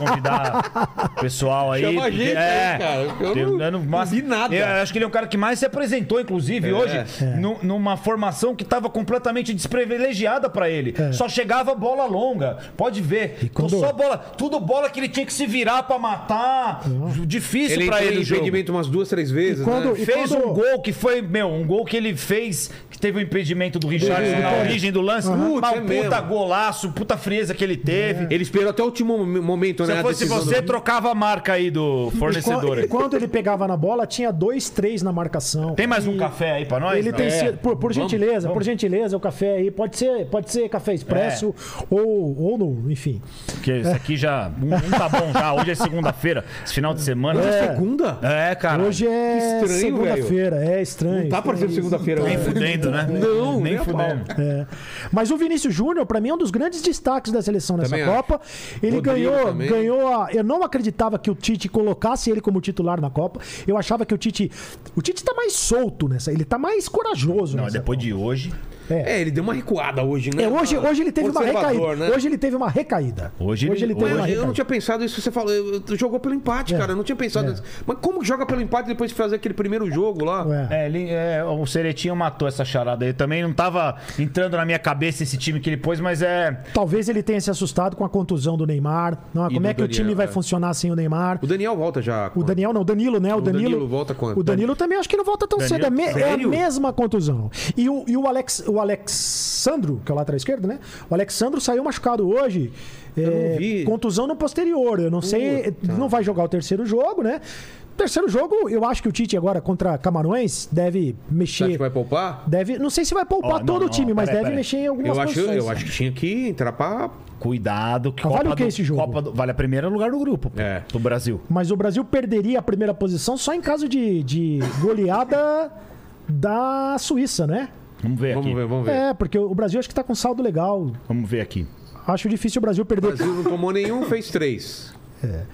convidar o pessoal aí. Chama a gente é, aí, cara. Eu não- não vi nada. Eu acho que ele é um cara que mais se apresentou, inclusive, É. hoje, nu- numa formação que tava completamente desprivilegiada pra ele. Só chegava bola longa. Pode ver. quando- Só bola. Tudo bola que ele tinha que se virar pra matar. Difícil Ele pra entrou ele em o jogo. impedimento umas duas, três vezes, quando- né? e Fez um gol que foi, meu, um gol que ele fez, que teve o impedimento do Richardson na origem do é. lance. Putz, Mas é um mesmo. puta golaço, puta frieza que ele teve. Ele esperou até o último mo- momento, né? Se a eu fosse decisão você, do- trocava a marca aí do E quando, fornecedor. e aí. quando ele pegava na bola, tinha dois, três na marcação. Tem mais um café aí pra nós? Ele tem É. sido, por, por Vamos, gentileza, por vamos. gentileza, o café aí pode ser, pode ser café expresso É. ou, ou no, enfim. Porque isso aqui já. Um, um tá bom já. Hoje é segunda-feira, esse final de semana. Hoje é segunda? É, cara. Hoje é Que estranho, segunda-feira, é estranho. Não tá parecendo segunda-feira. Nem né? fudendo, né? Não, nem nem a fudendo. É. Mas o Vinícius Júnior, pra mim, é um dos grandes destaques da seleção nessa Também acho. Copa. Ele Rodrigo ganhou, também. ganhou a- Eu não acreditava que o Tite colocasse ele como titular na Copa. Eu achava que o Tite. O Tite tá mais solto nessa. Ele tá mais corajoso. Não, nessa depois de hoje. É, ele deu uma recuada hoje, né? É, hoje, Uma- hoje ele teve uma conservador, recaída. né? Hoje ele teve uma recaída. Hoje ele- teve hoje uma eu recaída. não tinha pensado isso que você falou. Eu- eu- Jogou pelo empate, É, cara. Eu não tinha pensado nisso. Mas como que joga pelo empate depois de fazer aquele primeiro jogo lá? É. É, ele, é, o Seretinho matou essa charada aí. Também não tava entrando na minha cabeça esse time que ele pôs, mas é. Talvez ele tenha se assustado com a contusão do Neymar. Não, como do é que o Daniel, time vai é. funcionar sem o Neymar? O Daniel volta já. O Daniel não, o Danilo, né? O, Danilo Danilo, volta quando? O Danilo também acho que não volta tão Danilo? cedo. É, me- é a Sério? mesma contusão. E o, e o Alex, o Alexandro, que é o lateral esquerdo, né? O Alexandro saiu machucado hoje. é, não vi. contusão no posterior. Eu não sei. Não vai jogar o terceiro jogo, né? Terceiro jogo, eu acho que o Tite agora contra Camarões Você deve acha mexer. que vai poupar? Deve, não sei se vai poupar Ó, não, todo não, o time, ó, mas peraí, deve peraí. mexer em algumas Eu acho, posições. eu acho que tinha que entrar pra. Cuidado, que Ah, vale Copa o que do, esse jogo? Copa do- vale a primeira lugar do grupo, pô, É. do Brasil. Mas o Brasil perderia a primeira posição só em caso de, de goleada da Suíça, né? Vamos ver Vamos aqui. ver, vamos ver. É, porque o Brasil acho que tá com saldo legal. Vamos ver aqui. Acho difícil o Brasil O perder. Brasil não tomou nenhum, fez três.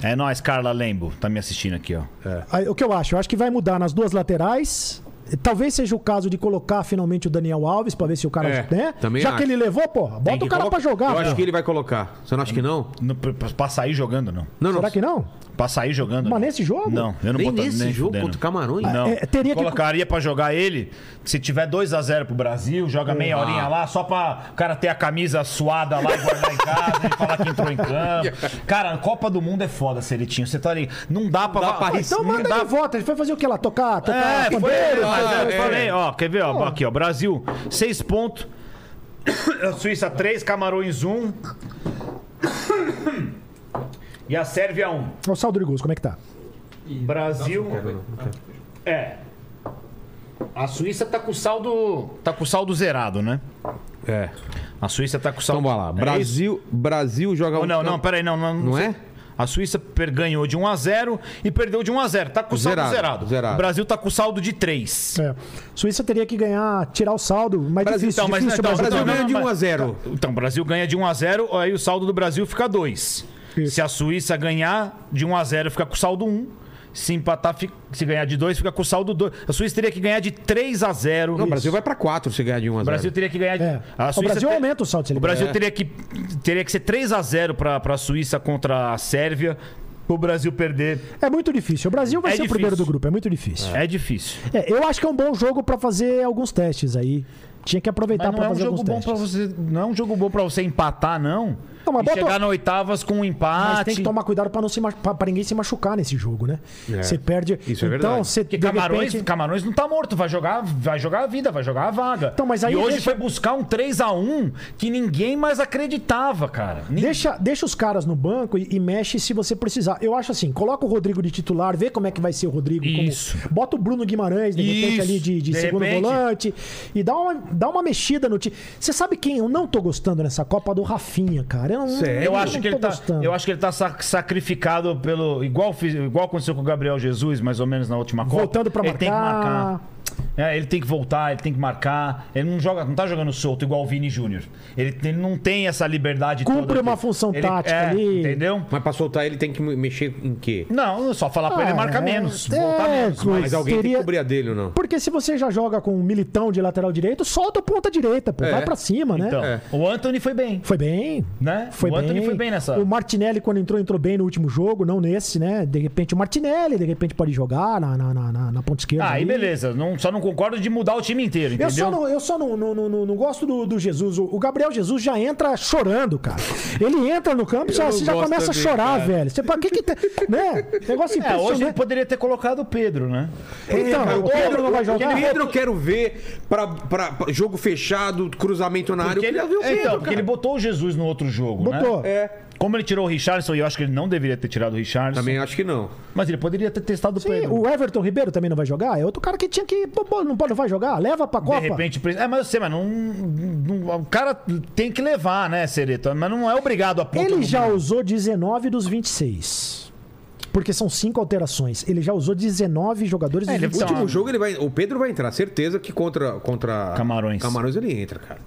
É nóis, Carla Lembo, tá me assistindo aqui, ó. É. Aí, O que eu acho? Eu acho que vai mudar nas duas laterais. Talvez seja o caso de colocar finalmente o Daniel Alves pra ver se o cara. É, né? também Já acho. que ele levou, porra, Tem bota que o cara colocar- pra jogar. Eu acho porra. que ele vai colocar. Você não acha que não? No, pra, pra sair jogando, não. Não, Será não. que não? Pra sair jogando. Mas não. nesse jogo? Não, eu não Nem botaria nesse nem jogo fudendo. Ah, contra o Camarões. Não. É, teria que- Colocaria pra jogar ele. Se tiver 2x0 pro Brasil, joga meia horinha lá, só pra o cara ter a camisa suada lá e guardar em casa e falar que entrou em campo. Cara, Copa do Mundo é foda, Seritinho. Você tá ali. Não dá pra. dá pra pra Então Sim, manda ele volta. Ele foi fazer o que lá? Tocar? Tá, tocar É, foi, pandeiro? mas eu é. falei, ó, quer ver, ó, aqui, ó, Brasil, 6 pontos, Suíça 3, Camarões 1 e a Sérvia 1. Olha O saldo de gols, como é que tá? Brasil. É. A Suíça tá com saldo, tá com saldo zerado, né? É. A Suíça tá com saldo Então vai lá. É isso? Brasil, Brasil joga Não, um- não, não, peraí, não, não, Não é? A Suíça per- ganhou de 1 a 0 e perdeu de 1 a 0. Tá com saldo Zerado, zerado. zerado. O Brasil tá com saldo de 3. É. Suíça teria que ganhar, tirar o saldo, mas Brasil, difícil, Então, mas difícil, então, o Brasil Brasil então, ganha não, de mas- 1 a 0. Então, o Brasil ganha de 1 a 0, aí o saldo do Brasil fica 2. Se a Suíça ganhar de 1 a 0, fica com saldo 1. Se empatar, fi- se ganhar de 2, fica com saldo 2. A Suíça teria que ganhar de 3 a 0. Não, o Brasil vai pra 4 se ganhar de 1 a 0. O Brasil teria que ganhar de... É. a O Suíça Brasil te- aumenta É. o saldo. se ele O Brasil teria que teria que ser 3 a 0 para a Suíça contra a Sérvia, pro Brasil perder. ganhar. É muito difícil. O Brasil vai É ser difícil. o primeiro do grupo, é muito difícil. É difícil. É, eu acho que é um bom jogo pra fazer alguns testes aí. Tinha que aproveitar Mas não pra é um fazer jogo alguns bom testes. para você, não é um jogo bom para você empatar não. Não, mas e bota- chegar na oitavas com um empate. Mas tem que tomar cuidado pra não se mach- pra- pra ninguém se machucar nesse jogo, né? É. Você perde. Isso é então, verdade. você de Porque Camarões, repente- Camarões não tá morto, vai jogar, vai jogar a vida, vai jogar a vaga. Então, mas aí e hoje deixa- foi buscar um 3 a 1 que ninguém mais acreditava, cara. Nin- Deixa, deixa os caras no banco e, e mexe se você precisar. Eu acho assim, coloca o Rodrigo de titular, vê como é que vai ser o Rodrigo. como- Isso. bota o Bruno Guimarães, de repente, Isso. ali de, de De segundo repente. volante. E dá uma, dá uma mexida no time. Você sabe quem eu não tô gostando nessa Copa? Do Rafinha, cara. Eu, não, Sério? Eu não acho, que tô ele tá, gostando. eu acho que ele tá sac- sacrificado pelo. Igual, fiz- igual aconteceu com o Gabriel Jesus, mais ou menos na última Copa. Voltando pra Ele tem que marcar. marcar. É, ele tem que voltar, ele tem que marcar. Ele não joga, não tá jogando solto igual o Vini Júnior. Ele, ele não tem essa liberdade Cumpre toda. uma que- função tática é, ali. Entendeu? Mas pra soltar ele tem que mexer em quê? Não, só falar pra ele Ah, marcar é, menos. é, voltar menos. mas- Mas alguém tem Seria- que cobrir a dele ou não? Porque se você já joga com um militão de lateral direito, solta o ponta direita, pô. É. Vai pra cima, né? Então, o Anthony foi bem. Foi bem. Né? Foi o bem. Anthony foi bem nessa. O Martinelli, quando entrou, entrou bem no último jogo, não nesse, né? De repente o Martinelli, de repente pode jogar na, na, na, na- na ponta esquerda. Ah, aí ali. beleza. Não, só não concordo de mudar o time inteiro, entendeu? Eu só, não, eu só não, não, não, não- não gosto do, do Jesus. O o Gabriel Jesus já entra chorando, cara. Ele entra no campo e já, não você já gosto começa a também, chorar, cara. velho. Você fala, que que tem? Né? Negócio É, hoje ele impressionante. poderia ter colocado o Pedro, né? então, Cara, o Pedro não vai jogar. O Pedro eu quero ver pra, pra- pra jogo fechado, cruzamento na área. Porque eu ele, queria ver o é, Pedro, então, porque cara. É, ele botou o Jesus no outro jogo, né? Botou. Como ele tirou o Richardson, e eu acho que ele não deveria ter tirado o Richardson. Também acho que não. Mas ele poderia ter testado o Sim, Pedro. o Everton Ribeiro também não vai jogar? É outro cara que tinha que. pô, pô, não pode não vai jogar? Leva pra Copa. De repente. pre- É, mas eu sei, mas não, não- O cara tem que levar, né, Sereta? Mas não é obrigado a ponto Ele do- já usou 19 dos 26. Porque são cinco alterações. Ele já usou 19 jogadores É, dos ele- 26. Último Então, jogo ele vai. Tipo, O Pedro vai entrar, certeza que contra. contra Camarões. Camarões ele entra, cara.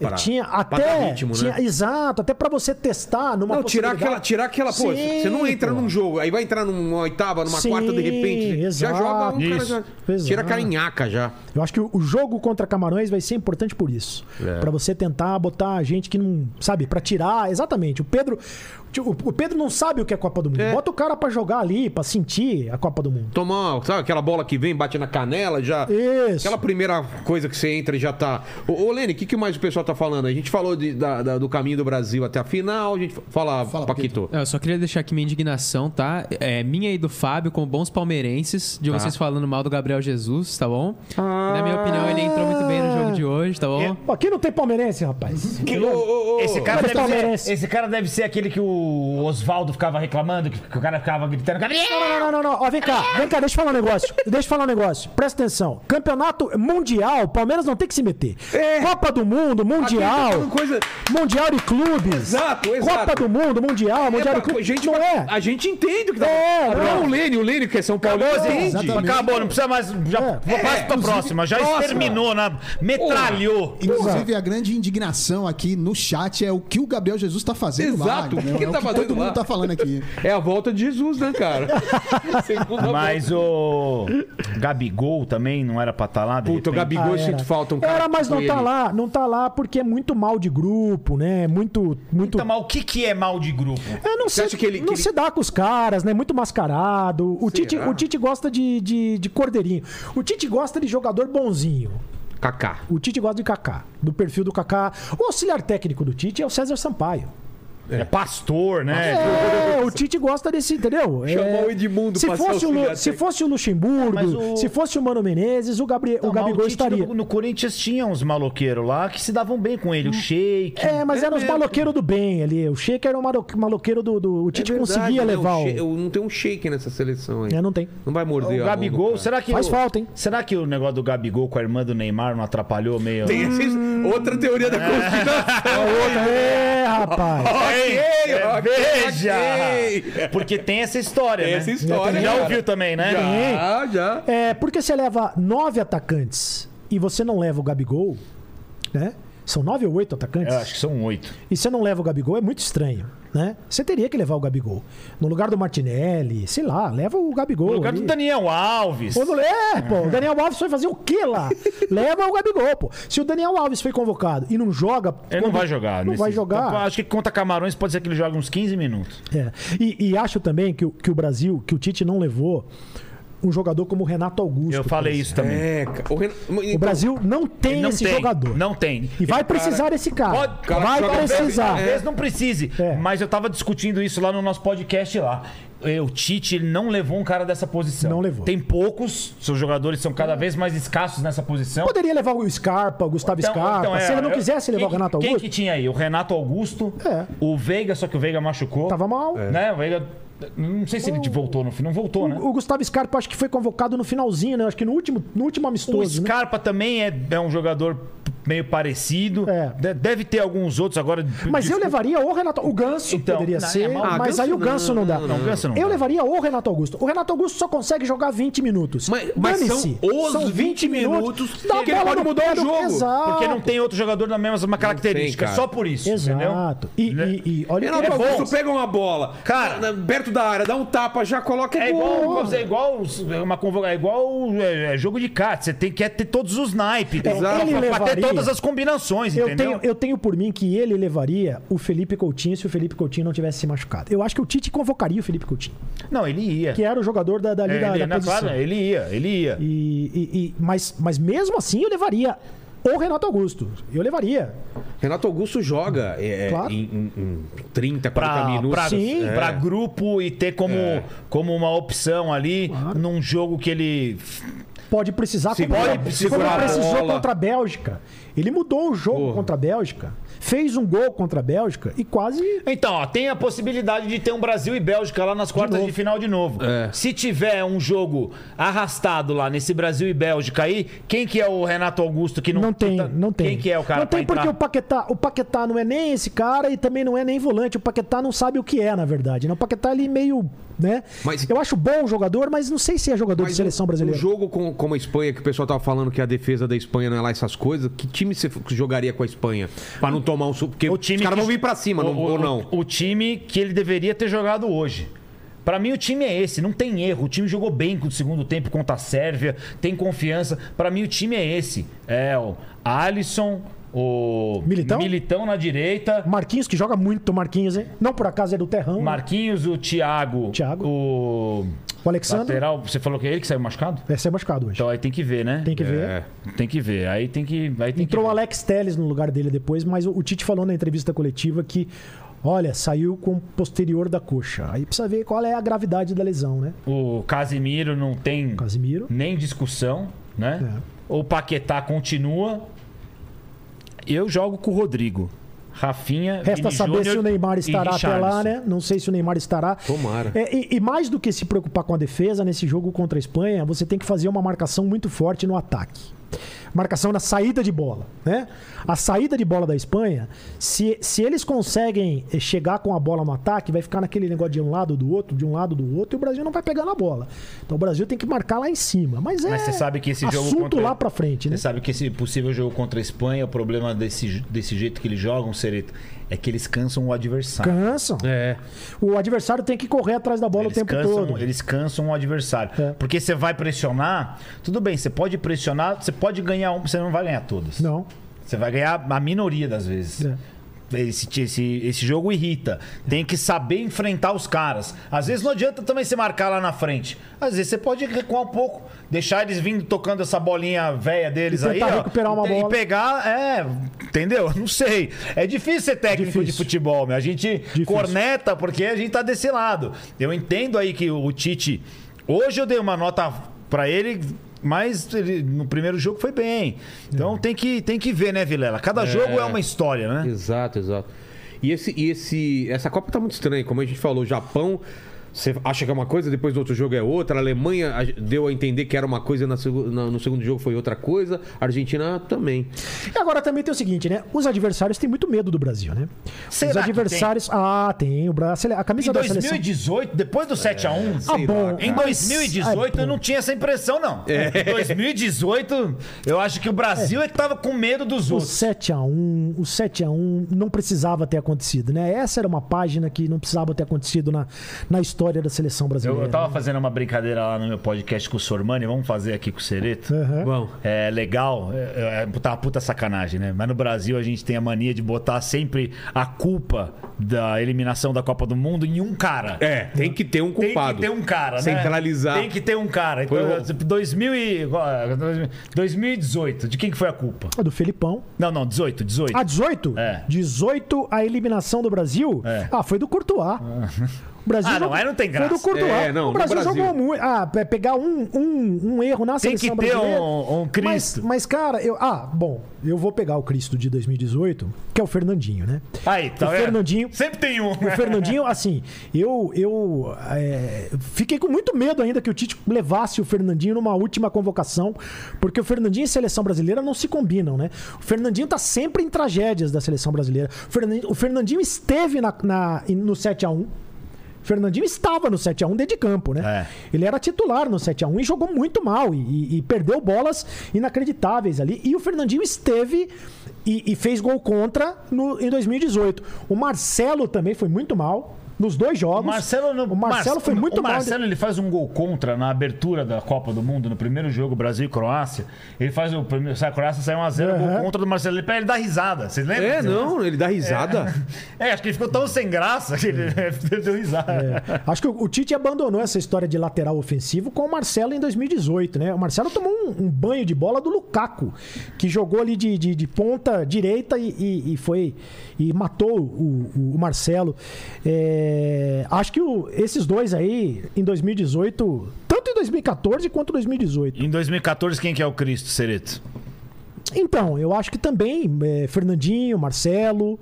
Pra- tinha pra até dar ritmo, tinha- né? exato até pra você testar numa Não, tirar possibilidade- aquela, tirar aquela, pô, Sim, você não entra pô. num jogo, aí vai entrar numa oitava, numa Sim, quarta, de repente, já exato. joga um cara, Isso, já, tira a exato. carinhaca já. Eu acho que o o jogo contra Camarões vai ser importante por isso. É. Pra você tentar botar gente que não. Sabe, pra tirar. Exatamente. O Pedro. O o Pedro não sabe o que é Copa do Mundo. Bota o cara pra jogar ali, pra sentir a Copa do Mundo. Tomar, sabe aquela bola que vem, bate na canela, já... Isso. Aquela primeira coisa que você entra e já tá... Ô, ô Lene, o que, que mais o pessoal tá falando? A gente falou de- da- da- do caminho do Brasil até a final, a gente... Fala, É. Fala, Paquito. Não, Eu só queria deixar aqui minha indignação, tá? É minha e do Fábio, com bons palmeirenses, de vocês falando mal do Gabriel Jesus, tá bom? Ah. Na minha opinião, ele entrou muito bem no jogo de hoje, tá bom? Pô, Aqui não tem palmeirense, rapaz. Ô, ô, ô, Esse cara, Mas deve Palmeiras. ser, esse cara deve ser aquele que o Oswaldo ficava reclamando, que, que o cara ficava gritando, Gabriel! Não, não, não, não, não. Ó, vem cá, vem cá, deixa eu falar um negócio. Deixa eu falar um negócio. Presta atenção. Campeonato mundial, Palmeiras não tem que se meter. É. Copa do Mundo, aqui tá mundial. falando coisa... Mundial de clubes. Exato, exato. Copa do Mundo, mundial, mundial É, de clubes. gente, não é. A gente entende o que tá É, falando. não, o Lene, o Lene, que é São Paulo, entende. exatamente. Acabou, não precisa mais. Já É. passa pra inclusive, próxima. Já próxima. exterminou, na, metralhou. Inclusive, a grande indignação aqui no chat é o que o Gabriel Jesus tá fazendo lá. Exato, o que que entendeu? É tá fazendo Todo lá? mundo tá falando aqui. É a volta de Jesus, né, cara? Segunda Mas volta. o Gabigol também não era pra estar lá. de Puta, o repente. Gabigol eu Ah, era. sinto falta um cara. Era, mas tipo não tá ele. lá, não tá lá porque é muito mal de grupo, né? Muito, muito. Puta, mas o que, que é mal de grupo? É, não Então, Você se, acha que ele- não que ele- se dá com os caras, né? Muito mascarado. O Tite, Será? o Tite gosta de, de, de cordeirinho. O Tite gosta de jogador bonzinho. Kaká. O Tite gosta de Kaká, do perfil do Kaká. O auxiliar técnico do Tite é o César Sampaio. É, pastor, né? É, o Tite gosta desse, entendeu? É, Chamar o Edmundo se pra ser fosse o, Lu- auxiliar se técnico. fosse o Luxemburgo, Mas o- se fosse o Mano Menezes, o, Gabriel, Não, o mas Gabigol Tite estaria. No, no Corinthians tinha uns maloqueiros lá que se davam bem com ele, o Sheik. É, mas É eram os mesmo. maloqueiros do bem ali. O Sheik era o maro- maloqueiro do. do- O É Tite verdade, conseguia né? O levar o. shake- eu Não tem um shake nessa seleção aí. É, não tem. Não vai morder O a mão do Gabigol, cara. será que. Faz o- falta, hein? Será que o negócio do Gabigol com a irmã do Neymar não atrapalhou meio. Tem Hum. essa- outra teoria da conspiração. É, rapaz. Ok, Ok, é, ok, veja! ok. Porque tem essa história, Tem né? essa história, Já cara. ouviu também, né? Já, já. É, porque você leva nove atacantes e você não leva o Gabigol, né? São nove ou oito atacantes. Eu acho que são oito. E você não leva o Gabigol, é muito estranho, né? Você teria que levar o Gabigol. No lugar do Martinelli, sei lá, leva o Gabigol. No lugar ali. do Daniel Alves. Ou no- É, pô, o Daniel Alves foi fazer o quê lá? Leva o Gabigol, pô. Se o Daniel Alves foi convocado e não joga. Ele não quando- vai jogar. Não nesse- vai jogar. Então, acho que contra Camarões pode ser que ele jogue uns 15 minutos. É. E, e acho também que o, que o Brasil, que o Tite não levou um jogador como o Renato Augusto. Eu por falei exemplo. isso também. É, cara. O, Renan- O Brasil não tem Não esse tem, jogador. Não tem. E vai precisar desse cara. Pode- cara vai que joga bem, precisar. é. Talvez não precise, É. mas eu tava discutindo isso lá no nosso podcast lá. Eh, O Tite ele não levou um cara dessa posição. Não levou. Tem poucos, seus jogadores são cada vez mais escassos nessa posição. Poderia levar o Scarpa, o Gustavo Scarpa. é, Se ele não eu- quisesse levar quem o Renato que- Augusto, Quem que tinha aí? O Renato Augusto, É. o Veiga, só que o Veiga machucou. tava mal. Né? O Veiga, não sei se ele voltou no fim, não voltou, né? O Gustavo Scarpa acho que foi convocado no finalzinho, né? Acho que no último, no último O amistoso, né? Scarpa também é, é um jogador meio parecido. É. De- Deve ter alguns outros agora. Mas eu desculpa. levaria o Renato. O Ganso Então, poderia não, é ser, mal- Ah, mas Ganso aí o Ganso não, dá. não, não, Ganso não eu dá. levaria o Renato Augusto. O Renato Augusto só consegue jogar 20 minutos. Mas- mas são Dane-se. os 20 minutos dá a que ele bola pode no mudar o pé do- jogo. Exato. Porque não tem outro jogador da mesma característica. cara. só por isso. Entendeu? Exato. E, e, e olha Renato que ele é Augusto bom. pega uma bola, Cara. na- na- perto da área, dá um tapa, já coloca É gol. igual, é igual uma convoca, é igual é, é jogo de cartas. Você tem que ter todos os naipes. Tem- Exato. Então, Ele Pra ter levaria. todas as combinações, Eu entendeu? tenho, eu tenho por mim que ele levaria o Felipe Coutinho se o Felipe Coutinho não tivesse se machucado. Eu acho que o Tite convocaria o Felipe Coutinho, Não, ele ia. que era o jogador da, da, ali É, da, ele, da na- posição. claro, ele ia, ele ia. E, e- e- mas, mas mesmo assim eu levaria o Renato Augusto. Eu levaria. Renato Augusto joga é, Claro. em, em- em 30, 40 Pra, minutos. pra, Sim. pra é. grupo e ter como, como uma opção ali num jogo que ele. Pode precisar Segura- como- pode como, segurar a precisou bola. contra a Bélgica. Ele mudou o jogo contra a Bélgica, fez um gol contra a Bélgica e quase Então, ó, tem a possibilidade de ter um Brasil e Bélgica lá nas quartas de, novo. É. final de novo. Se tiver um jogo arrastado lá nesse Brasil e Bélgica aí, quem que é o Renato Augusto que não não, tem, que tá- não tem. Quem que é o cara Não pra tem porque entrar? o Paquetá, o Paquetá não é nem esse cara e também não é nem volante. O Paquetá não sabe o que é, na verdade. né? O Paquetá ele meio, né? Mas- Eu acho bom o jogador, mas não sei se é jogador de Mas seleção um- brasileira. Um jogo com, como a Espanha, que o pessoal tava falando que a defesa da Espanha não é lá essas coisas, que time você f- jogaria com a Espanha? Pra não tomar um suco. Porque O time os caras que- vão vir pra cima, não, o, ou o- não? O time que ele deveria ter jogado hoje. Pra mim o time é esse, não tem erro. O time jogou bem no segundo tempo contra a Sérvia, tem confiança. Pra mim o time é esse. É o Alisson, o Militão? na direita, Marquinhos, que joga muito Marquinhos, hein? Não por acaso é do Terrão. né? Marquinhos, o Thiago, Thiago. o O Alexandre lateral, você falou que é ele que saiu machucado? vai ser machucado hoje. Então aí tem que ver, né? Tem que ver. É. Tem que ver. Aí tem que, aí tem Entrou que o ver. Alex Telles no lugar dele depois, mas o, o Tite falou na entrevista coletiva que, olha, saiu com o posterior da coxa. Aí precisa ver qual é a gravidade da lesão, né? O Casimiro não tem Casimiro. nem discussão, né? É. O Paquetá continua. Eu jogo com o Rodrigo. Rafinha, Resta Vini saber Júnior se o Neymar e estará até lá, Richarlison. né? Não sei se o Neymar estará. Tomara. É, e, e mais do que se preocupar com a defesa nesse jogo contra a Espanha, você tem que fazer uma marcação muito forte no ataque. marcação na saída de bola, né? A saída de bola da Espanha, se, se eles conseguem eh, chegar com a bola no ataque, vai ficar naquele negócio de um lado do outro, de um lado do outro, e o Brasil não vai pegar na bola. Então o Brasil tem que marcar lá em cima. Mas é Mas você sabe que esse jogo assunto contra- lá pra frente, né? Você sabe que esse possível jogo contra a Espanha, o problema desse, desse jeito que eles jogam, Sereto, é que eles cansam o adversário. Cansam. É. O adversário tem que correr atrás da bola Eles o tempo cansam, todo. eles cansam o adversário. É. Porque você vai pressionar, tudo bem, você pode pressionar, você pode ganhar um, você não vai ganhar todas. Não. Você vai ganhar a minoria das vezes. É. Esse, esse, esse jogo irrita. Tem que saber enfrentar os caras. Às vezes não adianta também você marcar lá na frente. Às vezes você pode recuar um pouco, deixar eles vindo tocando essa bolinha velha deles E aí. tentar ó, recuperar uma e, bola. E pegar, é. Entendeu? Não sei. É difícil ser técnico de Difícil. futebol, meu. A gente corneta porque a gente tá desse lado. Eu entendo aí que o Tite. Hoje eu dei uma nota pra ele. Mas ele, no primeiro jogo foi bem. Então tem, que, tem que ver, né, Vilela? Cada jogo é uma história, né? Exato, exato. E, esse, e esse, essa Copa tá muito estranha, como a gente falou, Japão. Você acha que é uma coisa, depois do outro jogo é outra. A Alemanha a- deu a entender que era uma coisa, na segu- na- no segundo jogo foi outra coisa. A Argentina também. E agora também tem o seguinte, né? Os adversários têm muito medo do Brasil, né? Será Os que adversários. Ah, tem. O Brasil, a camisa Em da seleção. 2018, depois do 7x1. Ah, sei bom. lá, cara. Em mas- 2018 ah, eu não tinha essa impressão, não. Em 2018, eu acho que o Brasil é que tava com medo dos O outros. 7x1, o 7x1 não precisava ter acontecido, né? Essa era uma página que não precisava ter acontecido na, na história da seleção Eu, brasileira. eu tava fazendo uma brincadeira lá no meu podcast com o Sormani, vamos fazer aqui com o Sereto. Aham. Bom. É legal, é, é, é, tá uma puta sacanagem, né? Mas no Brasil a gente tem a mania de botar sempre a culpa da eliminação da Copa do Mundo em um cara. É, tem que ter um Tem culpado. que ter um cara, né? Centralizar. Tem que ter um cara. Então, Foi o- 2000 e- é? 2018, de quem que foi a culpa? A Do Felipão. Não, não, 18, 18. Ah, 18? É. 18, a eliminação do Brasil? É. Ah, foi do Courtois. O Brasil Ah, não, jogou- aí não tem Foi graça. do Courtois. É, não, o no Brasil, Brasil. jogou muito. Ah, pe- pegar um, um, um erro na Tem que seleção ter brasileira. um- um Cristo. Mas, mas, cara, eu... Ah, bom, eu vou pegar o Cristo de 2018, que é o Fernandinho, né? Aí, tá o vendo? Fernandinho... Sempre tem um. O Fernandinho, assim, eu, eu é, fiquei com muito medo ainda que o Tite levasse o Fernandinho numa última convocação, porque o Fernandinho e a seleção brasileira não se combinam, né? O Fernandinho tá sempre em tragédias da seleção brasileira. O Fernandinho, o Fernandinho esteve na, na- no 7x1. Fernandinho estava no 7x1 dentro de campo, É. né? Ele era titular no 7x1 e jogou muito mal e, e- e perdeu bolas inacreditáveis ali. E o Fernandinho esteve e, e fez gol contra no- em 2018. O Marcelo também foi muito mal nos dois jogos. O Marcelo, não- o Marcelo Mar- foi muito o Marcelo, mal. ele faz um gol contra na abertura da Copa do Mundo, no primeiro jogo, Brasil e Croácia. Ele faz o primeiro. sai A Croácia sai 1x0, Aham. gol contra do Marcelo. Ele, ele dá risada. Vocês lembram? É, disso? não, ele dá risada. É, acho que ele ficou tão sem graça que ele, ele deu risada. É. Acho que o o Tite abandonou essa história de lateral ofensivo com o Marcelo em 2018, né? O Marcelo tomou um, um banho de bola do Lukaku, que jogou ali de, de- de ponta direita e, e- e foi e matou o, o- o Marcelo. É, acho que o- esses dois aí em 2018, tanto em 2014 quanto em 2018. Em 2014, quem que é o Cristo, Sereto? Então, eu acho que também é, Fernandinho, Marcelo,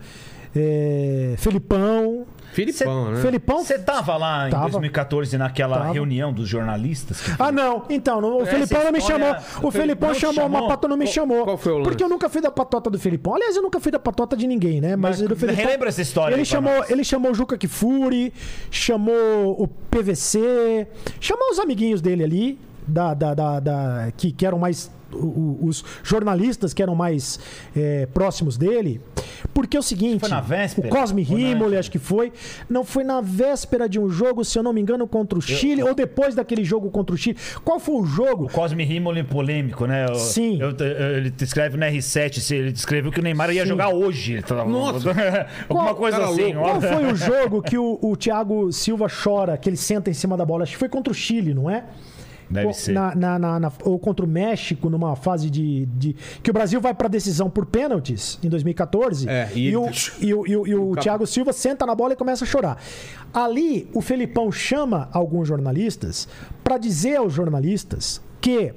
é, Felipão. Filipão, né? Felipão Você tava lá em Tava. 2014 naquela Tava. reunião dos jornalistas? que- Ah, não. Então, não- o Essa Felipão não me chamou. história- O Felipão Não te chamou, chamou? mas o Pato não me Qual- chamou. qual foi o lance? Porque eu nunca fui da patota do Felipão. Aliás, eu nunca fui da patota de ninguém, né? Mas, Mas do Felipão. relembra essa história Ele aí pra chamou, nós. ele chamou o Juca Kifuri, chamou o PVC, chamou os amiguinhos dele ali, da, da, da, da- que, que eram mais. o- o- Os jornalistas que eram mais eh, próximos dele, porque é o seguinte: Foi na véspera? o Cosme Ou na- Rimoli, acho que foi, não foi na véspera de um jogo, se eu não me engano, contra o Chile, ou depois daquele jogo contra o Chile. Qual foi o jogo? Cosme Rimoli polêmico, né? Eu- Sim. eu- eu- ele escreve no R7, se ele descreveu que o Neymar ia jogar hoje. Ele tava- Nossa. Alguma Qual- coisa cara assim. louco. ó. Qual foi o jogo que o, o Thiago Silva chora, que ele senta em cima da bola? Acho que foi contra o Chile, não é? Deve Ou- ser. na- na- na- na- ou contra o México, numa fase de, de- Que o Brasil vai pra decisão por pênaltis em 2014. É, e, e- o, e o- e o- e o Thiago Silva senta na bola e começa a chorar. Ali, o Felipão chama alguns jornalistas pra dizer aos jornalistas que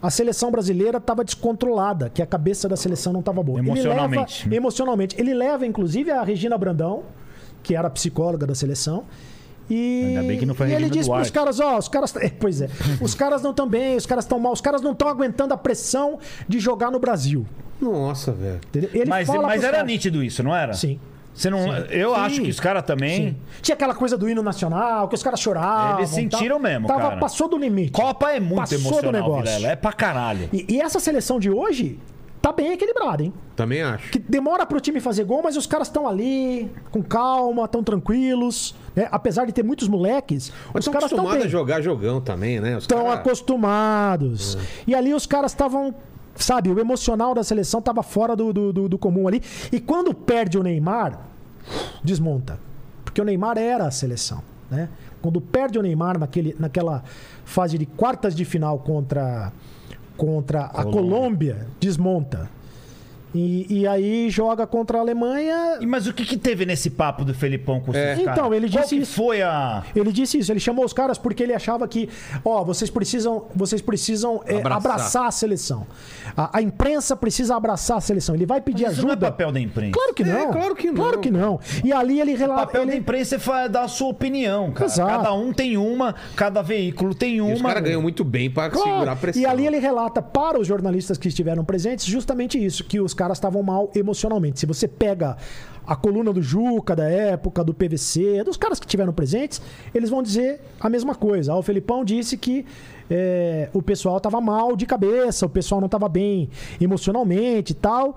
a seleção brasileira estava descontrolada, que a cabeça da seleção não estava boa. Ele leva- Emocionalmente. emocionalmente. Ele leva, inclusive, a Regina Brandão, que era a psicóloga da seleção, E, Ainda bem que não foi e ele Regina disse Duarte. pros caras, ó, os caras. é, Pois é, os caras não estão bem, os caras estão mal, os caras não estão aguentando a pressão de jogar no Brasil. Nossa, velho. Entendeu? Ele mas fala mas pros era caras. nítido isso, não era? Sim. Você não, eu acho que os caras também. Sim. Tinha aquela coisa do hino nacional, que os caras choravam. Eles sentiram tal. mesmo, Tava, cara. Passou do limite. Copa é muito Passou do emocional, negócio. Vilela. É pra caralho. E, e essa seleção de hoje tá bem equilibrada, hein? Também acho. Que demora pro time fazer gol, mas os caras estão ali, com calma, estão tranquilos. né? Apesar de ter muitos moleques, Mas os estão caras estão acostumados bem. a jogar jogão também, né? Os Estão cara- acostumados. E ali os caras estavam. Sabe, o emocional da seleção tava fora do, do, do- do comum ali. E quando perde o Neymar, desmonta. Porque o Neymar era a seleção. Né? Quando perde o Neymar naquele, naquela fase de quartas de final contra, contra a Colômbia, desmonta. E, e aí joga contra a Alemanha. E Mas o que, que teve nesse papo do Felipão com os É. caras? Então, ele Qual disse que isso. foi a. Ele disse isso, ele chamou os caras porque ele achava que, ó, vocês precisam, vocês precisam é, Abraçar. abraçar. a seleção. A, a imprensa precisa abraçar a seleção. Ele vai pedir Isso ajuda. não é papel da imprensa. Claro que não. É, claro que não. Claro que não. E ali ele O relata. papel da Ele... imprensa é fa- dar a sua opinião, cara. Exato. Cada um tem uma, cada veículo tem E uma. os caras ganham muito bem pra Claro. segurar a pressão. E ali ele relata para os jornalistas que estiveram presentes justamente isso, que os caras estavam mal emocionalmente. Se você pega a coluna do Juca da época, do PVC, dos caras que estiveram presentes, eles vão dizer a mesma coisa. Ah, O Felipão disse que é, o pessoal estava mal de cabeça, o pessoal não estava bem emocionalmente e tal.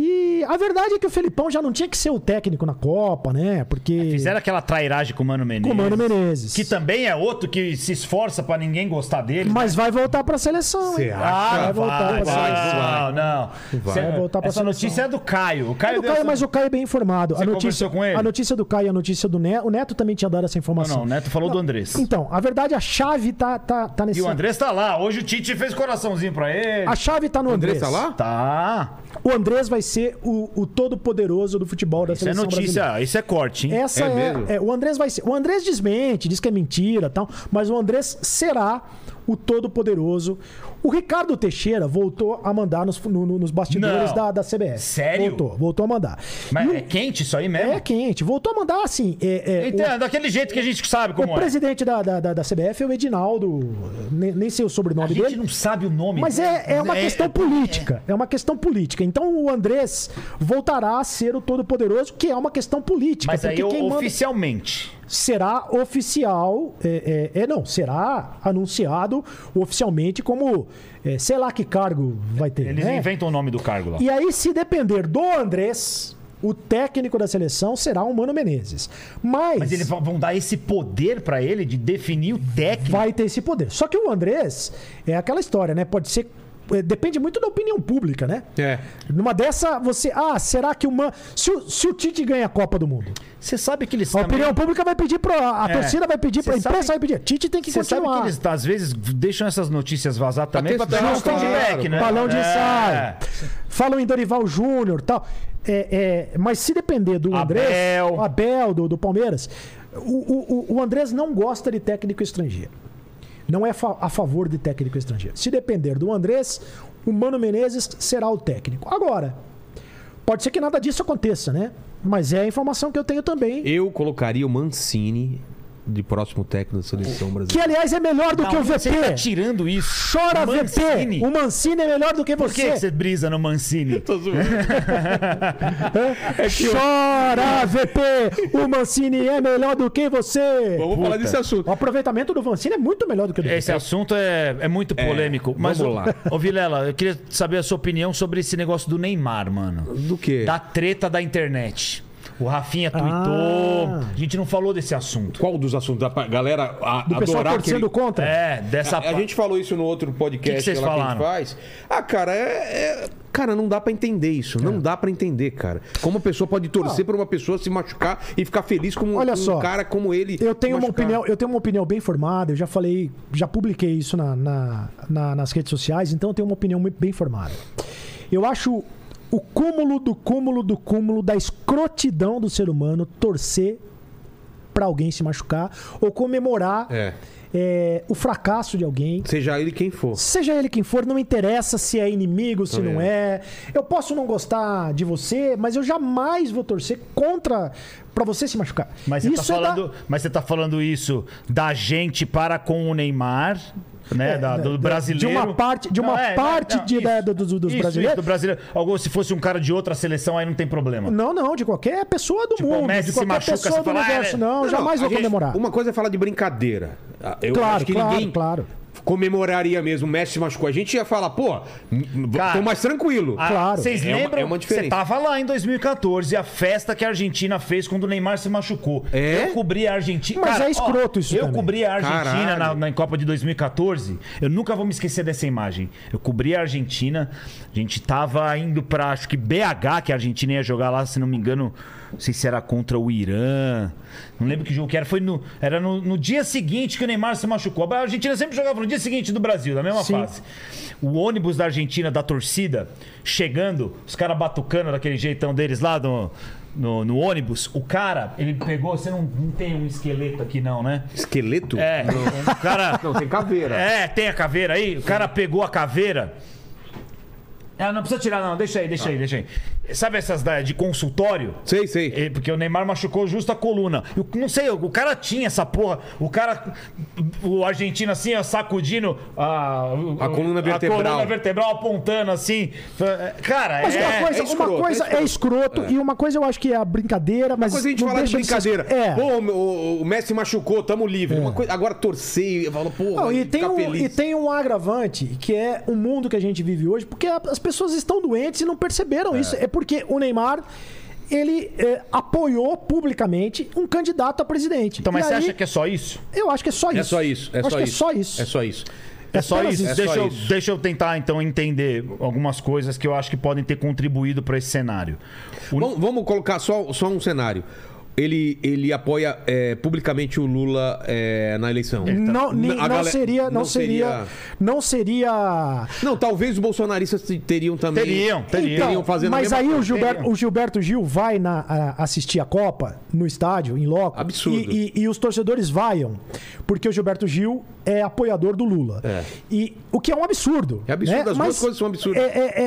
E a verdade é que o Felipão já não tinha que ser o técnico na Copa, né? Porque. É, Fizeram aquela trairagem com o Mano Menezes. com o Mano Menezes. Que também é outro que se esforça pra ninguém gostar dele. Mas vai voltar para a seleção. Você hein? acha? Ah, Vai voltar vai, pra seleção. vai, não, não. Cê- Vai voltar pra Essa seleção. notícia é do Caio. O Caio, É do deu Caio, essa- mas o Caio é bem informado. Você a notícia, conversou com ele? A notícia do Caio e a notícia do Neto. O Neto também tinha dado essa Não, informação. não, o Neto falou do Andrés. Então, a verdade, a chave tá, tá, tá nesse. E o Andrés tá lá. Hoje o Tite fez coraçãozinho pra ele. A chave tá no Andrés. Andressa lá? Tá. O Andrés vai ser o, o todo-poderoso do futebol da Isso é seleção notícia, brasileira. isso é corte, hein? Essa É é, mesmo? é, o Andrés vai ser. O Andrés desmente, diz que é mentira, e tal, mas o Andrés será o todo poderoso. O Ricardo Teixeira voltou a mandar nos, no- no- nos bastidores Não. da, da CBF. Sério? Voltou, voltou a mandar. Mas E o- é quente isso aí é mesmo? quente, voltou a mandar assim. É, é, Então, é daquele jeito que a gente sabe O como é. presidente da, da, da- da CBF é o Edinaldo, nem, nem sei o A sobrenome gente dele. não sabe o nome. Mas é, é uma questão é- política. É uma questão política. Então o Andrés voltará a ser o Todo-Poderoso, que é uma questão política. Mas aí porque quem manda oficialmente. será oficial. É, é- é, não, será anunciado oficialmente como. é, sei lá que cargo vai ter. Eles né? inventam o nome do cargo lá. E é aí, se depender do Andrés, o técnico da seleção será o Mano Menezes. Mas. Mas eles vão vão dar esse poder pra ele de definir o técnico. vai ter esse poder. Só que o Andrés é aquela história, né? Pode ser. eh, Depende muito da opinião pública, né? É. Numa dessa, você. Ah, será que o Man. Se o, se o Tite ganha a Copa do Mundo, Você sabe que eles a também- opinião pública vai um pedir pra. A É. torcida vai pedir pra. A Cê imprensa sabe- vai pedir. Tite tem que Você sabe que continuar. eles às vezes deixam essas notícias vazar também pra testar, pegar um claro, feedback, né? Balão de É. ensaio. Falam em Dorival Júnior e tal. É, é, mas se depender do Andrés. Abel. Abel, do, do Palmeiras. O, o, o- o Andrés não gosta de técnico estrangeiro. Não é fa- a favor de técnico estrangeiro. Se depender do Andrés, o Mano Menezes será o técnico. Agora, pode ser que nada disso aconteça, né? Mas é a informação que eu tenho também. Eu colocaria o Mancini de próximo técnico da seleção Que, brasileira. aliás, é melhor do Da que o onde Você tá VP. tirando isso. Chora, Mancini? VP. O Mancini é melhor do que Por que você. que você brisa no Mancini? Chora, VP! O Mancini é melhor do que você! Vamos falar desse assunto. O aproveitamento do Mancini é muito melhor do que o do Esse VP. assunto é, é muito polêmico. mas, vamos ô- lá. Ô, Vilela, eu queria saber a sua opinião sobre esse negócio do Neymar, mano. Do quê? Da treta da internet. O Rafinha tweetou. Ah. A gente não falou desse assunto. Qual dos assuntos da galera a, Do pessoal é adorar torcendo aquele... contra. É, dessa A, a parte. gente falou isso no outro Que que podcast vocês lá a gente falaram? faz. Ah, cara, é, é- Cara, não dá pra entender isso. É. Não dá pra entender, cara. Como a pessoa pode torcer pra uma pessoa se machucar e ficar feliz com um- Olha um só, cara como ele. Eu tenho, uma machucar. opinião, eu tenho uma opinião bem formada, eu já falei, já publiquei isso na- na- na- nas redes sociais, então eu tenho uma opinião muito bem formada. Eu acho o cúmulo do cúmulo do cúmulo da escrotidão do ser humano torcer para alguém se machucar ou comemorar É. é, o fracasso de alguém. Seja ele quem for. Seja ele quem for, não interessa se é inimigo, se não é. Eu posso não gostar de você, mas eu jamais vou torcer contra pra você se machucar. Mas você, Isso tá é da- falando, mas você tá falando isso da gente para com o Neymar, né? da- do brasileiro. É, é, de uma parte- de uma parte de- da- do- do- dos isso, brasileiros. Isso, do brasileiro. Ou se fosse um cara de outra seleção, aí não tem problema. Não, não, de qualquer pessoa do o mundo, Messi de se qualquer machuca, pessoa você do fala, ah, universo. é- Não, Não, não, jamais a vou gente- comemorar. Uma coisa é falar de brincadeira. Ah, Eu Claro, acho que claro, ninguém claro. comemoraria mesmo. O Messi se machucou. A gente ia falar, pô, m- Cara, tô mais tranquilo. Ah, Claro. Vocês É uma- lembram? é uma diferença. Você tava lá em 2014, a festa que a Argentina fez quando o Neymar se machucou. É? Eu cobri a Argentina. Mas Cara, é escroto isso Eu também. cobri a Argentina Caralho. na, na Copa de 2014. Eu nunca vou me esquecer dessa imagem. Eu cobri a Argentina. A gente tava indo pra, acho que BH, que a Argentina ia jogar lá, se não me engano. Não sei se era contra o Irã. Não lembro que jogo que era. Foi no, era no, no dia seguinte que o Neymar se machucou. A Argentina sempre jogava no dia seguinte do Brasil, na mesma fase. O ônibus da Argentina, da torcida, chegando, os caras batucando daquele jeitão deles lá no, no, no ônibus. O cara, ele pegou. Você não, não tem um esqueleto aqui, não, né? Esqueleto? É, o cara. Não, tá. tem caveira. É, tem a caveira aí. O cara pegou a caveira. Ah, não precisa tirar, não. Deixa aí, deixa aí, deixa aí. Sabe essas da- de consultório? Sei, sei. É, Porque o Neymar machucou justo a coluna. Eu não sei, o cara tinha essa porra. O cara. O argentino assim, ó, sacudindo a. o- A coluna A vertebral. coluna vertebral apontando assim. Cara, Mas é. uma coisa, é escroto, uma coisa é escroto, e uma coisa eu acho que é a brincadeira, mas. Uma coisa a gente não falar de deixa ser- brincadeira. É. Pô, o, o- o Messi machucou, tamo livre. Uma coisa, agora torcer, eu falo, porra, Não, e, tem ficar um, feliz. e tem um agravante, que é o mundo que a gente vive hoje, porque a- as pessoas estão doentes e não perceberam isso. É porque o Neymar, ele é, apoiou publicamente um candidato a presidente. Então, mas E você aí, acha que é só isso? Eu acho que é só isso. É só isso. É acho só que isso. é só isso. É só isso. É só apenas isso. isso. É Deixa, só eu, isso. deixa eu tentar, então, entender algumas coisas que eu acho que podem ter contribuído para esse cenário. O- Vamos, vamos colocar só, só um cenário. Ele, ele apoia é, publicamente o Lula é, na eleição. tá- Não, nem- A não galera- seria, não, seria, não seria. Não, talvez os bolsonaristas te- teriam também. Teriam, teriam. teriam fazendo Então, mas a mesma aí coisa. o Gilberto, o Gilberto Gil vai na- a- assistir a Copa no estádio, em loco. Absurdo. E, e- e os torcedores vaiam, porque o Gilberto Gil é apoiador do Lula. É. E o que é um absurdo. É absurdo, né? as duas coisas são absurdas. É,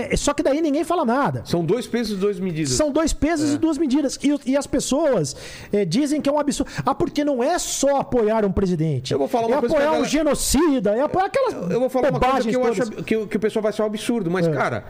é- é- só que daí ninguém fala nada. São dois pesos e duas medidas. São dois É. pesos e duas medidas. E, o- e as pessoas é, dizem que é um absurdo. Ah, porque não é só apoiar um presidente. Eu vou falar uma é coisa apoiar que a um galera- genocida, é apoiar aquelas. Eu vou falar uma coisa que eu bobagens acho todas. É. ab- que, o- que o pessoal vai ser um absurdo, mas, cara,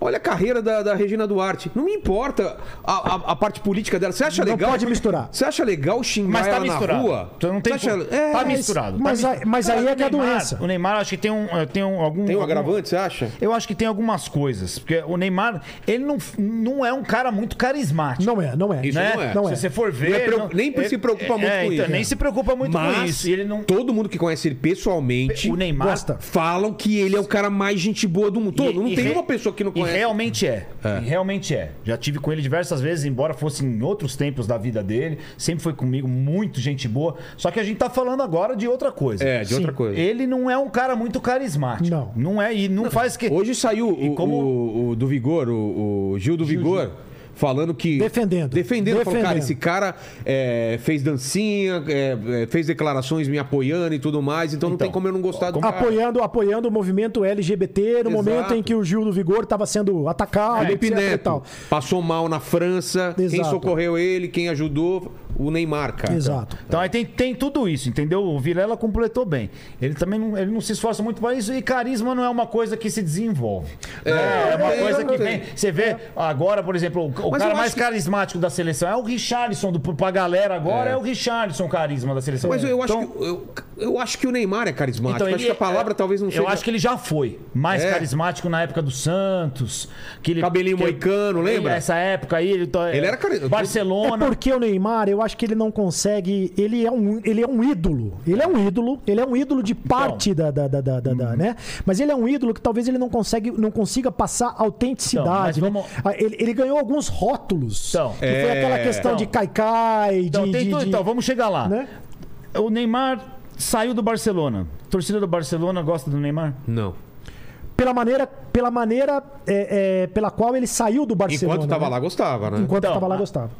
olha a carreira da, da Regina Duarte. Não me importa a, a- a parte política dela. Você acha Não legal? pode misturar. Você acha legal xingar Mas tá é ela na misturado. rua? Então não tem Você acha- como. É, tá mas- misturado. mas tá aí- mas aí é que é a O Neymar- doença. O Neymar acho que tem um eh, tem um, algum Tem um algum- agravante, você acha? Eu acho que tem algumas coisas, porque o Neymar, ele não, não é um cara muito carismático. Não é, não é. Isso né? não é. Não é. Se você for ver. Não é preo- não- nem é- se preocupa é, muito é, com então, isso. Nem se preocupa muito com Mas isso. E ele não. todo mundo que conhece ele pessoalmente O Neymar. Gosta. falam que ele é o cara mais gente boa do mundo. Todo, E- não e tem re- uma pessoa que não E conhece. realmente é. E realmente é. Já tive com ele diversas vezes, embora fosse em outros tempos da vida dele. Sempre foi comigo, muito gente boa. Só que a gente tá falando agora de outra coisa. É, de outra coisa. Ele não é um cara muito carismático. Não. Não é, e não, faz que. Hoje saiu E o, como- o- o do Vigor, o, o Gil do Vigor. Falando que. Defendendo. Defendendo. Falou, cara, Defendendo. esse cara é, fez dancinha, é, é, fez declarações me apoiando e tudo mais, então, não tem como eu não gostar do cara. apoiando, apoiando o movimento LGBT no Exato. momento em que o Gil do Vigor estava sendo É, atacado, Felipe etc e Neto tal. passou mal na França. Quem Exato. socorreu ele, quem ajudou, o Neymar, cara. Exato. Então aí tem, tem tudo isso, entendeu? O Vilela completou bem. Ele também não, ele não se esforça muito pra isso e carisma não é uma coisa que se desenvolve. É, é uma tem, coisa que tem. vem. Você vê agora, por exemplo, o, É. o Mas eu cara acho mais que- carismático da seleção é o Richarlison. Do, pra galera agora é, o Richarlison carisma da seleção. Mas eu acho, Então- que, eu, eu acho que o Neymar é carismático. então acho ele- que a palavra é, talvez não seja. Eu acho que ele já foi mais É. carismático na época do Santos. Que ele, Cabelinho que- moicano, lembra? Essa época aí. Ele, tá- Ele era cari- Barcelona. É porque o Neymar, eu acho que ele não consegue. Ele é um, ele é um ídolo. Ele é um ídolo. Ele é um ídolo de Então. parte da, da, da, da, da- da, Uhum. né? Mas ele é um ídolo que talvez ele não consegue, não consiga passar autenticidade. Então, né? mas Ah, ele, ele ganhou alguns rótulos. Então, que foi aquela questão então. de caicai, de. Então, tem de- tudo, de- então, vamos chegar lá. né? O Neymar saiu do Barcelona. A torcida do Barcelona gosta do Neymar? Não. Pela maneira, pela maneira é, é, pela qual ele saiu do Barcelona. Enquanto tava né? lá, gostava, né? Enquanto Então, estava lá, a- gostava.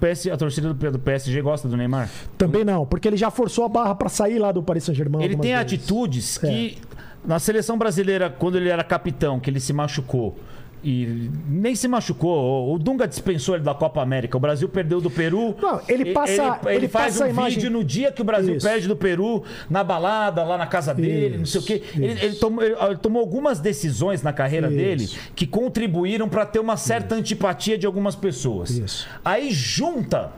PS, a torcida do, do PSG gosta do Neymar. Também não, porque ele já forçou a barra pra sair lá do Paris Saint-Germain. Ele algumas tem vezes. É. atitudes que na seleção brasileira, quando ele era capitão, que ele se machucou. E nem se machucou. O- O Dunga dispensou ele da Copa América. O Brasil perdeu do Peru. Não, ele E- passa- Ele, ele faz passa um a imagem- vídeo no dia que o Brasil Isso. perde do Peru, na balada, lá na casa dele, não sei o quê. Ele, ele tomou, ele- ele tomou algumas decisões na carreira Isso. dele que contribuíram para ter uma certa antipatia de algumas pessoas. Isso. Aí junta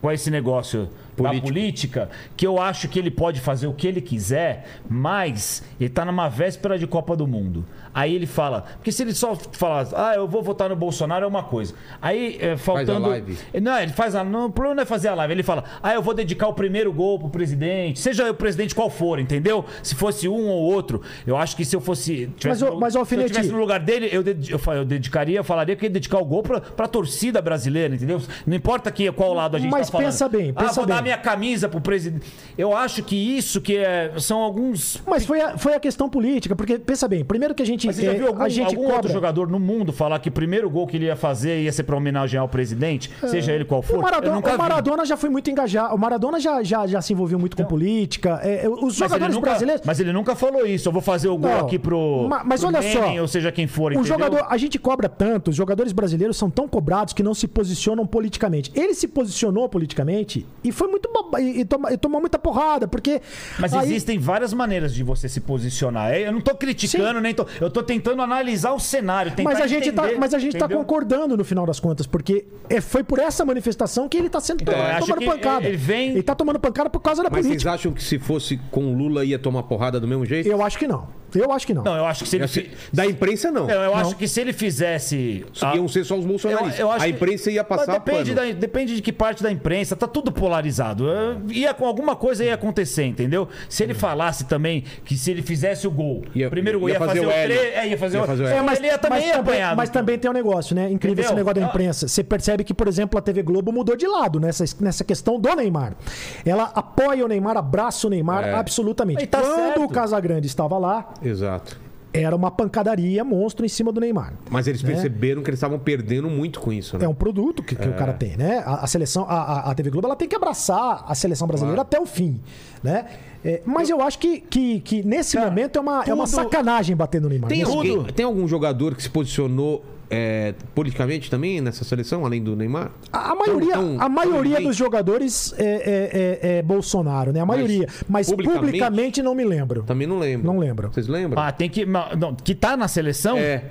com esse negócio da política, que eu acho que ele pode fazer o que ele quiser, mas ele tá numa véspera de Copa do Mundo. Aí ele fala, porque se ele só falar, ah, eu vou votar no Bolsonaro é uma coisa. Aí é, faltando live. Não, ele faz a não, o problema não é fazer a live, ele fala: "Ah, eu vou dedicar o primeiro gol pro presidente, seja o presidente qual for, entendeu? Se fosse um ou outro, eu acho que se eu fosse Mas, tivesse ô- no- mas, ô, se eu Alfinete, tivesse no lugar dele, eu, ded- eu fa- eu dedicaria, eu falaria que ia dedicar o gol pra, pra torcida brasileira, entendeu? Não importa que, qual lado a gente Mas tá falando. pensa bem, Ah, pensa vou dar bem. minha camisa pro presidente. Eu acho que isso que é- são alguns... Mas foi a, foi a questão política, porque, pensa bem, primeiro que a gente. Mas você já eh, viu algum, a gente algum outro cobra. jogador no mundo falar que o primeiro gol que ele ia fazer ia ser pra homenagear o presidente, seja ele qual for? É. O eu Maradona, nunca o Maradona já foi muito engajado. O Maradona já, já, já se envolveu muito com política. É, é, os vi. Então. Mas ele, jogadores nunca, brasileiros. mas ele nunca falou isso. Eu vou fazer o gol Não, aqui pro. ma- mas pro olha Menem, só, Ou seja quem for. O entendeu? jogador, a gente cobra tanto, os jogadores brasileiros são tão cobrados que não se posicionam politicamente. Ele se posicionou politicamente e foi muito boba- e, e toma- e tomou muita porrada, porque Mas aí- existem várias maneiras de você se posicionar. Eu não tô criticando, nem tô. Eu tô tentando analisar o cenário. Tentar mas a gente tá, entender, mas a gente tá entendeu? concordando no final das contas, porque é, foi por essa manifestação que ele tá sendo eu tomando, É, acho tomando que pancada. ele vem- tá tomando pancada por causa da Mas vocês política. acham que se fosse com o Lula ia tomar porrada do mesmo jeito? Eu acho que não. Eu acho que não. Não, eu acho que se ele. Assim, fi- Da imprensa, não. é Não, eu acho que se ele fizesse. a- Iam ser só os um bolsonaristas. Eu- eu acho a que- imprensa ia passar depende, pano. da- depende de que parte da imprensa, tá tudo polarizado. Eu- ia com alguma coisa ia acontecer, entendeu? Se ele falasse também que se ele fizesse o gol, Ia- o primeiro gol ia, fazer, o L. tre- é, ia fazer Ia o fazer o L. É, mas ele ia também mas, ia apanhar. mas também tem um negócio, né? Incrível Entendeu? esse negócio da Ah. imprensa. Você percebe que, por exemplo, a TV Globo mudou de lado nessa, nessa questão do Neymar. Ela apoia o Neymar, abraça o Neymar É. absolutamente. E tá Quando certo. o Casagrande estava lá, Exato. era uma pancadaria monstro em cima do Neymar. Mas eles perceberam que eles estavam perdendo muito com isso, né? É um produto que, que o cara tem, né? A, a seleção, a, a- a TV Globo, ela tem que abraçar a seleção brasileira até o fim, né? É, mas eu, acho que, que, que nesse momento é uma, é uma tudo- sacanagem bater no Neymar. Tem, Nesse- alguém- Tudo. tem algum jogador que se posicionou é, politicamente também nessa seleção, além do Neymar? A, a maioria, Tão- tão- a maioria tão dos jogadores é, é- é- é Bolsonaro, né? A maioria. Mas, publicamente- publicamente, não me lembro. Também não lembro. Não lembro. Vocês lembram? Ah, tem que. não, não, que tá na seleção, É.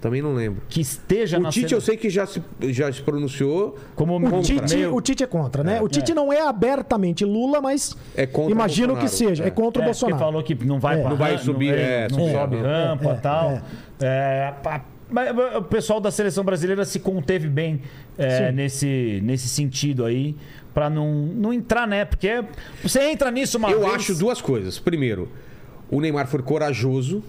Também não lembro. que esteja O na Tite eu seleção. sei que já se, já se pronunciou. Como O contra. Tite, Meio- o Tite é contra, né? o Tite não é abertamente Lula, mas É contra o imagino que Bolsonaro, seja. é. É É, contra o Bolsonaro. Porque falou que não vai, pra Não vai ram- subir, é, não não sobe, sobe rampa e é, tal. é. É, pá, mas mas o pessoal da seleção brasileira se conteve bem é, nesse, nesse sentido aí, pra não, não entrar, né? Porque é- você entra nisso uma Eu vez- acho duas coisas. Primeiro, o Neymar foi corajoso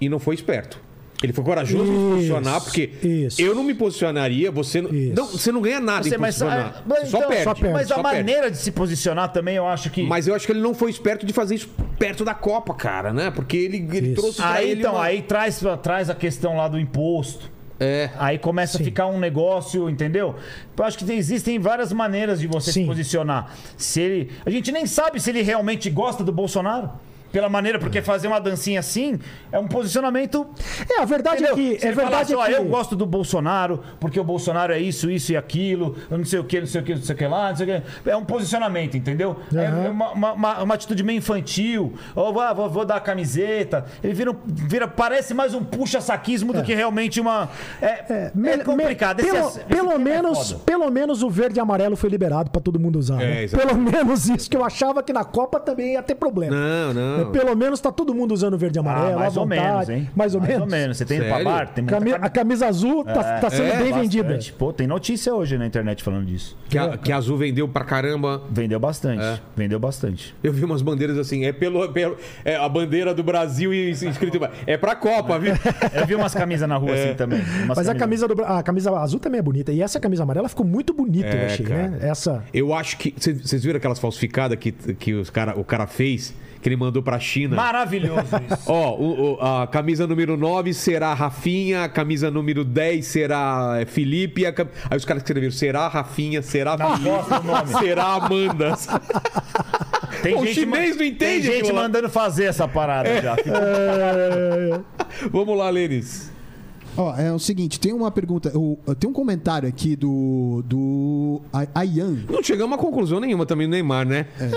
e não foi esperto. Ele foi corajoso em se Isso, posicionar, porque isso. eu não me posicionaria, você não, Isso. não- você não ganha nada Você, em mas, posicionar. ah, mas Você só, então, perde, só perde, Mas Mas a maneira de se posicionar também, eu acho que. Mas eu acho que ele não foi esperto de fazer isso perto da Copa, cara, né? Porque ele, ele Isso. trouxe pra aí, ele então, uma- aí traz, traz a questão lá do imposto. É. Aí começa a ficar um negócio, entendeu? Eu acho que tem- existem várias maneiras de você se Sim. posicionar. Se ele, a gente nem sabe se ele realmente gosta do Bolsonaro. Pela maneira, porque fazer uma dancinha assim é um posicionamento. É, a verdade Entendeu? é que. Se É ele falar verdade assim, ó, é que... eu gosto do Bolsonaro, porque o Bolsonaro é isso, isso e aquilo, eu não sei o que, não sei o que, não sei o que lá, não sei o que. É um posicionamento, entendeu? É Aham. uma, uma- uma- uma atitude meio infantil. Ou ah, vou, vou dar a camiseta. Ele vira, um- vira- parece mais um puxa-saquismo do que realmente uma. É, é, Me- me- complicado. Esse Pelo, é- esse pelo tema é menos, foda. pelo menos o verde e amarelo foi liberado pra todo mundo usar. É, né? exato. pelo menos isso, que eu achava que na Copa também ia ter problema. Não, não. Pelo menos tá todo mundo usando verde e amarelo. Ah, mais é, à ou vontade. menos, hein? Mais ou menos. Você tem ido pra Sério? bar, tem muita Cami- camisa- a camisa azul tá, tá sendo é, bem Bastante. vendida. Pô, tem notícia hoje na internet falando disso. Que a, que a Azul vendeu pra caramba. Vendeu bastante. Vendeu bastante. Eu vi umas bandeiras assim, é pelo, pelo- é a bandeira do Brasil e escrito é pra Copa, viu? Eu vi umas camisas na É. rua assim também. umas Mas a camisas- camisa, do, Bra- a camisa azul também é bonita. E essa camisa amarela ficou muito bonita, É, eu achei, cara. né? Essa. Eu acho que vocês viram aquelas falsificadas que que os cara, o cara fez que ele mandou pra China. Maravilhoso isso. Ó, o- o- a camisa número 9 será Rafinha, a camisa número 10 será é, Felipe. a cam- Aí os caras escreveram: será Rafinha, será gosto do nome. Felipe, será Amanda. Tem O ma- chinês não entende É. Tem gente aquilo lá. mandando fazer essa parada já. Vamos lá, Lênis. Ó, é o seguinte, tem uma pergunta, o- tem um comentário aqui do do A- Ayan. Não chegamos a conclusão nenhuma também do Neymar, né? Não,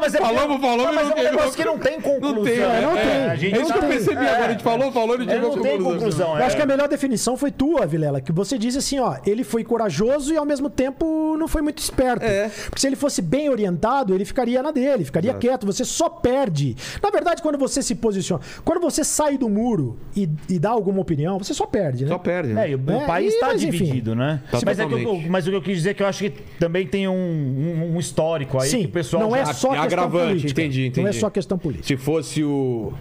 mas é Falamos, falamos, não, mas não é um tem- negócio que não tem conclusão. Não tem, é, não é, tem, A gente É isso tá- que eu percebi é, agora. A gente falou, falou, ele é, chegou Não tem conclusão. Eu acho que é. a melhor definição foi tua, Vilela, que você disse assim, ó, ele foi corajoso e ao mesmo tempo não foi muito esperto. Porque se ele fosse bem orientado, ele ficaria na dele, ficaria quieto, você só perde. Na verdade, quando você se posiciona, quando você sai do muro e, e dá alguma opinião, você só perde, né? Só perde, né? É, e o É, país e- está mas enfim. dividido, né? Tá mas, é que eu- totalmente. mas o que eu quis dizer é que eu acho que também tem um, um- um histórico aí que Sim, o pessoal não é já- só é questão agravante, política. entendi, Não é entendi. só questão política. Se fosse o.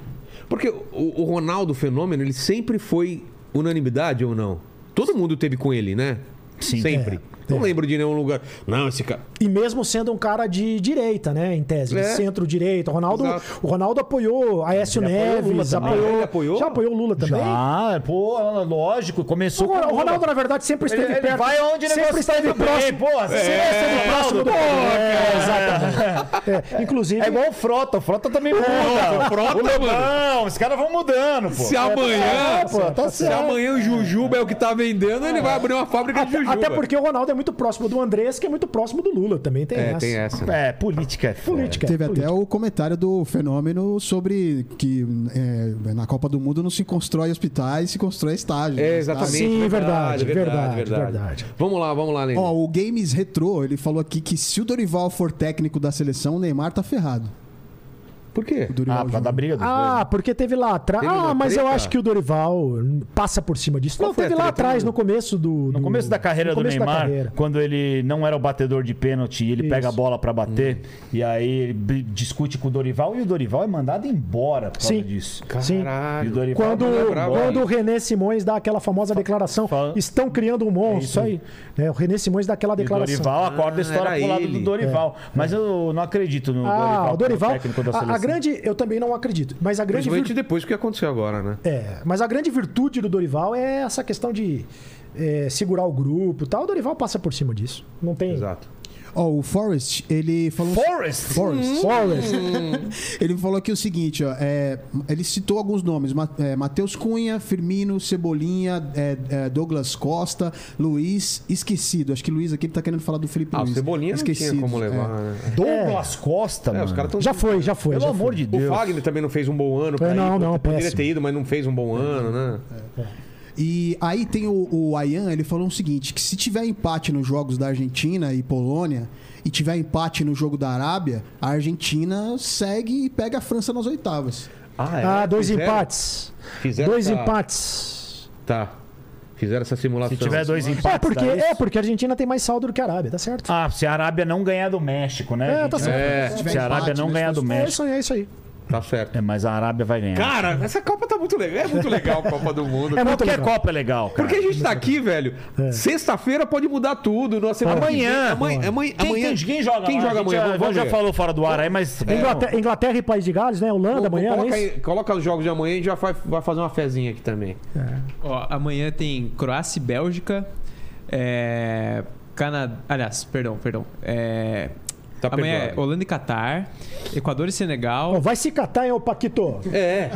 Porque o, o Ronaldo Fenômeno, ele sempre foi unanimidade ou não? Todo mundo teve com ele, né? Sim. Sempre. É, Não é. lembro de nenhum lugar. Não, esse cara. E mesmo sendo um cara de direita, né? Em tese, É. de centro-direita. O Ronaldo, Exato. o Ronaldo apoiou Aécio Ele apoiou o Lula Neves, também. Ah, apoiou, ele apoiou? Já apoiou o Lula assim também? Já, pô, lógico, começou Agora, com o Lula. Ronaldo, na verdade, sempre esteve Ele, ele perto. vai onde o negócio sempre esteve tá indo próximo. bem, pô. Sempre É, esteve próximo do É, exatamente. É, Inclusive, É igual o Frota, o Frota também muda. É, o Frota, o Lobão, mano. os caras vão mudando, pô. Se amanhã. é, pô, tá se certo. amanhã o Jujuba é o que tá vendendo, ele vai abrir uma fábrica de Jujuba. até porque o Ronaldo é muito próximo do Andrés, que é muito próximo do Lula também. Tem É, essa. tem essa. né? É, política. é foda. Política. Teve política. até o comentário do fenômeno sobre que é, na Copa do Mundo não se constrói hospitais, se constrói estágio. É, né? exatamente. Sim, verdade, verdade, verdade. Vamos lá, vamos lá, Lênis. Ó, o Games Retro, ele falou aqui que se o Dorival for técnico da seleção, o Neymar tá ferrado. Ah, Por quê? O Dorival Ah, por causa Júnior. da briga dos Ah, porque teve lá atrás. Teve uma Ah, mas eu treta? acho que o Dorival passa por cima disso. Qual não, foi a teve lá treta? atrás, no começo do. No começo da carreira do Neymar, quando ele não era o batedor de pênalti e ele pega a bola pra bater, Hum. e aí ele b- discute com o Dorival e o Dorival é mandado embora por causa Sim. disso. Sim. Caralho. E o Dorival Quando, é brabo. quando o René Simões dá aquela famosa declaração, fa- estão criando um monstro. aí. É, o René Simões dá aquela E o declaração. Dorival acorda a história Ah, era pro lado ele. É. do Dorival. Mas eu não acredito no Ah, Dorival, o como Dorival. técnico da a- seleção. a, grande, eu também não acredito, mas a grande Principalmente virtude, depois do que aconteceu agora, né? é, mas a grande virtude do Dorival é essa questão de é, segurar o grupo, e tal. O Dorival passa por cima disso. Não tem. Exato. Ó, o Forrest, ele falou. Forrest! É. Forrest. Uhum. Forrest. Ele falou aqui o seguinte, ó, é, ele citou alguns nomes: Ma- é, Matheus Cunha, Firmino, Cebolinha, é, é, Douglas Costa, Luiz, esquecido. Acho que Luiz aqui ele tá querendo falar do Felipe Ah, o Luiz. Cebolinha não tinha Esquecido, como levar, é. né? Douglas Costa, É, mano. os caras estão Já foi, já foi. Pelo já amor foi. de O Deus. Fagner também não fez um bom ano pra É, não, ir. não, Poderia péssimo. ter ido, mas não fez um bom ano, né? E aí tem o, o Ayan, ele falou o seguinte: que se tiver empate nos jogos da Argentina e Polônia, e tiver empate no jogo da Arábia, a Argentina segue e pega a França nas oitavas. é? Ah, dois Fizeram- empates. Fizeram dois essa- empates. Tá. Fizeram essa simulação. Se tiver dois empates. É porque, dá isso? é porque a Argentina tem mais saldo do que a Arábia, tá certo? Ah, se a Arábia não ganhar do México, né? É, tá gente? certo. É, Se Se tiver a Arábia empate, não né, ganhar do É México. isso aí, é isso aí. tá certo. É, mas a Arábia vai ganhar. Cara, essa Copa tá muito legal. É muito legal a Copa do Mundo. É muito É. Qualquer legal. Copa é legal, cara. Porque a gente tá aqui, velho. Sexta-feira pode mudar tudo. Nossa, Amanhã. Amanhã. Amanhã. Quem, amanhã- quem, quem joga Quem lá? joga A gente amanhã? Já, Vamos, vamos já ver. É. falou fora do ar aí, mas... Então, Inglate- Inglaterra, e País de Gales, né? Holanda Vamos- amanhã, coloca, né? aí- coloca os jogos de amanhã e a gente já vai, vai fazer uma fezinha aqui também. Ó, amanhã tem Croácia e Bélgica. É... Canadá. Aliás, perdão, perdão. É... Tá amanhã é perdoado. Oh. Holanda e Catar. Equador e Senegal. Ó, vai se catar, hein, ô Paquito? É.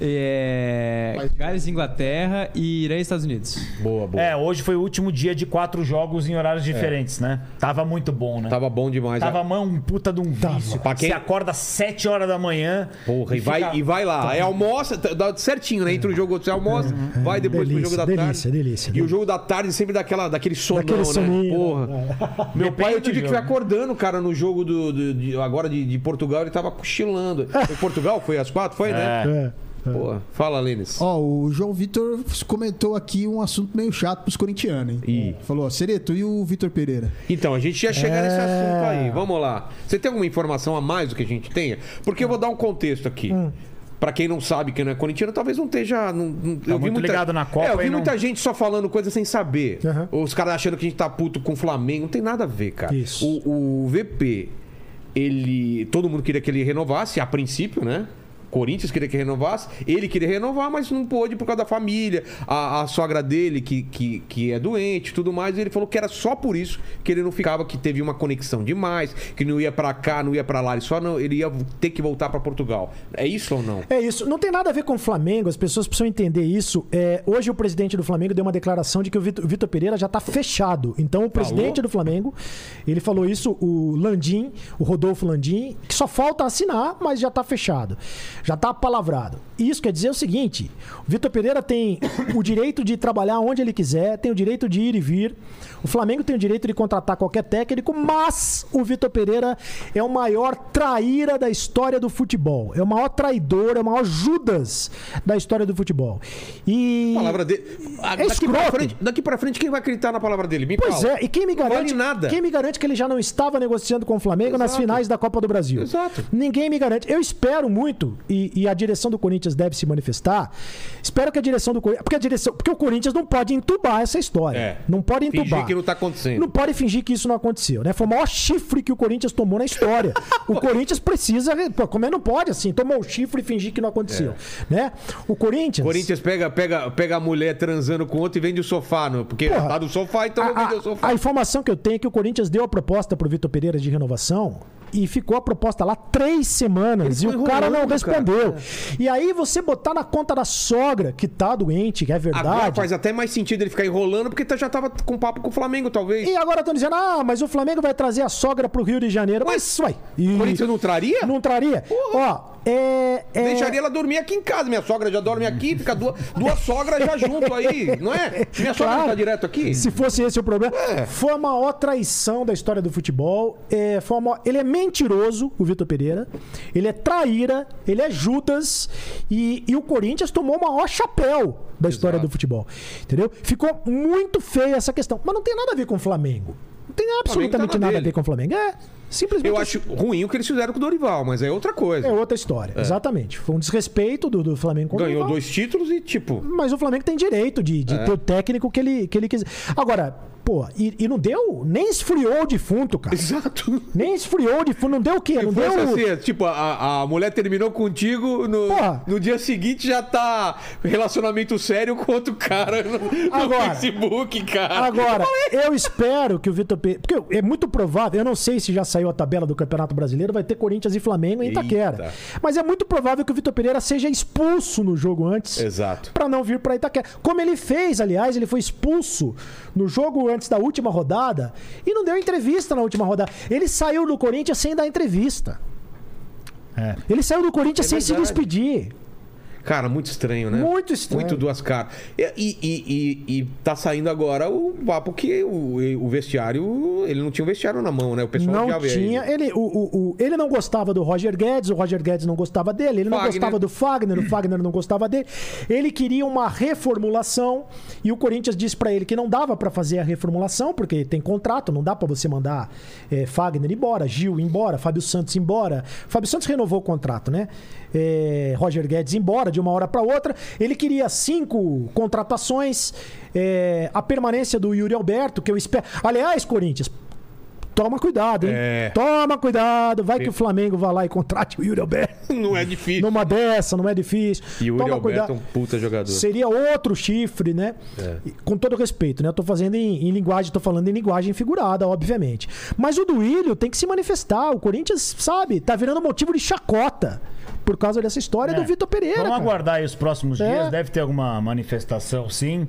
É... Gales e Inglaterra. E Irã e Estados Unidos. Boa, boa. É, hoje foi o último dia de quatro jogos em horários diferentes, né? Tava muito bom, né? É. Tava bom demais. Tava mão um puta de um vício. Pra quem- Você acorda às 7 horas da manhã. Porra, e, fica- vai, e vai lá. É almoça, tá- dá certinho, né? Entre o jogo e outro, você almoça, vai depois pro delícia, jogo da tarde. delícia, delícia, E o delícia. jogo da tarde sempre daquela, daquele sonão, Daquele né? soninho. É. Porra. Meu pai, eu Depende do tive que jogo. foi acordando, cara, no jogo do, do- de- agora de, de Portugal, ele tava cochilando. Foi Portugal? Foi às quatro? Foi, né? É. Porra. Fala, Lênis. Ó, o João Vitor comentou aqui um assunto meio chato pros corintianos, hein? É. Ih. Falou, ó, Sereto, e o Vitor Pereira? Então, a gente ia chegar nesse assunto aí. Vamos lá. Você tem alguma informação a mais do que a gente tenha? Porque eu vou dar um contexto aqui. Pra quem não sabe, quem não é corintiano, talvez não esteja. Não, não- eu vi Tá muito muita- ligado na Copa É, eu vi e não- muita gente só falando coisa sem saber. Aham. Os caras achando que a gente tá puto com o Flamengo. Não tem nada a ver, cara. Isso. O, o VP ele. Todo mundo queria que ele renovasse, a princípio, né? Corinthians queria que renovasse, ele queria renovar, mas não pôde por causa da família, a, a sogra dele que, que, que é doente tudo mais. E ele falou que era só por isso que ele não ficava, que teve uma conexão demais, que não ia pra cá, não ia pra lá, ele só não, ele ia ter que voltar pra Portugal. É isso ou não? É isso. Não tem nada a ver com o Flamengo, as pessoas precisam entender isso. É, hoje o presidente do Flamengo deu uma declaração de que o Vit- o Vitor Pereira já está fechado. Então o presidente do Flamengo, ele falou isso, o Landim, o Rodolfo Landim, que só falta assinar, mas já está fechado. Já está palavrado. E isso quer dizer o seguinte: o Vitor Pereira tem o direito de trabalhar onde ele quiser, tem o direito de ir e vir. O Flamengo tem o direito de contratar qualquer técnico, mas o Vitor Pereira é o maior traíra da história do futebol. É o maior traidor, é o maior Judas da história do futebol. E. A palavra dele. Ah, daqui, pra é escroto. frente, daqui pra frente, quem vai acreditar na palavra dele? Me Pois fala. é, e quem me Não garante. vale nada. Quem me garante que ele já não estava negociando com o Flamengo nas Exato. finais da Copa do Brasil? Exato. Ninguém me garante. Eu espero muito, e, e a direção do Corinthians deve se manifestar. Espero que a direção do Corinthians. Porque a direção. Porque o Corinthians não pode entubar essa história. É. Não pode Fingir entubar. que não tá acontecendo. Não pode fingir que isso não aconteceu, né? Foi o maior chifre que o Corinthians tomou na história. o Corinthians precisa. Pô, como é não pode, assim, tomar o chifre e fingir que não aconteceu. Né? O É. Corinthians. Corinthians pega, pega, pega a mulher transando com outro e vende o sofá, não? porque Porra. tá do sofá, então a, vende o a- sofá. a informação que eu tenho é que o Corinthians deu a proposta pro Vitor Pereira de renovação e ficou a proposta lá três semanas e Ele o ficou cara não enrolando, É. respondeu. E aí você botar na conta da sogra que tá doente, que é Agora verdade. faz até mais sentido ele ficar enrolando, porque tá- já tava com papo com o Flamengo, talvez. E agora estão dizendo, ah, mas o Flamengo vai trazer a sogra pro Rio de Janeiro. Mas, uai. O E... Corinthians não traria? Não traria? Ó, é. é- Deixaria ela dormir aqui em casa. Minha sogra já dorme aqui, fica duas, duas sogras Tá já junto aí, não é? Minha sogra Claro. não tá direto aqui? É. Se fosse esse o problema. Foi a maior traição da história do futebol. É, foi a maior- Ele é mentiroso, o Vitor Pereira. Ele é traíra, ele é Judas. E, e o Corinthians tomou o maior chapéu da história do futebol. Entendeu? Ficou muito feia essa questão. Mas não tem nada a ver com o Flamengo. Não tem absolutamente tá na nada a dele. ver com o Flamengo. É simplesmente Eu acho ruim o que eles fizeram com o Dorival, mas é outra coisa. é outra história. Exatamente. Foi um desrespeito do, do Flamengo com o Ganhou rival. dois títulos e, tipo, Mas o Flamengo tem direito de, É. de ter o técnico que ele, que ele quiser. Agora, pô, e, e não deu, nem esfriou o defunto, cara. exato. Nem esfriou o defunto, não deu o quê? Não Foi deu. assim, tipo, a, a mulher terminou contigo, no, Porra. no dia seguinte já tá relacionamento sério com outro cara no, no Agora. Facebook, cara. Agora, eu espero que o Vitor Pereira. Porque é muito provável, eu não sei se já saiu a tabela do Campeonato Brasileiro, vai ter Corinthians e Flamengo em Itaquera. Eita. Mas é muito provável que o Vitor Pereira seja expulso no jogo antes. Exato. Pra não vir pra Itaquera. Como ele fez, aliás, ele foi expulso no jogo antes da última rodada e não deu entrevista na última rodada. Ele saiu do Corinthians sem dar entrevista. É. Ele saiu do Corinthians É sem se verdade. despedir. Cara, muito estranho, né? Muito estranho. Muito duas caras. E, e, e, e- e tá saindo agora o papo que o, o vestiário. Ele não tinha o vestiário na mão, né? O pessoal Não já vê tinha. aí. né? Ele, o, o- o- ele não gostava do Roger Guedes, o Roger Guedes não gostava dele, ele não Fagner. gostava do Fagner, o Fagner não gostava dele. Ele queria uma reformulação e o Corinthians disse pra ele que não dava pra fazer a reformulação, porque tem contrato, não dá pra você mandar eh, Fagner embora, Gil embora, Fábio Santos embora. Fábio Santos renovou o contrato, né? Eh, Roger Guedes embora de uma hora pra outra. Ele queria cinco contratações, eh, a permanência do Yuri Alberto, que eu espero. Aliás, Corinthians, Toma cuidado, hein? É. Toma cuidado. Vai que o Flamengo vá lá e contrate o Yuri Alberto. Não é difícil. Numa dessa, não é difícil. E o Yuri Toma Alberto é um puta jogador. É. Seria outro chifre, né? E- Com todo respeito, né? Eu tô fazendo em, em linguagem, tô falando em linguagem figurada, obviamente. Mas o Duílio tem que se manifestar. O Corinthians, sabe, tá virando motivo de chacota por causa dessa história É É. do Vitor Pereira. É. Vamos cara. aguardar aí os próximos É. dias, deve ter alguma manifestação, sim.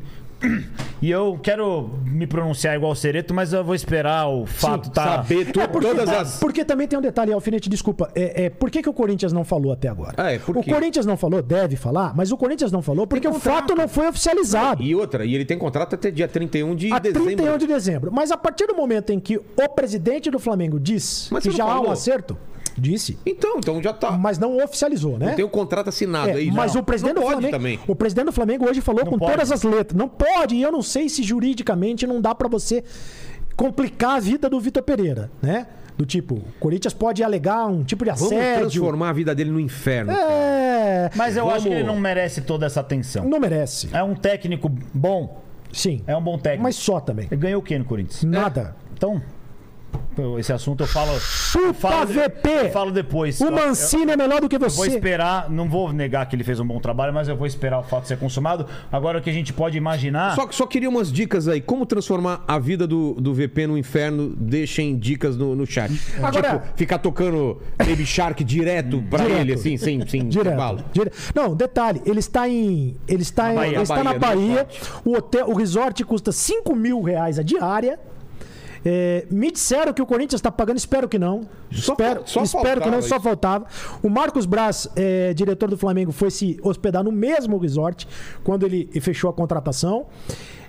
E eu quero me pronunciar igual o Cereto, mas eu vou esperar o fato tá. Saber tu- É porque, todas as. porque também tem um detalhe, Alfinete, desculpa. É, é, por que, que o Corinthians não falou até agora? Ah, é, por o quê? Corinthians não falou, deve falar, mas o Corinthians não falou porque o fato não foi oficializado. E outra, e ele tem contrato até dia 31 de A dezembro. 31 de dezembro. Mas a partir do momento em que o presidente do Flamengo diz Mas que você já não há um falou? acerto, disse, Então, então já tá. mas não oficializou, né? Tem o contrato assinado É, aí. mas Não. o presidente Não do pode Flamengo, também. o presidente do Flamengo hoje falou Não com pode. todas as letras, não pode. E eu não sei se juridicamente não dá pra você complicar a vida do Vitor Pereira, né? Do tipo, o Corinthians pode alegar um tipo de Vamos assédio. transformar a vida dele no inferno. É, Mas eu acho que Vamos. ele não merece toda essa atenção. não merece. É um técnico bom, Sim. é um bom técnico. É. Mas só também. Ele ganhou o quê no Corinthians? Nada. Então, Eu- Esse assunto eu falo. eu Chupa, falo, VP! Eu falo depois. O Eu- Mancini é melhor do que eu Vou você. esperar, não vou negar que ele fez um bom trabalho, mas eu vou esperar o fato de ser consumado. Agora o que a gente pode imaginar. Só, só queria umas dicas aí. Como transformar a vida do, do VP no inferno? Deixem dicas no, no chat. É. Agora- tipo, ficar tocando Baby Shark direto pra Direto. ele, assim, sem, sem Direto, intervalo. dire- Não, detalhe, ele está em. Ele está, em, Bahia, ele está Bahia, né? na no Bahia. resort. O, hotel, o resort custa 5 mil reais a diária. É, me disseram que o Corinthians está pagando, espero que não. Só espero fal- só espero que faltava não, só isso. faltava. O Marcos Braz, é, diretor do Flamengo, foi se hospedar no mesmo resort quando ele fechou a contratação.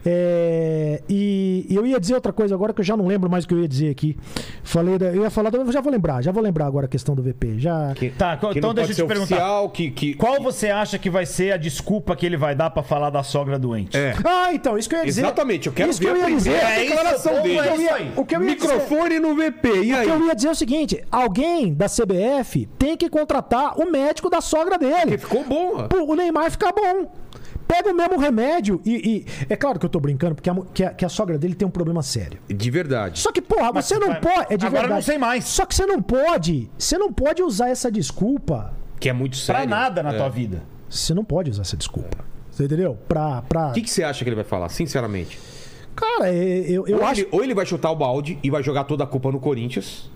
É, e, e eu ia dizer outra coisa agora que eu já não lembro mais o que eu ia dizer aqui. Falei, da- eu ia falar, da- eu já vou lembrar, já vou lembrar agora a questão do VP. Já, Tá, co- Que então não deixa pode eu ser te perguntar. oficial, que, que... Qual você acha que vai ser a desculpa que ele vai dar pra falar da sogra doente? É. Ah, então, isso que eu ia dizer. Exatamente, eu quero isso ver que eu a ia dizer. primeira É isso, declaração como dele. é isso aí? O que eu ia dizer... Microfone no VP, e O aí? que eu ia dizer é o seguinte: alguém da CBF tem que contratar o médico da sogra Porque dele. ficou bom, ó. Pô, o Neymar fica bom. Pega o mesmo remédio e. e- É claro que eu tô brincando, porque a, mo- que a- que a sogra dele tem um problema sério. De verdade. Só que, porra, você não vai- pode. É de agora eu verdade. não sei mais. Só que você não pode. Você não pode usar essa desculpa. Que é muito Pra sério. nada na É. tua vida. Você não pode usar essa desculpa. Você entendeu? Pra. pra... O que, que você acha que ele vai falar, sinceramente? Cara, é- eu, eu ou, acho. ele, ou ele vai chutar o balde e vai jogar toda a culpa no Corinthians.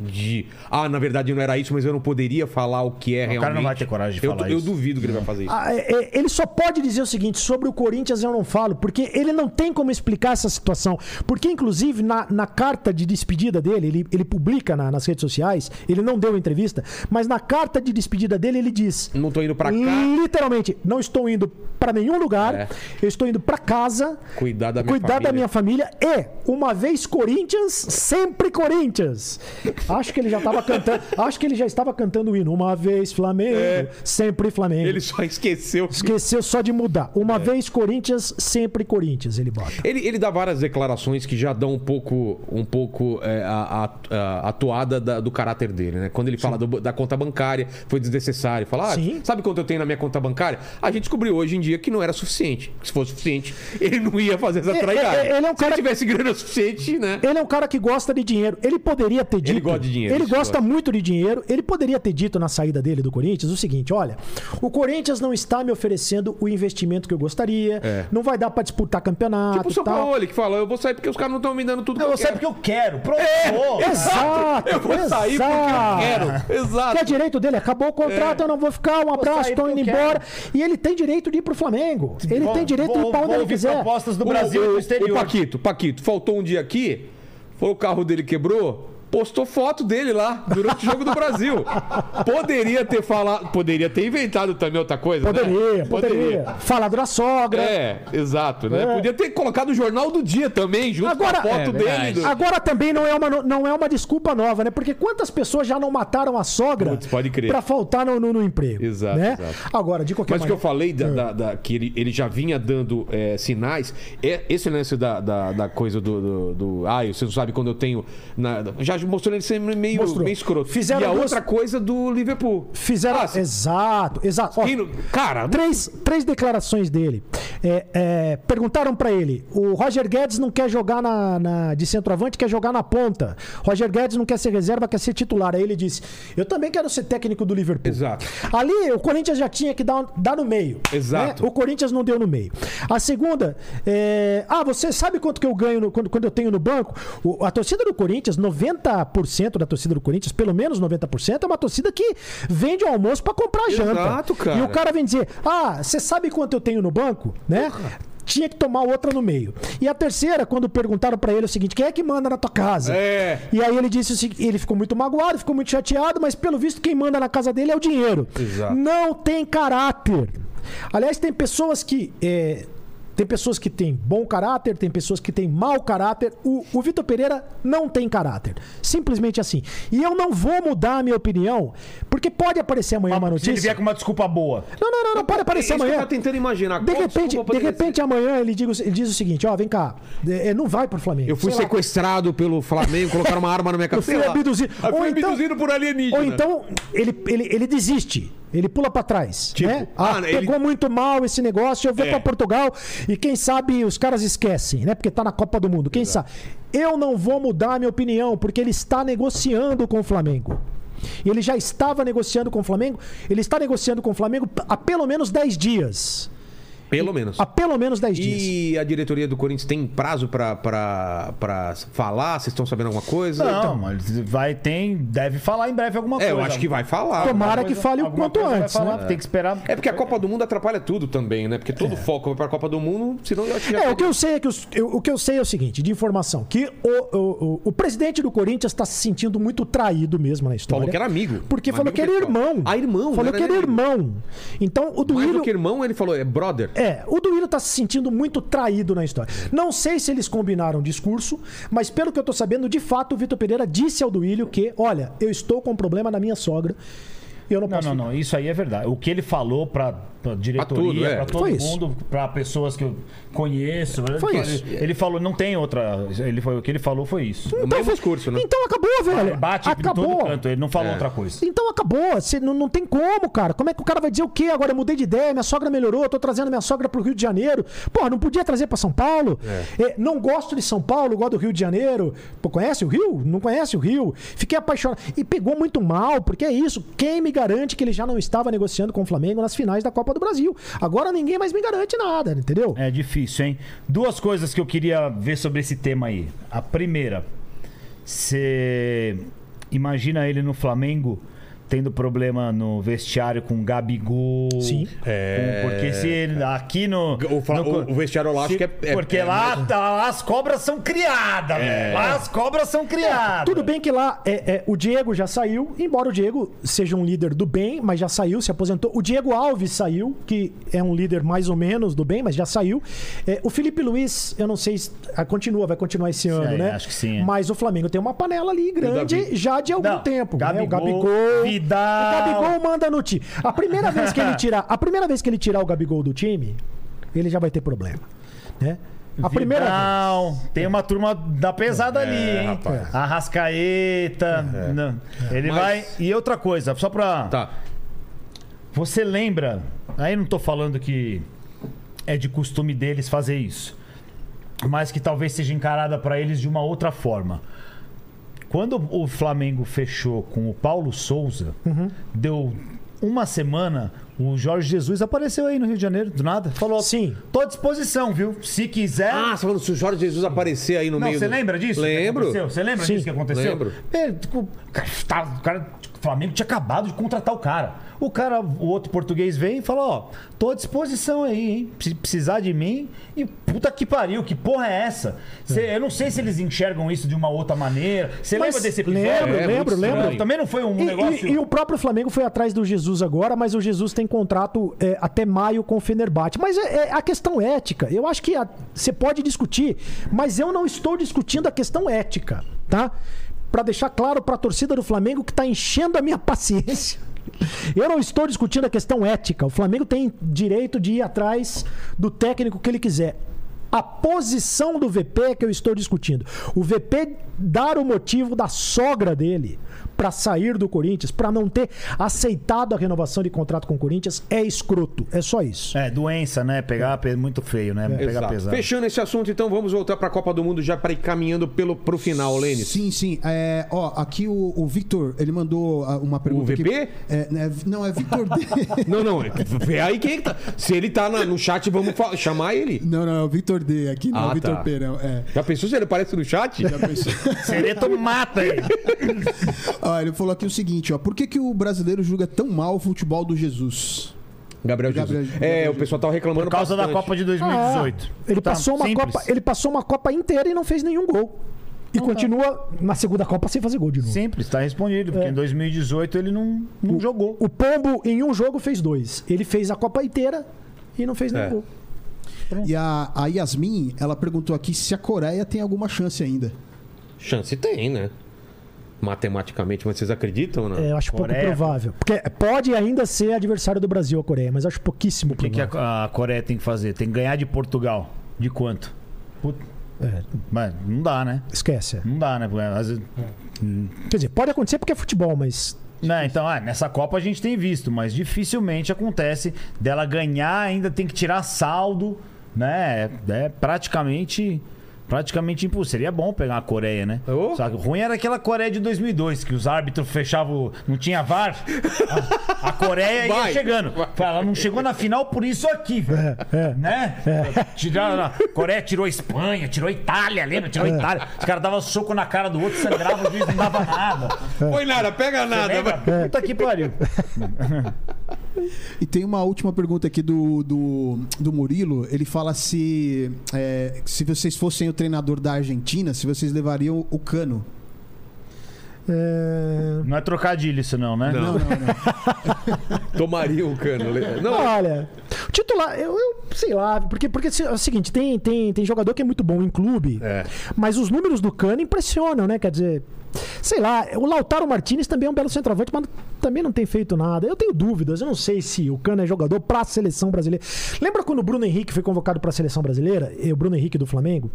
De. Ah, na verdade não era isso, mas eu não poderia falar o que é O realmente. cara não vai ter coragem de eu, falar eu isso. duvido que ele vai fazer isso. Ah, é, é, Ele só pode dizer o seguinte: sobre o Corinthians eu não falo, porque ele não tem como explicar essa situação. Porque, inclusive, na, na carta de despedida dele, ele, ele publica na- nas redes sociais, ele não deu entrevista, mas na carta de despedida dele ele diz: Não tô indo pra cá. Hum. Literalmente, não estou indo pra nenhum lugar, É. eu estou indo pra casa, Cuidar da minha cuidar da família." minha família e, uma vez Corinthians, sempre Corinthians. Acho que ele já estava cantando, acho que ele já estava cantando o hino, uma vez Flamengo, sempre Flamengo. É. Ele só esqueceu. Esqueceu só de mudar. Uma É. vez Corinthians, sempre Corinthians, ele bota. Ele, ele dá várias declarações que já dão um pouco, um pouco é, a, a- a- a toada da- do caráter dele, né? Quando ele fala do- da conta bancária, foi desnecessário. Fala, ah, Sim. sabe quanto eu tenho na minha conta bancária? A gente descobriu hoje em dia que não era suficiente. Que se fosse suficiente, ele não ia fazer essa É, trairagem. é, é, ele é um se cara- ele tivesse grana suficiente, né? Ele é um cara que gosta de dinheiro. Ele poderia ter dito. gosta de dinheiro, Ele isso, gosta gosta. muito de dinheiro. Ele poderia ter dito na saída dele do Corinthians o seguinte: olha, o Corinthians não está me oferecendo o investimento que eu gostaria. É. Não vai dar pra disputar campeonato. Tipo o e São tal. Paulo, que fala, eu vou sair porque os caras não estão me dando tudo que Eu eu vou sair quero. porque eu quero. Pronto. sou. é, Exato, Eu vou sair porque eu quero. É. Que é Exato. direito dele, acabou o contrato, eu não vou ficar, um abraço, sair tô indo porque eu quero. embora. E ele tem direito de ir pro Flamengo. Ele Vou- tem direito de ir vou- pra onde vou ele ouvir quiser. propostas do O- Brasil e o, do O exterior. Paquito, Paquito, faltou um dia aqui, foi o carro dele quebrou, postou foto dele lá durante o jogo do Brasil. Poderia ter falado, poderia ter inventado também outra coisa, né? Poderia, poderia. Falado da sogra. É, exato, né? É. Podia ter colocado o jornal do dia também, junto Agora, com a É, foto dele. verdade. do- Agora também não é, uma, não é uma desculpa nova, né? Porque quantas pessoas já não mataram a sogra Putz, pode crer. pra faltar no, no- no emprego? Exato, né? exato. Agora, de qualquer Mas o que eu maneira. falei da, da- da- que ele, ele já vinha dando é, sinais, é, esse lance da, da, da coisa do, do, do. Ai, você não sabe quando eu tenho. na- já mostrou ele ser meio, Mostrou. meio escroto. Fizeram e a duas- outra coisa do Liverpool. Fizeram. Ah, se- Exato, exato. Ó, quem não- Cara, não- Três, três declarações dele. É, é, perguntaram pra ele: o Roger Guedes não quer jogar na, na- de centroavante, quer jogar na ponta. Roger Guedes não quer ser reserva, quer ser titular. Aí ele disse: Eu também quero ser técnico do Liverpool. Exato. Ali o Corinthians já tinha que dar, um, dar no meio. Exato. né? O Corinthians não deu no meio. A segunda é, Ah, você sabe quanto que eu ganho no- quando, quando eu tenho no banco? O- a torcida do Corinthians, 90% da torcida do Corinthians, pelo menos 90%, é uma torcida que vende o almoço pra comprar janta. Exato, cara. E o cara vem dizer: Ah, você sabe quanto eu tenho no banco? Né? Tinha que tomar outra no meio. E a terceira, quando perguntaram pra ele o seguinte: quem é que manda na tua casa? É. E aí ele disse o seguinte: ele ficou muito magoado, ficou muito chateado, mas pelo visto quem manda na casa dele é o dinheiro. Exato. Não tem caráter. Aliás, tem pessoas que. é, tem pessoas que têm bom caráter, tem pessoas que têm mau caráter. O, o Vitor Pereira não tem caráter. Simplesmente assim. E eu não vou mudar a minha opinião, porque pode aparecer amanhã uma Se ele vier notícia. com uma desculpa boa. Não, não, não, não pode é isso aparecer que eu amanhã. tava tentando imaginar. De Qual repente, desculpa de poderia repente amanhã ele, diga o- ele diz o seguinte: ó, vem cá, é, é, não vai pro Flamengo. Eu fui sei lá. sequestrado pelo Flamengo, colocaram uma arma na minha Eu cabeça. fui sei lá. abduzido. Eu Ou fui então- né? abduzido por alienígena. Ou então ele, ele, ele desiste. Ele pula pra trás. Tipo, né? ah, ah, ele- pegou muito mal esse negócio, eu vou É. pra Portugal e quem sabe os caras esquecem, né? Porque tá na Copa do Mundo. Quem sabe? Eu não vou mudar a minha opinião, porque ele está negociando com o Flamengo. E ele já estava negociando com o Flamengo. Ele está negociando com o Flamengo há pelo menos 10 dias. Pelo menos. Há pelo menos 10 dias. E a diretoria do Corinthians tem prazo pra, pra, pra falar? Vocês estão sabendo alguma coisa? Não, mas vai, tem, deve falar em breve alguma É, coisa. eu acho que vai falar. Tomara Alguma que coisa- fale o alguma quanto coisa vai antes, falar, né? Tem que esperar. É porque a Copa do Mundo atrapalha tudo também, né? Porque todo foco vai pra Copa do Mundo, senão eu acho que já É, o que eu sei é que os- eu- o que eu sei é o seguinte, de informação, que o, o- o- o presidente do Corinthians está se sentindo muito traído mesmo na história. Falou que era amigo. Porque Um falou amigo que era pessoal. irmão. Ah, irmão, não Falou era que era nem amigo. irmão. Então, o Mais Duílio... do que irmão, ele falou, é brother. É, o Duílio tá se sentindo muito traído na história. Não sei se eles combinaram discurso, mas pelo que eu tô sabendo, de fato, o Vitor Pereira disse ao Duílio que, olha, eu estou com um problema na minha sogra e eu não Não, posso não, não. Isso aí é verdade. O que ele falou pra, pra tudo, diretoria, é. pra, Foi todo isso. mundo, pra pessoas que eu conheço. Foi ele, isso. Ele falou, não tem outra. Ele foi, o que ele falou foi isso. o mesmo discurso, né? Então acabou, velho. é Bate acabou. em todo canto, ele não falou outra coisa. Então acabou, Você não, não tem como, cara. Como é que o cara vai dizer o quê? Agora eu mudei de ideia, minha sogra melhorou, eu tô trazendo minha sogra pro Rio de Janeiro. Porra, não podia trazer pra São Paulo? Eh, não gosto de São Paulo, gosto do Rio de Janeiro. Pô, conhece o Rio? Não conhece o Rio? Fiquei apaixonado. E pegou muito mal, porque é isso. Quem me garante que ele já não estava negociando com o Flamengo nas finais da Copa do Brasil? Agora ninguém mais me garante nada, entendeu? É difícil, hein? Duas coisas que eu queria ver sobre esse tema aí. A primeira, você imagina ele no Flamengo tendo problema no vestiário com Gabigol. Sim. com- Porque se ele aqui no É. O Fla- no- o- o vestiário lá acho que é- é- Porque é lá, mais- É. tá- lá as cobras são criadas, velho. Lá as cobras são criadas. Tudo bem que lá é, é, o Diego já saiu, embora o Diego seja um líder do bem, mas já saiu, se aposentou. O Diego Alves saiu, que é um líder mais ou menos do bem, mas já saiu. É, o Felipe Luiz, eu não sei se ah, continua, vai continuar esse ano, né? acho que sim, é. Mas o Flamengo tem uma panela ali grande Davi? já de algum Não, tempo. né? Gabigol, o Gabigol, Vidal. O Gabigol manda no time. A primeira vez que ele tirar, a primeira vez que ele tirar o Gabigol do time, ele já vai ter problema, né? A primeira vez. Vidal, Tem uma turma da pesada ali, hein? É, rapaz. É. Arrascaeta. não. Ele Mas- vai. E outra coisa, só pra. Tá. Você lembra? Aí não tô falando que é de costume deles fazer isso, mas que talvez seja encarada para eles de uma outra forma. Quando o Flamengo fechou com o Paulo Souza, deu uma semana, o Jorge Jesus apareceu aí no Rio de Janeiro, do nada. Falou: Sim. Tô à disposição, viu? Se quiser. Ah, você falando se o Jorge Jesus aparecer aí no Não, meio. você do- lembra disso? que Lembro. aconteceu? Você lembra Sim. disso que aconteceu? Lembro. Ele, tipo, o cara, tá- o cara- o Flamengo tinha acabado de contratar o cara. O cara, o outro português vem e fala, ó, tô à disposição aí, hein? Se precisar de mim, e puta que pariu, que porra é essa? Cê- eu não sei se eles enxergam isso de uma outra maneira. Você Mas lembra desse episódio? lembro, É, muito lembro, estranho. lembro. Não, Também não foi um E, negócio... e- e o próprio Flamengo foi atrás do Jesus agora, mas o Jesus tem contrato é, até maio com o Fenerbahçe. Mas é, é a questão ética. Eu acho que a- você pode discutir, mas eu não estou discutindo a questão ética, tá? Pra deixar claro pra torcida do Flamengo que tá enchendo a minha paciência. Eu não estou discutindo a questão ética. O Flamengo tem direito de ir atrás do técnico que ele quiser a posição do VP é que eu estou discutindo. O VP dar o motivo da sogra dele para sair do Corinthians, para não ter aceitado a renovação de contrato com o Corinthians, é escroto. É só isso. É, doença, né? Pegar pe- muito feio, né? Pegar Exato. pesado. Fechando esse assunto, então vamos voltar pra Copa do Mundo já para ir caminhando pelo, pro final, Lênis. Sim, sim. É, ó, aqui o, o Victor, ele mandou ah, uma pergunta. aqui. VP? É, né, não, é Victor D. Não, não, é- vê aí quem é que tá. Se ele tá na- no chat, vamos fa- chamar ele. não, não, é o Victor D aqui, não, é Ah, o Victor tá. Peirão. É. Já pensou se ele aparece no chat? Sereto mata ele. Ó, Ah, ele falou aqui o seguinte, ó. Por que, que o brasileiro julga tão mal o futebol do Jesus? Gabriel Gabriel Jesus. Jesus. É, o pessoal tá reclamando Por causa da bastante. Copa de 2018. Ah, ele, É. Tá, passou uma simples. Copa, ele passou uma Copa inteira e não fez nenhum gol. E continua na segunda Copa sem fazer gol de novo. Simples, tá respondido, porque em 2018 ele não, não jogou. É. O Pombo, em um jogo, fez dois. Ele fez a Copa inteira e não fez nenhum É. gol. E a, a Yasmin, ela perguntou aqui se a Coreia tem alguma chance ainda. Chance tem, né? Matematicamente, mas vocês acreditam ou não? É, eu acho pouco Coreia. provável. Porque pode ainda ser adversário do Brasil, a Coreia, mas acho pouquíssimo O que, que provável. a, a Coreia tem que fazer? Tem que ganhar de Portugal. De quanto? Puta. É. Mas não dá, né? Esquece. é. Não dá, né? Porque, às vezes, Quer dizer, pode acontecer porque é futebol, mas Né, então, ah, nessa Copa a gente tem visto, mas dificilmente acontece dela ganhar, ainda tem que tirar saldo, né? É praticamente praticamente impossível. Seria bom pegar a Coreia, né? Ô. Só que o ruim era aquela Coreia de 2002, que os árbitros fechavam, não tinha VAR. A, a Coreia ia Vai. É, chegando. Ela não chegou na final por isso aqui, velho. Né? Tiraram, a Coreia tirou a Espanha, tirou a Itália, lembra? Tirou a É. Itália. Os caras davam soco na cara do outro, sangrava, o juiz não dava nada. Foi nada, pega nada. Lembra? vai. Puta que pariu. E tem uma última pergunta aqui do, do, do Murilo. Ele fala se é, se vocês fossem o treinador da Argentina, se vocês levariam o Cano. É, Não é trocadilho isso não, né? Não. Não, não, não. Tomaria o cano. le- Não, Olha, o titular, eu, eu sei lá, porque, porque se- é o seguinte, tem, tem, tem jogador que é muito bom em clube, É. mas os números do Cano impressionam, né? Quer dizer, sei lá, o Lautaro Martinez também é um belo centroavante, mas também não tem feito nada. Eu tenho dúvidas, eu não sei se o Cano é jogador pra seleção brasileira. Lembra quando o Bruno Henrique foi convocado pra seleção brasileira? E O Bruno Henrique do Flamengo?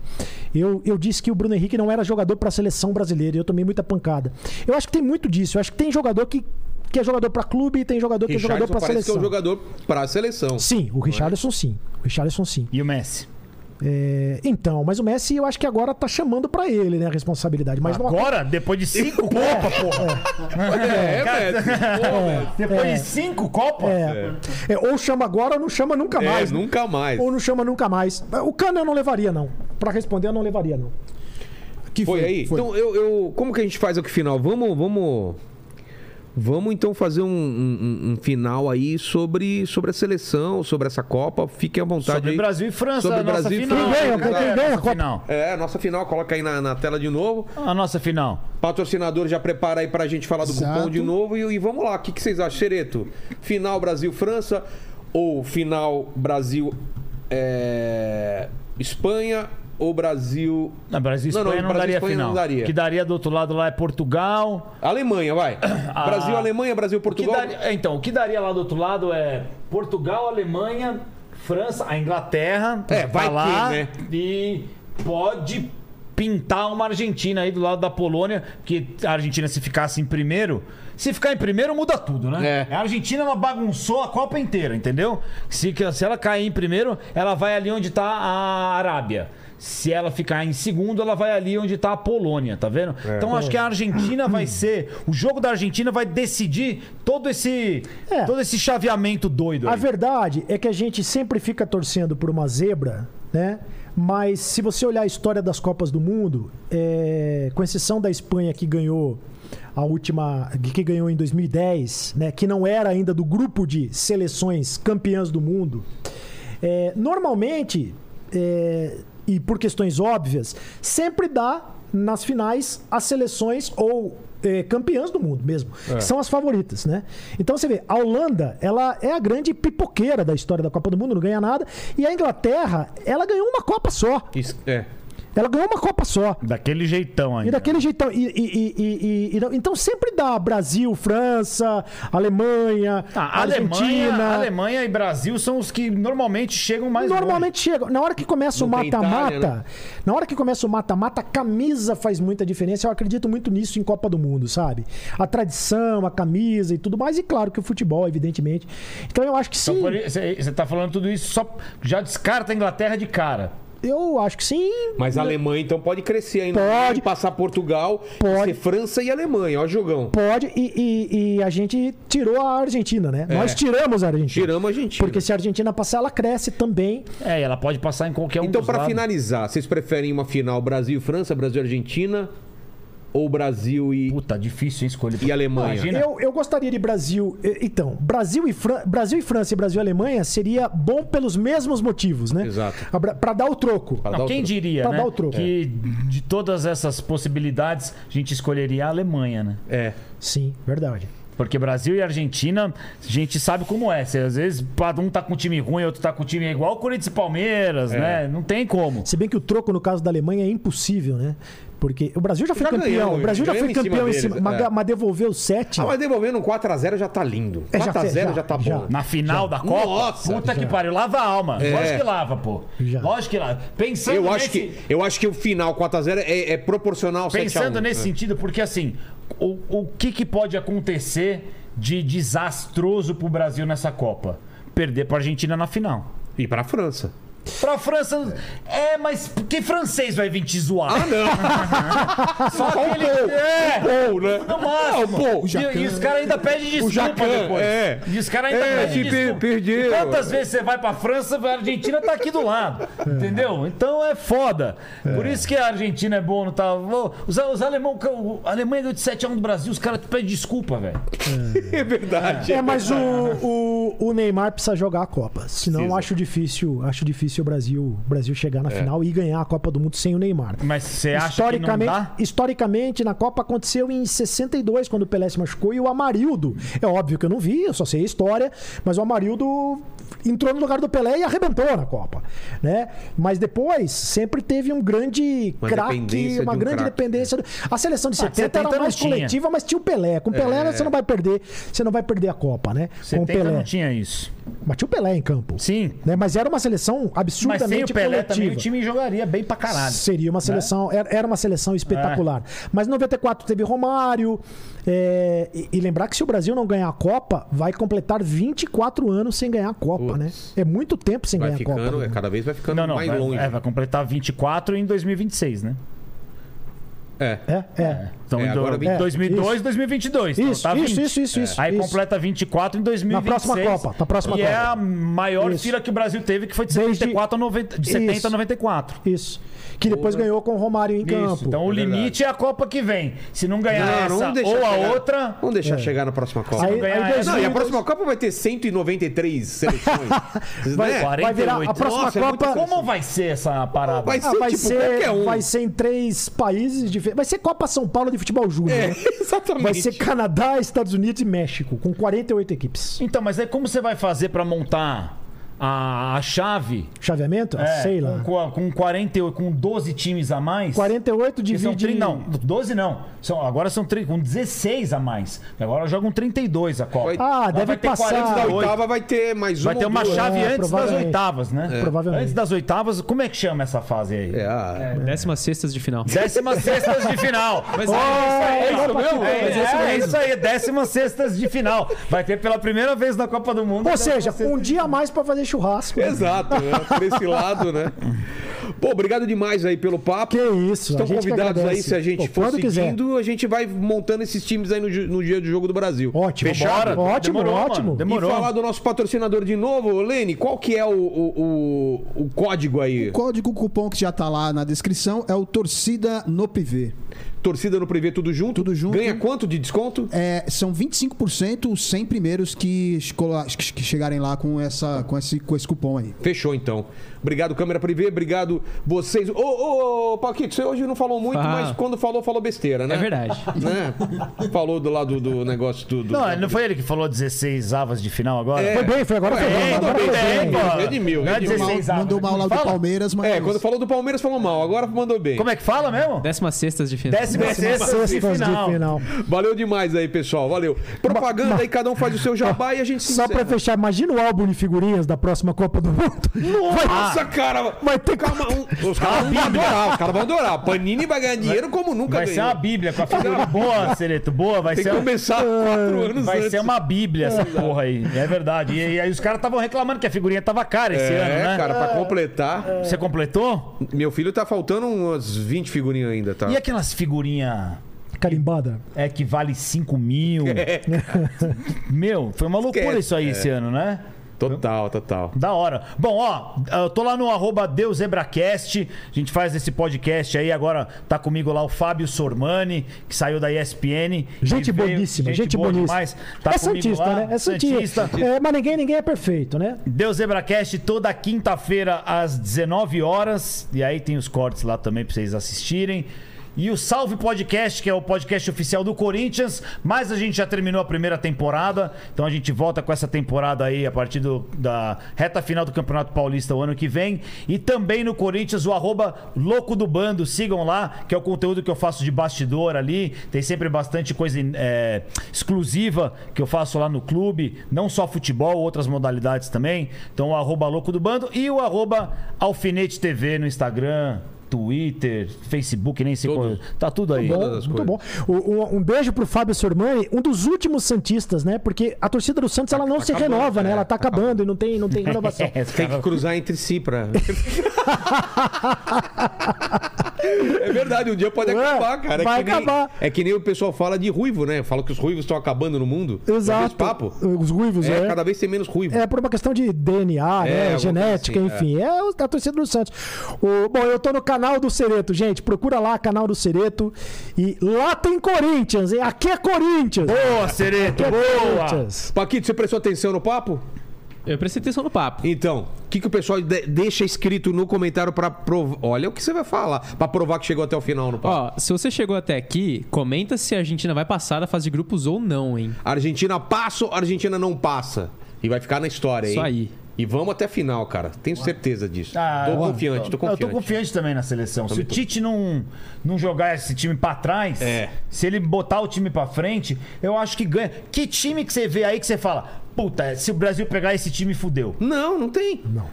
Eu, eu disse que o Bruno Henrique não era jogador pra seleção brasileira, e eu tomei muita pancada. Eu acho que tem muito disso, eu acho que tem jogador que que é jogador pra clube e tem jogador que é Richardson jogador pra parece que é seleção. um jogador pra seleção. Sim, o Richarlison sim. O Richarlison sim. E o Messi? É, então, mas o Messi eu acho que agora tá chamando pra ele, né, a responsabilidade. Mas não- Agora, depois de cinco copas, porra. É, Beto. Pô, é, Beto. Depois de cinco copas? é, é, ou chama agora ou não chama nunca É, mais. né? nunca mais. Ou não chama nunca mais. O Cano eu não levaria, não. Pra responder, eu não levaria, não. Que Foi aí? Então, eu, eu- Como que a gente faz aqui final? Vamos, vamos. Vamos então fazer um, um- um- um final aí sobre, sobre a seleção, sobre essa Copa. Fiquem à vontade. Sobre aí. Brasil e França, Tá Sobre a nossa Brasil e final. França, Quem ganha? galera. Quem ganha a Nossa Copa? final. É, nossa final, coloca aí na, na tela de novo. A nossa final. Patrocinador já prepara aí pra gente falar do Exato. cupom de novo. E, e vamos lá, o que, que vocês acham, Xereto? Final Brasil-França ou final Brasil-Espanha ou Brasil. Na Brasil e Não, Espanha não, não, Brasil e daria Espanha final. não daria. Que daria do outro lado lá é Portugal. Alemanha, vai. Brasil-Alemanha, Ah. O que Brasil-Portugal. daria- é, então, o que daria lá do outro lado é Portugal, Alemanha, França, a Inglaterra. É, tá vai que, lá, né? E pode pintar uma Argentina aí do lado da Polônia, que a Argentina se ficasse em primeiro, se ficar em primeiro muda tudo, né? É. A Argentina ela bagunçou a Copa inteira, entendeu? Se, se ela cair em primeiro, ela vai ali onde tá a Arábia. Se ela ficar em segundo, ela vai ali onde tá a Polônia, tá vendo? Então acho que a Argentina vai ser, o jogo da Argentina vai decidir todo esse É. todo esse chaveamento doido A aí. verdade é que a gente sempre fica torcendo por uma zebra, né? Mas se você olhar a história das Copas do Mundo, é, com exceção da Espanha que ganhou a última, que ganhou em 2010, né? Que não era ainda do grupo de seleções campeãs do mundo. é, normalmente, é, e por questões óbvias, sempre dá nas finais as seleções ou é, campeãs do mundo mesmo, É. que são as favoritas, né? Então você vê, a Holanda, ela é a grande pipoqueira da história da Copa do Mundo, não ganha nada, e a Inglaterra, ela ganhou uma Copa só. Isso- É. Ela ganhou uma Copa só. Daquele jeitão aí. E daquele jeitão. E, e- e- e- e- e- então sempre dá Brasil, França, Alemanha, Ah, Argentina. Alemanha, Alemanha e Brasil são os que normalmente chegam mais Normalmente chega. Na hora que começa o Não tem mata-mata, Itália, né? na hora que começa o mata-mata, a camisa faz muita diferença. Eu acredito muito nisso em Copa do Mundo, sabe? A tradição, a camisa e tudo mais. E claro que o futebol, evidentemente. Então eu acho que sim. longe. Você tá falando tudo isso, só já descarta a Inglaterra de cara. Eu acho que sim. Mas a Alemanha então pode crescer ainda. Pode. Passar Portugal, Pode. ser França e Alemanha. Ó, jogão. Pode. E, e- e a gente tirou a Argentina, né? Nós tiramos a Argentina. É. Tiramos a Argentina. Porque se a Argentina passar, ela cresce também. É, ela pode passar em qualquer um Então, dos pra lados. finalizar, vocês preferem uma final Brasil-França, Brasil-Argentina ou Brasil e, Puta, difícil hein, escolher. e Alemanha? Imagina. Eu, eu gostaria de Brasil. e- Então, Brasil e, Fran- Brasil e França e Brasil e Alemanha seria bom pelos mesmos motivos, né? Exato. A Bra- Pra dar o troco. Pra dar Não, o quem troco. diria, Pra né? dar o troco. Que de todas essas possibilidades, a gente escolheria a Alemanha, né? É. Sim, verdade. Porque Brasil e Argentina, a gente sabe como é. Cê, às vezes, pá, um tá com um time ruim, outro tá com um time igual o Corinthians e Palmeiras, É. né? Não tem como. Se bem que o troco no caso da Alemanha é impossível, né? Porque o Brasil já foi Já campeão. ganhamos, o Brasil já foi ganhamos em cima campeão em deles, cima, mas, é. mas devolveu o 7. Ah, mas devolvendo um 4x0 já tá lindo. É, já 4x0 já, fez, já, tá já. bom. Na final da Copa? Nossa, puta que pariu, lava a alma. É. Lógico que lava, pô. Já. Lógico que lava. Pensando Eu acho, nesse- que, eu acho que o final 4x0 é, é proporcional ao 7 a 1. Pensando nesse sentido, porque assim, o, o que, que pode acontecer de desastroso pro Brasil nessa Copa? Perder pra Argentina na final. E pra França. Pra França. É, mas que francês vai vir te zoar? Ah, não! Só aquele. É! Ou, né? No máximo. É, Ah, pô, o e, Jacan. e os caras ainda pedem desculpa Jacan, depois. é. E os caras ainda É, pedem te desculpa. per- perdeu. E quantas vezes você vai pra França, a Argentina tá aqui do lado. Entendeu? Então é foda. Por isso que a Argentina é boa, não tá. Os, os alemão. o- A Alemanha ganhou de 7x1 do Brasil, os caras te pedem desculpa, velho. É verdade. É, mas o, o, o Neymar precisa jogar a Copa. Senão Precisa. É. acho difícil, acho difícil o Brasil, o Brasil chegar na final e ganhar a Copa do Mundo sem o Neymar. Mas você acha que não Historicamente, dá? historicamente, na Copa aconteceu em 62, quando o Pelé se machucou, e o Amarildo. É óbvio que eu não vi, eu só sei a história, mas o Amarildo entrou no lugar do Pelé e arrebentou na Copa. Né? Mas depois sempre teve um grande Uma craque, dependência uma de um grande craque. dependência. do- A seleção de Ah, 70, 70 era não mais tinha. coletiva, mas tinha o Pelé. Com o Pelé É. você não vai perder, você não vai perder a Copa, né? Com o 70 Pelé. não tinha isso. Mas tinha o Pelé é em campo. Sim. Né? Mas era uma seleção Mas absurdamente sem o Pelé coletiva. também o time jogaria bem pra caralho. né? É. Seria uma seleção, era- era uma seleção espetacular. Mas em 94 teve Romário. é, e, e lembrar que se o Brasil não ganhar a Copa, vai completar 24 anos sem ganhar a Copa, né? É muito tempo sem Vai ganhar a ficando, Copa. né? é, cada vez vai ficando Não, não, mais vai, longe. é, vai completar 24 em 2026, né? É. É, é. Então, É, em do- agora em 2002, isso. 2022. Isso, então, tá isso, 20. isso, isso, isso. Aí isso. completa 24 em 2026. próxima Copa, na próxima e é Copa. a maior Isso. fila que o Brasil teve, que foi de Desde- 74 a 90, de Isso. 70 a 94. Isso. Que depois ganhou com o Romário em campo. Isso. Então o É verdade. limite é a Copa que vem. Se não ganhar Não, não É essa deixa ou a chegar- outra, Vamos deixar chegar na próxima Copa. É. aí, ganhar aí essa- Não, e a 2000 próxima Copa vai ter 193 seleções. né? quarenta- vai virar a 48. próxima Nossa, é muito Copa. como vai ser essa parada? Vai ser Ah, vai, tipo ser, qualquer um. vai ser em três países diferentes. Vai ser Copa São Paulo de futebol júnior. né? É, Exatamente. Vai ser Canadá, Estados Unidos e México, com 48 equipes. Então, mas aí como você vai fazer pra montar a, a chave? Chaveamento? Ah, É, Sei lá. Com, com- com 40, com 12 times a mais? 48 Que São divide... 30, não, 12 não. São, agora são 30, com 16 a mais. Agora jogam 32 a Copa. Vai- Ah, Lá deve vai ter passar- Antes da 48. oitava vai ter mais uma. Vai ter ou uma duas. chave É, antes das provavelmente. oitavas, né? Provavelmente. Antes das oitavas, como é que chama essa fase aí? É, ah, Décima sextas de final. Décimas sextas de final. Mas é, é isso aí, isso Copa mesmo? que vem, É, mas é isso é mesmo. isso aí, décimas sextas de final. Vai ter pela primeira vez na Copa do Mundo. Ou décimas seja, sextas um de dia a mais pra fazer churrasco. Exato, né? por esse lado, né? Pô, obrigado demais aí pelo papo. Que isso. Estão a gente que convidados aí, agradece. se a gente Pô, for quando quiser. seguindo, a gente vai montando esses times aí no, ju- no dia do jogo do Brasil. Ótimo. Bora, Ótimo, demorou, ótimo. mano, E demorou. falar do nosso patrocinador de novo, Lene, qual que é o, o, o- o código aí? Código cupom que já tá lá na descrição é o Torcida no PV. Torcida no Privé, tudo junto? Tudo junto. Ganha quanto de desconto? É, são 25% os 100 primeiros que, escola- que chegarem lá com, essa, com, esse, com esse cupom aí. Fechou então. Obrigado, Câmera Privé, obrigado vocês. Ô, ô, ô, Paquito, você hoje não falou muito, Ah. mas quando falou, falou besteira, né? É verdade. Né? Falou do lado do negócio do. é, do- Não, não foi ele que falou 16 avas de final agora? É. Foi bem, foi agora Ué, foi bem. é, Agora tudo foi bem, bem. pô. pô. Edmil, Não é Edmil. assim. 16 avas. Mandou mal lá do Fala. Palmeiras, mas. É, quando falou do Palmeiras, falou mal. Agora mandou bem. Como é que fala mesmo? Décima sextas de final. Décimas sextas Sextas de final. de final. Valeu demais aí, pessoal. Valeu. Propaganda aí, cada um faz o seu jabá e a gente se Só pra encerra. fechar, imagina o álbum de figurinhas da próxima Copa do Mundo. Nossa, cara! Vai ter Calma, um- os caras vão adorar, os caras vão adorar. Panini vai ganhar dinheiro como nunca Vai ser ganhou. uma bíblia com a figura. Boa, Sereto, boa. Vai Tem que ser um- começar quatro anos Vai antes. ser uma bíblia essa porra aí. É verdade. E, e aí os caras estavam reclamando que a figurinha tava cara esse ano, É, né? cara, pra completar. É. Você completou? Meu filho tá faltando umas 20 figurinhas ainda, tá? E aquelas figurinhas Carimbada. é, que vale 5 mil? Meu, foi uma loucura É. Esquece, isso aí esse ano, né? Total, total. Da hora. Bom, ó, eu tô lá no arroba DeusEbraCast. A gente faz esse podcast aí. Agora tá comigo lá o Fábio Sormani, que saiu da ESPN. Gente E veio- boníssima, gente, boníssima. demais. Tá é comigo Santista, lá, né? É Santista. É, mas ninguém, ninguém é perfeito, né? Deus Zebracast toda quinta-feira às 19 horas. E aí tem os cortes lá também pra vocês assistirem. E o Salve Podcast, que é o podcast oficial do Corinthians, mas a gente já terminou a primeira temporada, então a gente volta com essa temporada aí a partir do- da reta final do Campeonato Paulista o ano que vem. E também no Corinthians, o arroba Louco do Bando, sigam lá, que é o conteúdo que eu faço de bastidor ali. Tem sempre bastante coisa é, exclusiva que eu faço lá no clube, não só futebol, outras modalidades também. Então, o arroba Louco do Bando e o arroba Alfinete TV no Instagram. Twitter, Facebook, nem sei Todos. qual. Tá tudo aí. Todas as Muito coisas. bom. O- o- um beijo pro Fábio Sormani, um dos últimos Santistas, né? Porque a torcida do Santos ela não se Tá acabando, renova, né? é, Ela tá acabou. acabando e não tem, não tem renovação. É, esse Tem que cara- cruzar entre si pra. é verdade, um dia pode Ué, acabar, cara. É vai que nem- acabar. É que nem o pessoal fala de ruivo, né? Fala que os ruivos estão acabando no mundo. Já viu esse Exato. papo? Os ruivos, É, é. cada vez tem menos ruivo. É por uma questão de DNA, É, né? alguma Genética, coisa assim, enfim. É. o- a torcida do Santos. O- bom, eu tô no canal do Sereto, gente. Procura lá, canal do Sereto. E lá tem Corinthians, hein? Aqui é Corinthians. Boa, Sereto, Aqui é boa! Corinthians. Paquito, você prestou atenção no papo? Eu prestei atenção no papo. Então, o que, que o pessoal de- deixa escrito no comentário pra provar? Olha o que você vai falar, pra provar que chegou até o final no papo. Ó, se você chegou até aqui, comenta se a Argentina vai passar da fase de grupos ou não, hein? Argentina passa ou Argentina não passa? E vai ficar na história, hein? Isso aí. E vamos até a final, cara. Tenho certeza disso. Ah, tô eu- confiante, tô confiante. Eu tô confiante também na seleção. Se o Também tô. Tite não, não jogar esse time pra trás, É. se ele botar o time pra frente, eu acho que ganha. Que time que você vê aí que você fala, puta, se o Brasil pegar esse time, fudeu. Não, não tem. Não.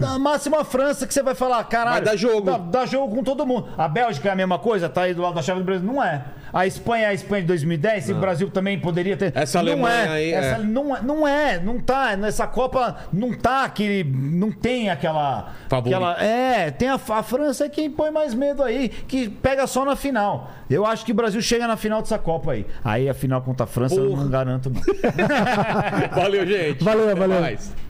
Na máxima a França que você vai falar, caralho. Vai dar jogo. Dá, dá jogo com todo mundo. A Bélgica é a mesma coisa, tá aí do lado da chave do Brasil. Não é. A Espanha é a Espanha de 2010, e o Brasil também poderia ter. Ah. Essa não Alemanha é. aí, é. Essa Não é, não é, não tá. Nessa Copa não tá aquele. Não tem aquela. Favorito. aquela é, tem a, a França é quem põe mais medo aí, que pega só na final. Eu acho que o Brasil chega na final dessa Copa aí. Aí a final contra a França eu Porra. não garanto, não. Valeu, gente. Valeu, valeu. mais.